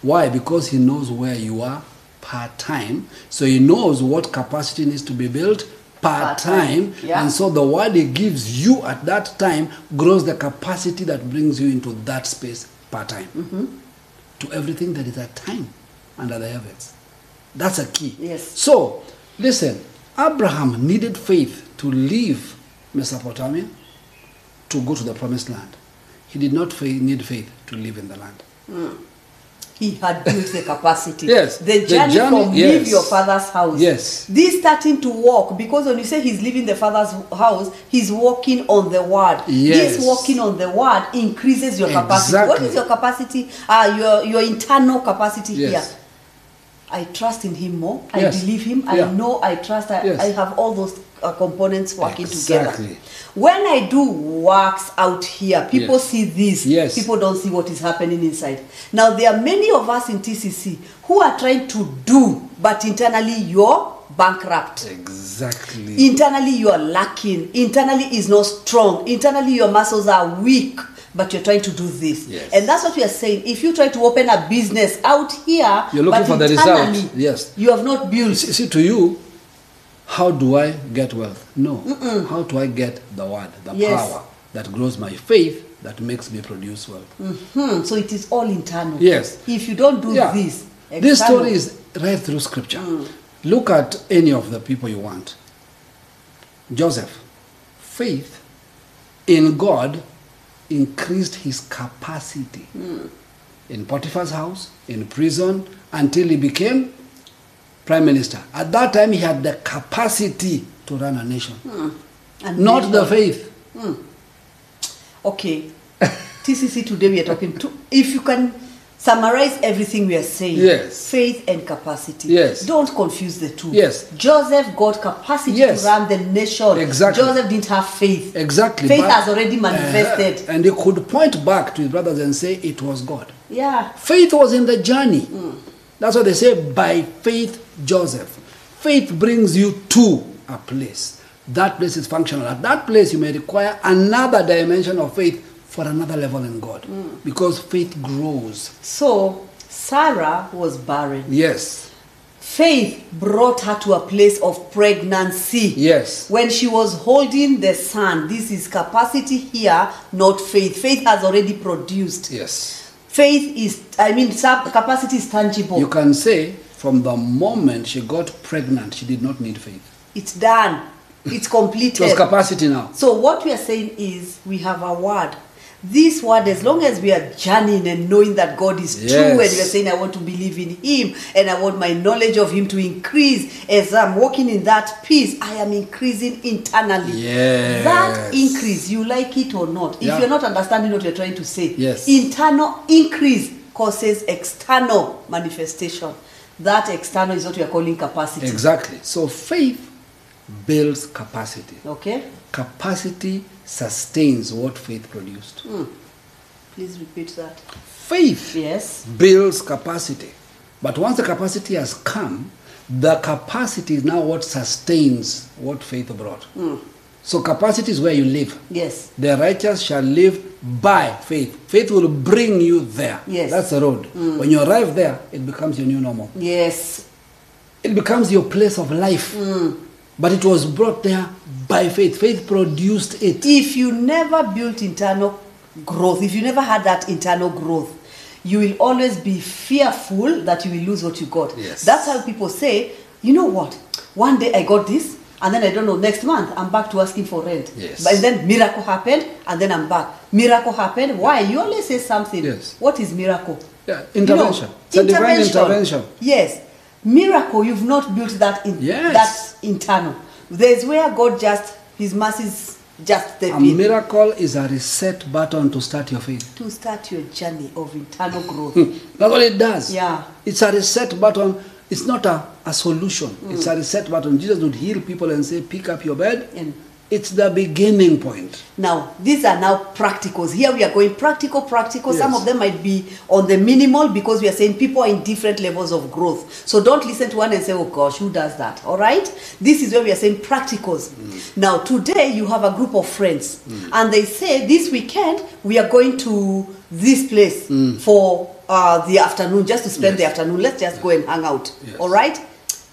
Speaker 3: Why? Because He knows where you are part time, so He knows what capacity needs to be built part
Speaker 2: Part-time,
Speaker 3: time,
Speaker 2: yeah.
Speaker 3: and so the word He gives you at that time grows the capacity that brings you into that space part time.
Speaker 2: Mm-hmm.
Speaker 3: To everything that is a time under the heavens. That's a key.
Speaker 2: Yes.
Speaker 3: So, listen, Abraham needed faith to leave Mesopotamia to go to the promised land. He did not fa- need faith to live in the land.
Speaker 2: He had built the capacity.
Speaker 3: Yes,
Speaker 2: The
Speaker 3: the
Speaker 2: journey,
Speaker 3: journey-
Speaker 2: from
Speaker 3: yes.
Speaker 2: leave your father's house.
Speaker 3: Yes.
Speaker 2: This starting to walk, because when you say he's leaving the father's house, he's walking on the word.
Speaker 3: Yes.
Speaker 2: This walking on the word increases your capacity. What
Speaker 3: Exactly.
Speaker 2: is your capacity? Uh, your, your internal capacity
Speaker 3: Yes.
Speaker 2: here. I trust in him more. I
Speaker 3: Yes.
Speaker 2: believe him. I
Speaker 3: Yeah.
Speaker 2: know I trust. I,
Speaker 3: Yes.
Speaker 2: I have all those uh, components working
Speaker 3: Exactly.
Speaker 2: together. When I do works out here, people
Speaker 3: Yes.
Speaker 2: see this.
Speaker 3: Yes.
Speaker 2: People people don't see what is happening inside. Now, there are many of us in TCC who are trying to do, but internally you're bankrupt.
Speaker 3: Exactly.
Speaker 2: Internally you are lacking. Internally is not strong. Internally your muscles are weak, but you're trying to do this.
Speaker 3: Yes.
Speaker 2: And that's what we are saying. If you try to open a business out here,
Speaker 3: You're looking
Speaker 2: but
Speaker 3: for the
Speaker 2: internally,
Speaker 3: result. Yes.
Speaker 2: You have not
Speaker 3: You
Speaker 2: built.
Speaker 3: see, see, to you, how do I get wealth? No. How do I get the word, the
Speaker 2: Yes.
Speaker 3: power that grows my faith that makes me produce wealth?
Speaker 2: Mhm. So it is all internal.
Speaker 3: Yes.
Speaker 2: If you don't do
Speaker 3: Yeah.
Speaker 2: this,
Speaker 3: This
Speaker 2: external-
Speaker 3: story is right through scripture.
Speaker 2: Hmm.
Speaker 3: Look at any of the people you want. Joseph, faith in God increased his capacity
Speaker 2: Hmm.
Speaker 3: in Potiphar's house, in prison, until he became prime minister. At that time, he had the capacity to run a nation,
Speaker 2: Hmm. and
Speaker 3: not the
Speaker 2: therefore-
Speaker 3: faith.
Speaker 2: Okay. TCC today we are talking to. If you can summarize everything we are saying,
Speaker 3: Yes.
Speaker 2: faith and capacity.
Speaker 3: Yes.
Speaker 2: Don't confuse the two.
Speaker 3: Yes.
Speaker 2: Joseph got capacity
Speaker 3: Yes.
Speaker 2: to run the nation.
Speaker 3: Exactly.
Speaker 2: Joseph didn't have faith.
Speaker 3: Exactly.
Speaker 2: Faith
Speaker 3: but-
Speaker 2: has already manifested.
Speaker 3: Uh-huh. and he could point back to his brothers and say, It was God.
Speaker 2: Yeah.
Speaker 3: Faith was in the journey. That's what they say by faith, Joseph. Faith brings you to a place. That place is functional. At that place, you may require another dimension of faith for another level in God because faith grows.
Speaker 2: So Sarah was barren.
Speaker 3: Yes.
Speaker 2: Faith brought her to a place of pregnancy.
Speaker 3: Yes.
Speaker 2: When she was holding the son, this is capacity here, not faith. Faith has already produced.
Speaker 3: Yes.
Speaker 2: Faith is, I mean, sub- capacity is tangible.
Speaker 3: You can say from the moment she got pregnant, she did not need faith.
Speaker 2: it's done. It's completed.
Speaker 3: It was capacity now.
Speaker 2: so what we are saying is we have a word. This word, as long as we are journeying and knowing that God is true, and we are
Speaker 3: Yes.
Speaker 2: saying, I want to believe in Him and I want my knowledge of Him to increase as I'm walking in that peace, I am increasing internally.
Speaker 3: Yes.
Speaker 2: That increase, you like it or not, if
Speaker 3: Yeah.
Speaker 2: you're not understanding what you're trying to say,
Speaker 3: Yes.
Speaker 2: internal increase causes external manifestation. That external is what we are calling capacity.
Speaker 3: Exactly. So faith builds capacity.
Speaker 2: Okay?
Speaker 3: Capacity sustains what faith produced.
Speaker 2: Please repeat that.
Speaker 3: Faith
Speaker 2: Yes.
Speaker 3: builds capacity. But once the capacity has come, the capacity is now what sustains what faith brought. So capacity is where you live.
Speaker 2: Yes.
Speaker 3: The righteous shall live by faith. Faith will bring you there.
Speaker 2: Yes.
Speaker 3: That's the road. When you arrive there, it becomes your new normal.
Speaker 2: Yes.
Speaker 3: It becomes your place of life. But it was brought there by faith. Faith produced it.
Speaker 2: If you never built internal growth, if you never had that internal growth, you will always be fearful that you will lose what you got.
Speaker 3: Yes.
Speaker 2: That's how people say, you know what? One day I got this, and then I don't know, next month I'm back to asking for rent.
Speaker 3: Yes.
Speaker 2: But then miracle happened, and then I'm back. Miracle happened. Why? You always say something.
Speaker 3: Yes.
Speaker 2: What is miracle?
Speaker 3: Yeah, intervention. It's a divine intervention.
Speaker 2: Yes. Miracle, you've not built that in
Speaker 3: Yes.
Speaker 2: that internal. There's where God just his mercies just step
Speaker 3: A
Speaker 2: in
Speaker 3: miracle is a reset button to start your faith.
Speaker 2: to start your journey of internal growth.
Speaker 3: Hmm, That's what it does.
Speaker 2: Yeah.
Speaker 3: It's a reset button. It's not a, a solution.
Speaker 2: Mm.
Speaker 3: It's a reset button. Jesus would heal people and say, pick up your bed.
Speaker 2: And-
Speaker 3: It's the beginning point.
Speaker 2: Now, these are now practicals. Here we are going practical, practical. Some
Speaker 3: Yes.
Speaker 2: of them might be on the minimal because we are saying people are in different levels of growth. So don't listen to one and say, oh gosh, who does that? All right? This is where we are saying practicals.
Speaker 3: Mm.
Speaker 2: Now, today you have a group of friends and they say, this weekend we are going to this place
Speaker 3: Mm.
Speaker 2: for uh, the afternoon, just to spend the afternoon. Let's just go and hang out.
Speaker 3: Yes.
Speaker 2: All right?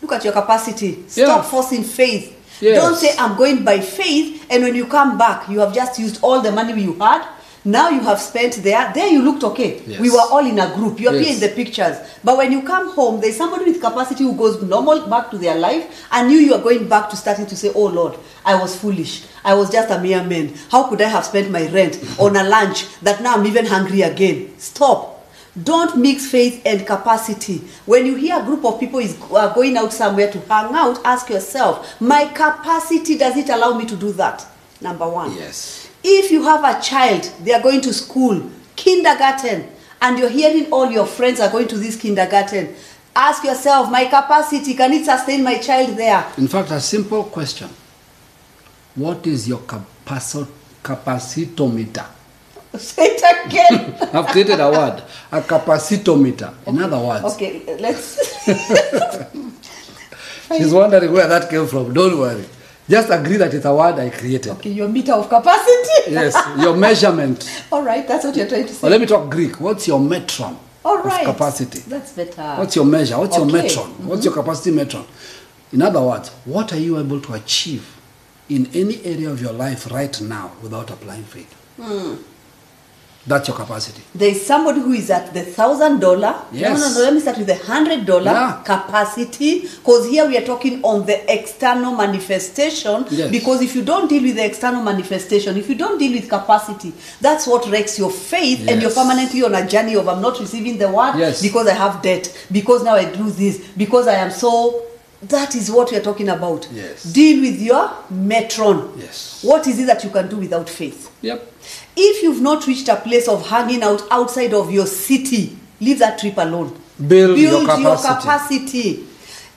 Speaker 2: Look at your capacity.
Speaker 3: Yeah.
Speaker 2: Stop forcing faith.
Speaker 3: Yes.
Speaker 2: Don't say, I'm going by faith. And when you come back, you have just used all the money you had. Now you have spent there. There you looked okay.
Speaker 3: Yes.
Speaker 2: We were all in a group. You appear
Speaker 3: Yes.
Speaker 2: in the pictures. But when you come home, there's somebody with capacity who goes normal back to their life. And you, you are going back to starting to say, Oh Lord, I was foolish. I was just a mere man. How could I have spent my rent on a lunch that now I'm even hungry again? Stop. Don't mix faith and capacity. When you hear a group of people is are going out somewhere to hang out, ask yourself, my capacity does it allow me to do that? Number one.
Speaker 3: Yes.
Speaker 2: If you have a child, they are going to school, kindergarten, and you're hearing all your friends are going to this kindergarten, ask yourself, my capacity, can it sustain my child there?
Speaker 3: In fact, a simple question. What is your capaci- capacitometer?
Speaker 2: Say it again.
Speaker 3: I've created a word, a capacitometer. In other words,
Speaker 2: okay, let's.
Speaker 3: she's wondering where that came from. Don't worry. Just agree that it's a word I created.
Speaker 2: Okay, your meter of capacity.
Speaker 3: Yes, your measurement.
Speaker 2: All right, that's what you're trying to say.
Speaker 3: Well, let me talk Greek. What's your metron
Speaker 2: All
Speaker 3: of
Speaker 2: right.
Speaker 3: capacity?
Speaker 2: That's better.
Speaker 3: What's your measure? What's your
Speaker 2: Okay. Mm-hmm.
Speaker 3: metron? What's your capacity metron? In other words, what are you able to achieve in any area of your life right now without applying faith?
Speaker 2: Hmm.
Speaker 3: That's your capacity.
Speaker 2: There's somebody who is at the thousand dollar. No,
Speaker 3: Yes.
Speaker 2: no, no. Let me start with the hundred dollar
Speaker 3: Yeah.
Speaker 2: capacity because here we are talking on the external manifestation.
Speaker 3: Yes.
Speaker 2: Because if you don't deal with the external manifestation, if you don't deal with capacity, that's what wrecks your faith and you're
Speaker 3: Yes.
Speaker 2: permanently on a journey of I'm not receiving the word
Speaker 3: Yes.
Speaker 2: because I have debt, because now I do this, because I am so. That is what we are talking about.
Speaker 3: Yes.
Speaker 2: Deal with your metron.
Speaker 3: Yes.
Speaker 2: What is it that you can do without faith?
Speaker 3: Yep.
Speaker 2: If you've not reached a place of hanging out outside of your city, leave that trip alone.
Speaker 3: Build your
Speaker 2: your
Speaker 3: capacity.
Speaker 2: capacity.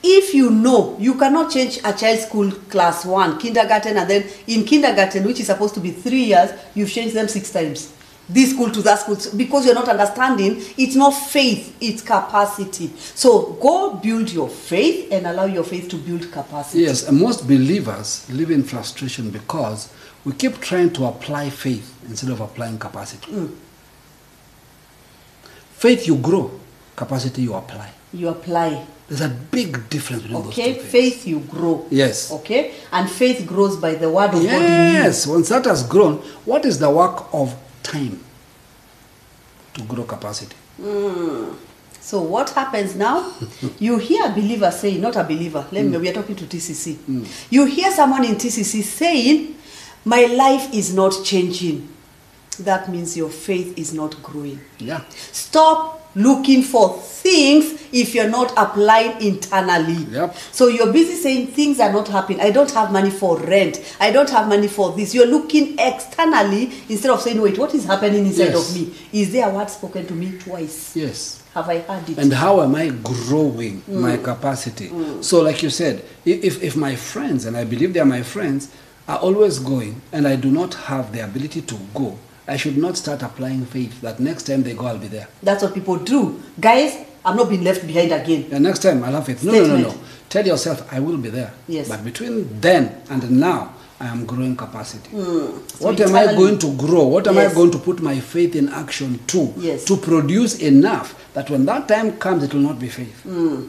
Speaker 2: If you know you cannot change a child's school class one, kindergarten, and then in kindergarten, which is supposed to be three years, you've changed them six times. This school to that school because you're not understanding, it's not faith, it's capacity. So go build your faith and allow your faith to build capacity.
Speaker 3: Yes, and most believers live in frustration because we keep trying to apply faith instead of applying capacity.
Speaker 2: Hmm.
Speaker 3: Faith you grow, capacity you apply.
Speaker 2: You apply.
Speaker 3: There's a big difference between
Speaker 2: Okay,
Speaker 3: those two things.
Speaker 2: faith you grow.
Speaker 3: Yes.
Speaker 2: Okay, and faith grows by the word of God. in you.
Speaker 3: Yes, once that has grown, what is the work of time to grow capacity?
Speaker 2: So what happens now? you hear a believer saying, not a believer. Let
Speaker 3: Mm.
Speaker 2: me. We are talking to TCC. You hear someone in TCC saying, "My life is not changing." That means your faith is not growing.
Speaker 3: Yeah.
Speaker 2: Stop looking for things if you're not applying internally.
Speaker 3: Yep.
Speaker 2: So you're busy saying things are not happening. I don't have money for rent. I don't have money for this. You're looking externally instead of saying, wait, what is happening inside
Speaker 3: Yes.
Speaker 2: of me? Is there a word spoken to me twice?
Speaker 3: Yes.
Speaker 2: Have I heard it?
Speaker 3: And how am I growing my capacity? So, like you said, i- if, if my friends, and I believe they are my friends, are always going and I do not have the ability to go, I should not start applying faith that next time they go, I'll be there.
Speaker 2: That's what people do. Guys, I'm not being left behind again.
Speaker 3: The uh, next time I'll have faith. No, no, no, no.
Speaker 2: Statement.
Speaker 3: Tell yourself, I will be there.
Speaker 2: Yes.
Speaker 3: But between then and now, I am growing capacity.
Speaker 2: Hmm.
Speaker 3: what am I
Speaker 2: internally-
Speaker 3: going to grow? What am
Speaker 2: Yes.
Speaker 3: I going to put my faith in action to?
Speaker 2: Yes.
Speaker 3: To produce enough that when that time comes, it will not be faith.
Speaker 2: Hmm.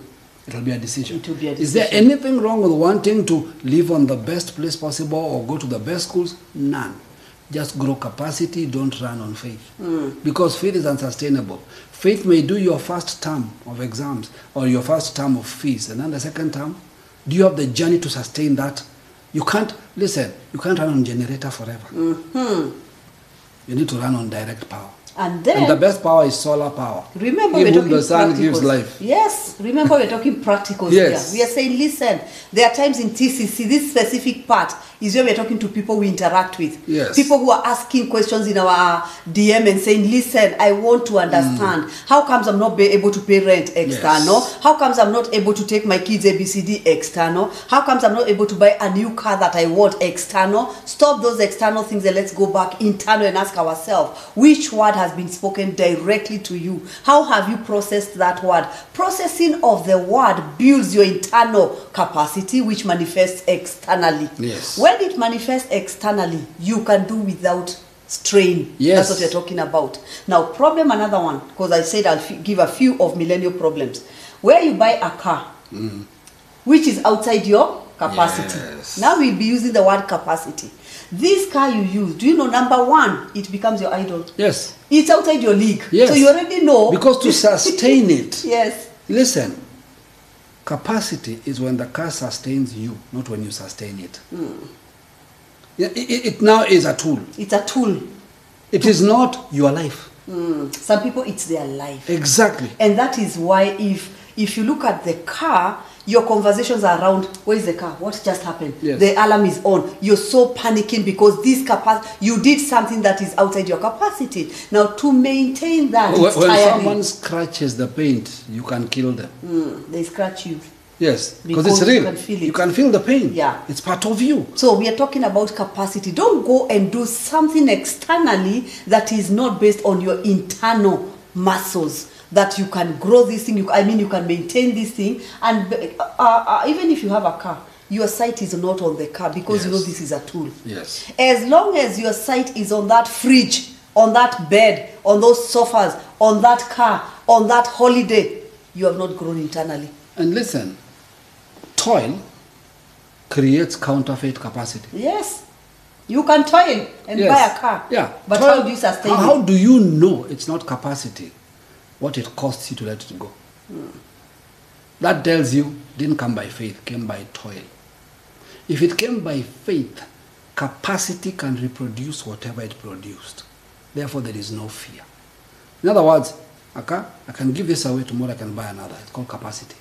Speaker 3: It will be a decision.
Speaker 2: It will be a
Speaker 3: Is there
Speaker 2: decision.
Speaker 3: anything wrong with wanting to live on the best place possible or go to the best schools? None. Just grow capacity, don't run on faith.
Speaker 2: Hmm.
Speaker 3: Because faith is unsustainable. Faith may do your first term of exams or your first term of fees, and then the second term. Do you have the journey to sustain that? You can't, listen, you can't run on generator forever. You need to run on direct power.
Speaker 2: And Mm-hmm. then-
Speaker 3: the best power is solar power.
Speaker 2: Remember,
Speaker 3: He
Speaker 2: we're
Speaker 3: whom
Speaker 2: talking
Speaker 3: the sun
Speaker 2: practicals.
Speaker 3: gives life.
Speaker 2: Yes, remember, we're talking practicals
Speaker 3: Yes.
Speaker 2: here. We are saying, listen, there are times in TCC, this specific part is where we're talking to people we interact with.
Speaker 3: Yes.
Speaker 2: People who are asking questions in our DM and saying, listen, I want to understand. How comes I'm not be able to pay rent external?
Speaker 3: Mm. Yes.
Speaker 2: How comes I'm not able to take my kids ABCD external? How comes I'm not able to buy a new car that I want external? Stop those external things and let's go back internal and ask ourselves which word has been spoken directly to you? How have you processed that word? Processing of the word builds your internal capacity, which manifests externally.
Speaker 3: Yes.
Speaker 2: When it manifests externally, you can do without strain.
Speaker 3: Yes.
Speaker 2: That's what we're talking talking about. Now, problem another one, because I said I'll f- give a few of millennial problems. Where you buy a car, which is outside your capacity.
Speaker 3: Mm. Yes.
Speaker 2: Now we'll be using the word capacity. This car you use, do you know number one, it becomes your idol.
Speaker 3: Yes.
Speaker 2: It's outside your league.
Speaker 3: Yes.
Speaker 2: So you already know.
Speaker 3: Because to sustain it,
Speaker 2: yes.
Speaker 3: listen, capacity is when the car sustains you, not when you sustain it.
Speaker 2: Hmm.
Speaker 3: Yeah, i- i- it, now is a tool.
Speaker 2: It's a tool. Mm.
Speaker 3: It is not your life.
Speaker 2: Some people it's their life.
Speaker 3: Exactly.
Speaker 2: And that is why if if you look at the car, your conversations are around where is the car? What just happened?
Speaker 3: Yes.
Speaker 2: The alarm is on. You're so panicking because this capacity you did something that is outside your capacity. Now to maintain that
Speaker 3: When,
Speaker 2: it's
Speaker 3: when
Speaker 2: tiring.
Speaker 3: someone scratches the paint, you can kill them.
Speaker 2: Mm, they scratch you.
Speaker 3: Yes, because it's
Speaker 2: Because you
Speaker 3: real.
Speaker 2: can feel it.
Speaker 3: You can feel the pain.
Speaker 2: Yeah.
Speaker 3: It's part of you.
Speaker 2: So we are talking about capacity. Don't go and do something externally that is not based on your internal muscles that you can grow this thing. You, I mean, you can maintain this thing, and b- uh, uh, even if you have a car, your sight is not on the car because you know
Speaker 3: Yes.
Speaker 2: this is a tool.
Speaker 3: Yes.
Speaker 2: As long as your sight is on that fridge, on that bed, on those sofas, on that car, on that holiday, you have not grown internally.
Speaker 3: And listen, toil creates counterfeit capacity.
Speaker 2: Yes. You can toil and
Speaker 3: Yes.
Speaker 2: buy a car.
Speaker 3: Yeah.
Speaker 2: But
Speaker 3: Toil-
Speaker 2: how do you sustain
Speaker 3: how, how
Speaker 2: it?
Speaker 3: do you know it's not capacity? What it costs you to let it go. Hmm. That tells you didn't come by faith, came by toil. If it came by faith, capacity can reproduce whatever it produced. Therefore, there is no fear. In other words, a car, I can give this away tomorrow, I can buy another. It's called capacity.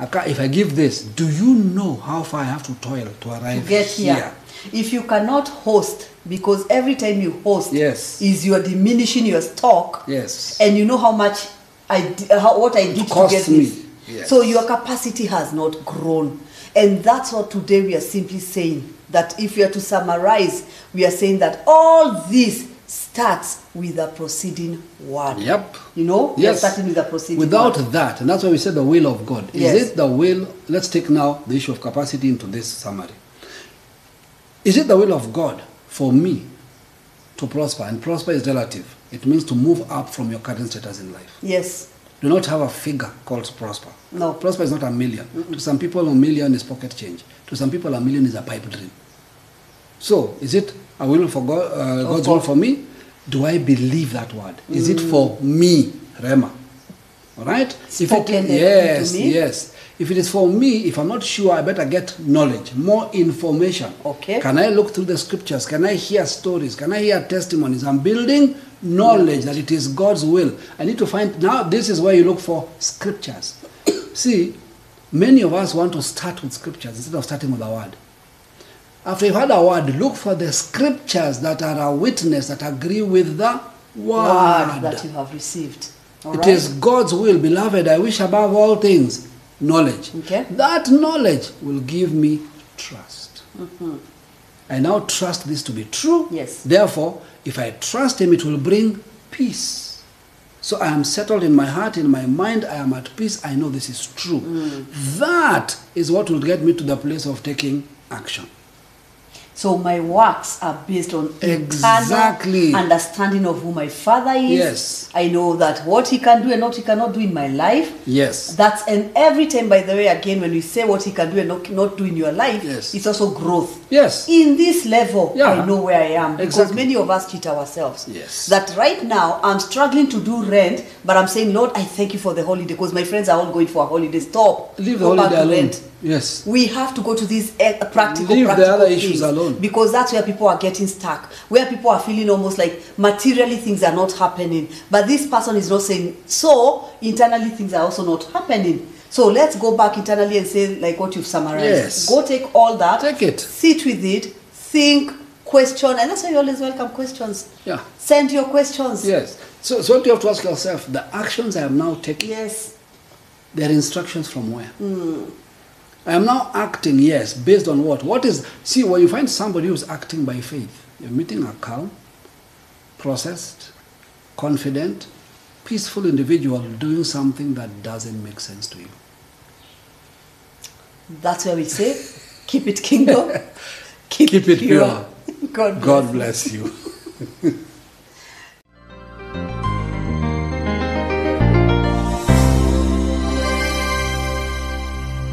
Speaker 3: A car, if I give this, do you know how far I have to toil to arrive
Speaker 2: to get here. If you cannot host, because every time you host,
Speaker 3: Yes.
Speaker 2: is you're diminishing your stock.
Speaker 3: Yes.
Speaker 2: And you know how much I di- how, what I did to
Speaker 3: cost
Speaker 2: get
Speaker 3: me.
Speaker 2: this.
Speaker 3: Yes.
Speaker 2: So your capacity has not grown, and that's what today we are simply saying. That if we are to summarize, we are saying that all this starts with a proceeding word.
Speaker 3: Yep.
Speaker 2: You know, we are starting with a proceeding.
Speaker 3: Without
Speaker 2: word.
Speaker 3: that, and that's why we said the will of God. Is
Speaker 2: Yes.
Speaker 3: it the will? Let's take now the issue of capacity into this summary. Is it the will of God for me to prosper? And prosper is relative. It means to move up from your current status in life.
Speaker 2: yes.
Speaker 3: Do not have a figure called prosper.
Speaker 2: No.
Speaker 3: Prosper is not a 1000000 To some people, a million is pocket change. To some people, a million is a pipe dream. So, is it a will for God, uh, God's will
Speaker 2: course. Mm.
Speaker 3: for me? Do I believe that word? Is it for me, Rema? All right.
Speaker 2: Spoken
Speaker 3: if it,
Speaker 2: directly to
Speaker 3: yes,
Speaker 2: me.
Speaker 3: yes. If it is for me, if I'm not sure, I better get knowledge, more information.
Speaker 2: Okay.
Speaker 3: Can I look through the scriptures? Can I hear stories? Can I hear testimonies? I'm building knowledge that it is God's will. I need to find now. This is where you look for scriptures. See, many of us want to start with scriptures instead of starting with the word. After you've had a word, look for the scriptures that are a witness that agree with the
Speaker 2: Word that you have received. All
Speaker 3: it
Speaker 2: right?
Speaker 3: is God's will, beloved. I wish above all things knowledge.
Speaker 2: Okay.
Speaker 3: That knowledge will give me trust. I now trust this to be true.
Speaker 2: Mm-hmm. Yes.
Speaker 3: Therefore, if I trust Him, it will bring peace. So I am settled in my heart, in my mind, I am at peace. I know this is true.
Speaker 2: Mm.
Speaker 3: That is what will get me to the place of taking action.
Speaker 2: So my works are based on internal
Speaker 3: Exactly.
Speaker 2: understanding of who my father is.
Speaker 3: Yes.
Speaker 2: I know that what he can do and what he cannot do in my life.
Speaker 3: Yes.
Speaker 2: That's and every time, by the way, again when we say what he can do and not, not do in your life,
Speaker 3: Yes.
Speaker 2: it's also growth.
Speaker 3: Yes.
Speaker 2: In this level,
Speaker 3: Yeah.
Speaker 2: I know where I am because
Speaker 3: Exactly.
Speaker 2: many of us cheat ourselves.
Speaker 3: Yes.
Speaker 2: That right now I'm struggling to do rent, but I'm saying, Lord, I thank you for the holiday because my friends are all going for a holiday. Stop.
Speaker 3: Leave the
Speaker 2: Go back
Speaker 3: holiday
Speaker 2: to
Speaker 3: alone.
Speaker 2: rent.
Speaker 3: Yes.
Speaker 2: We have to go to these eh, practical,
Speaker 3: Leave the
Speaker 2: practical
Speaker 3: other
Speaker 2: things
Speaker 3: issues alone.
Speaker 2: because that's where people are getting stuck. Where people are feeling almost like materially things are not happening, but this person is not saying so. Internally, things are also not happening. So let's go back internally and say like what you've summarized.
Speaker 3: Yes.
Speaker 2: Go take all that.
Speaker 3: Take it.
Speaker 2: Sit with it. Think. Question, and that's why you always welcome questions.
Speaker 3: Yeah.
Speaker 2: Send your questions.
Speaker 3: Yes. So, so what you have to ask yourself, the actions I am now taking,
Speaker 2: Yes.
Speaker 3: they're instructions from where? I am now acting, yes, based on what? What is, see, when you find somebody who's acting by faith, your meeting are calm, processed, confident, peaceful individual doing something that doesn't make sense to you.
Speaker 2: That's where we say, keep it kingdom.
Speaker 3: Keep it pure.
Speaker 2: God,
Speaker 3: God bless you.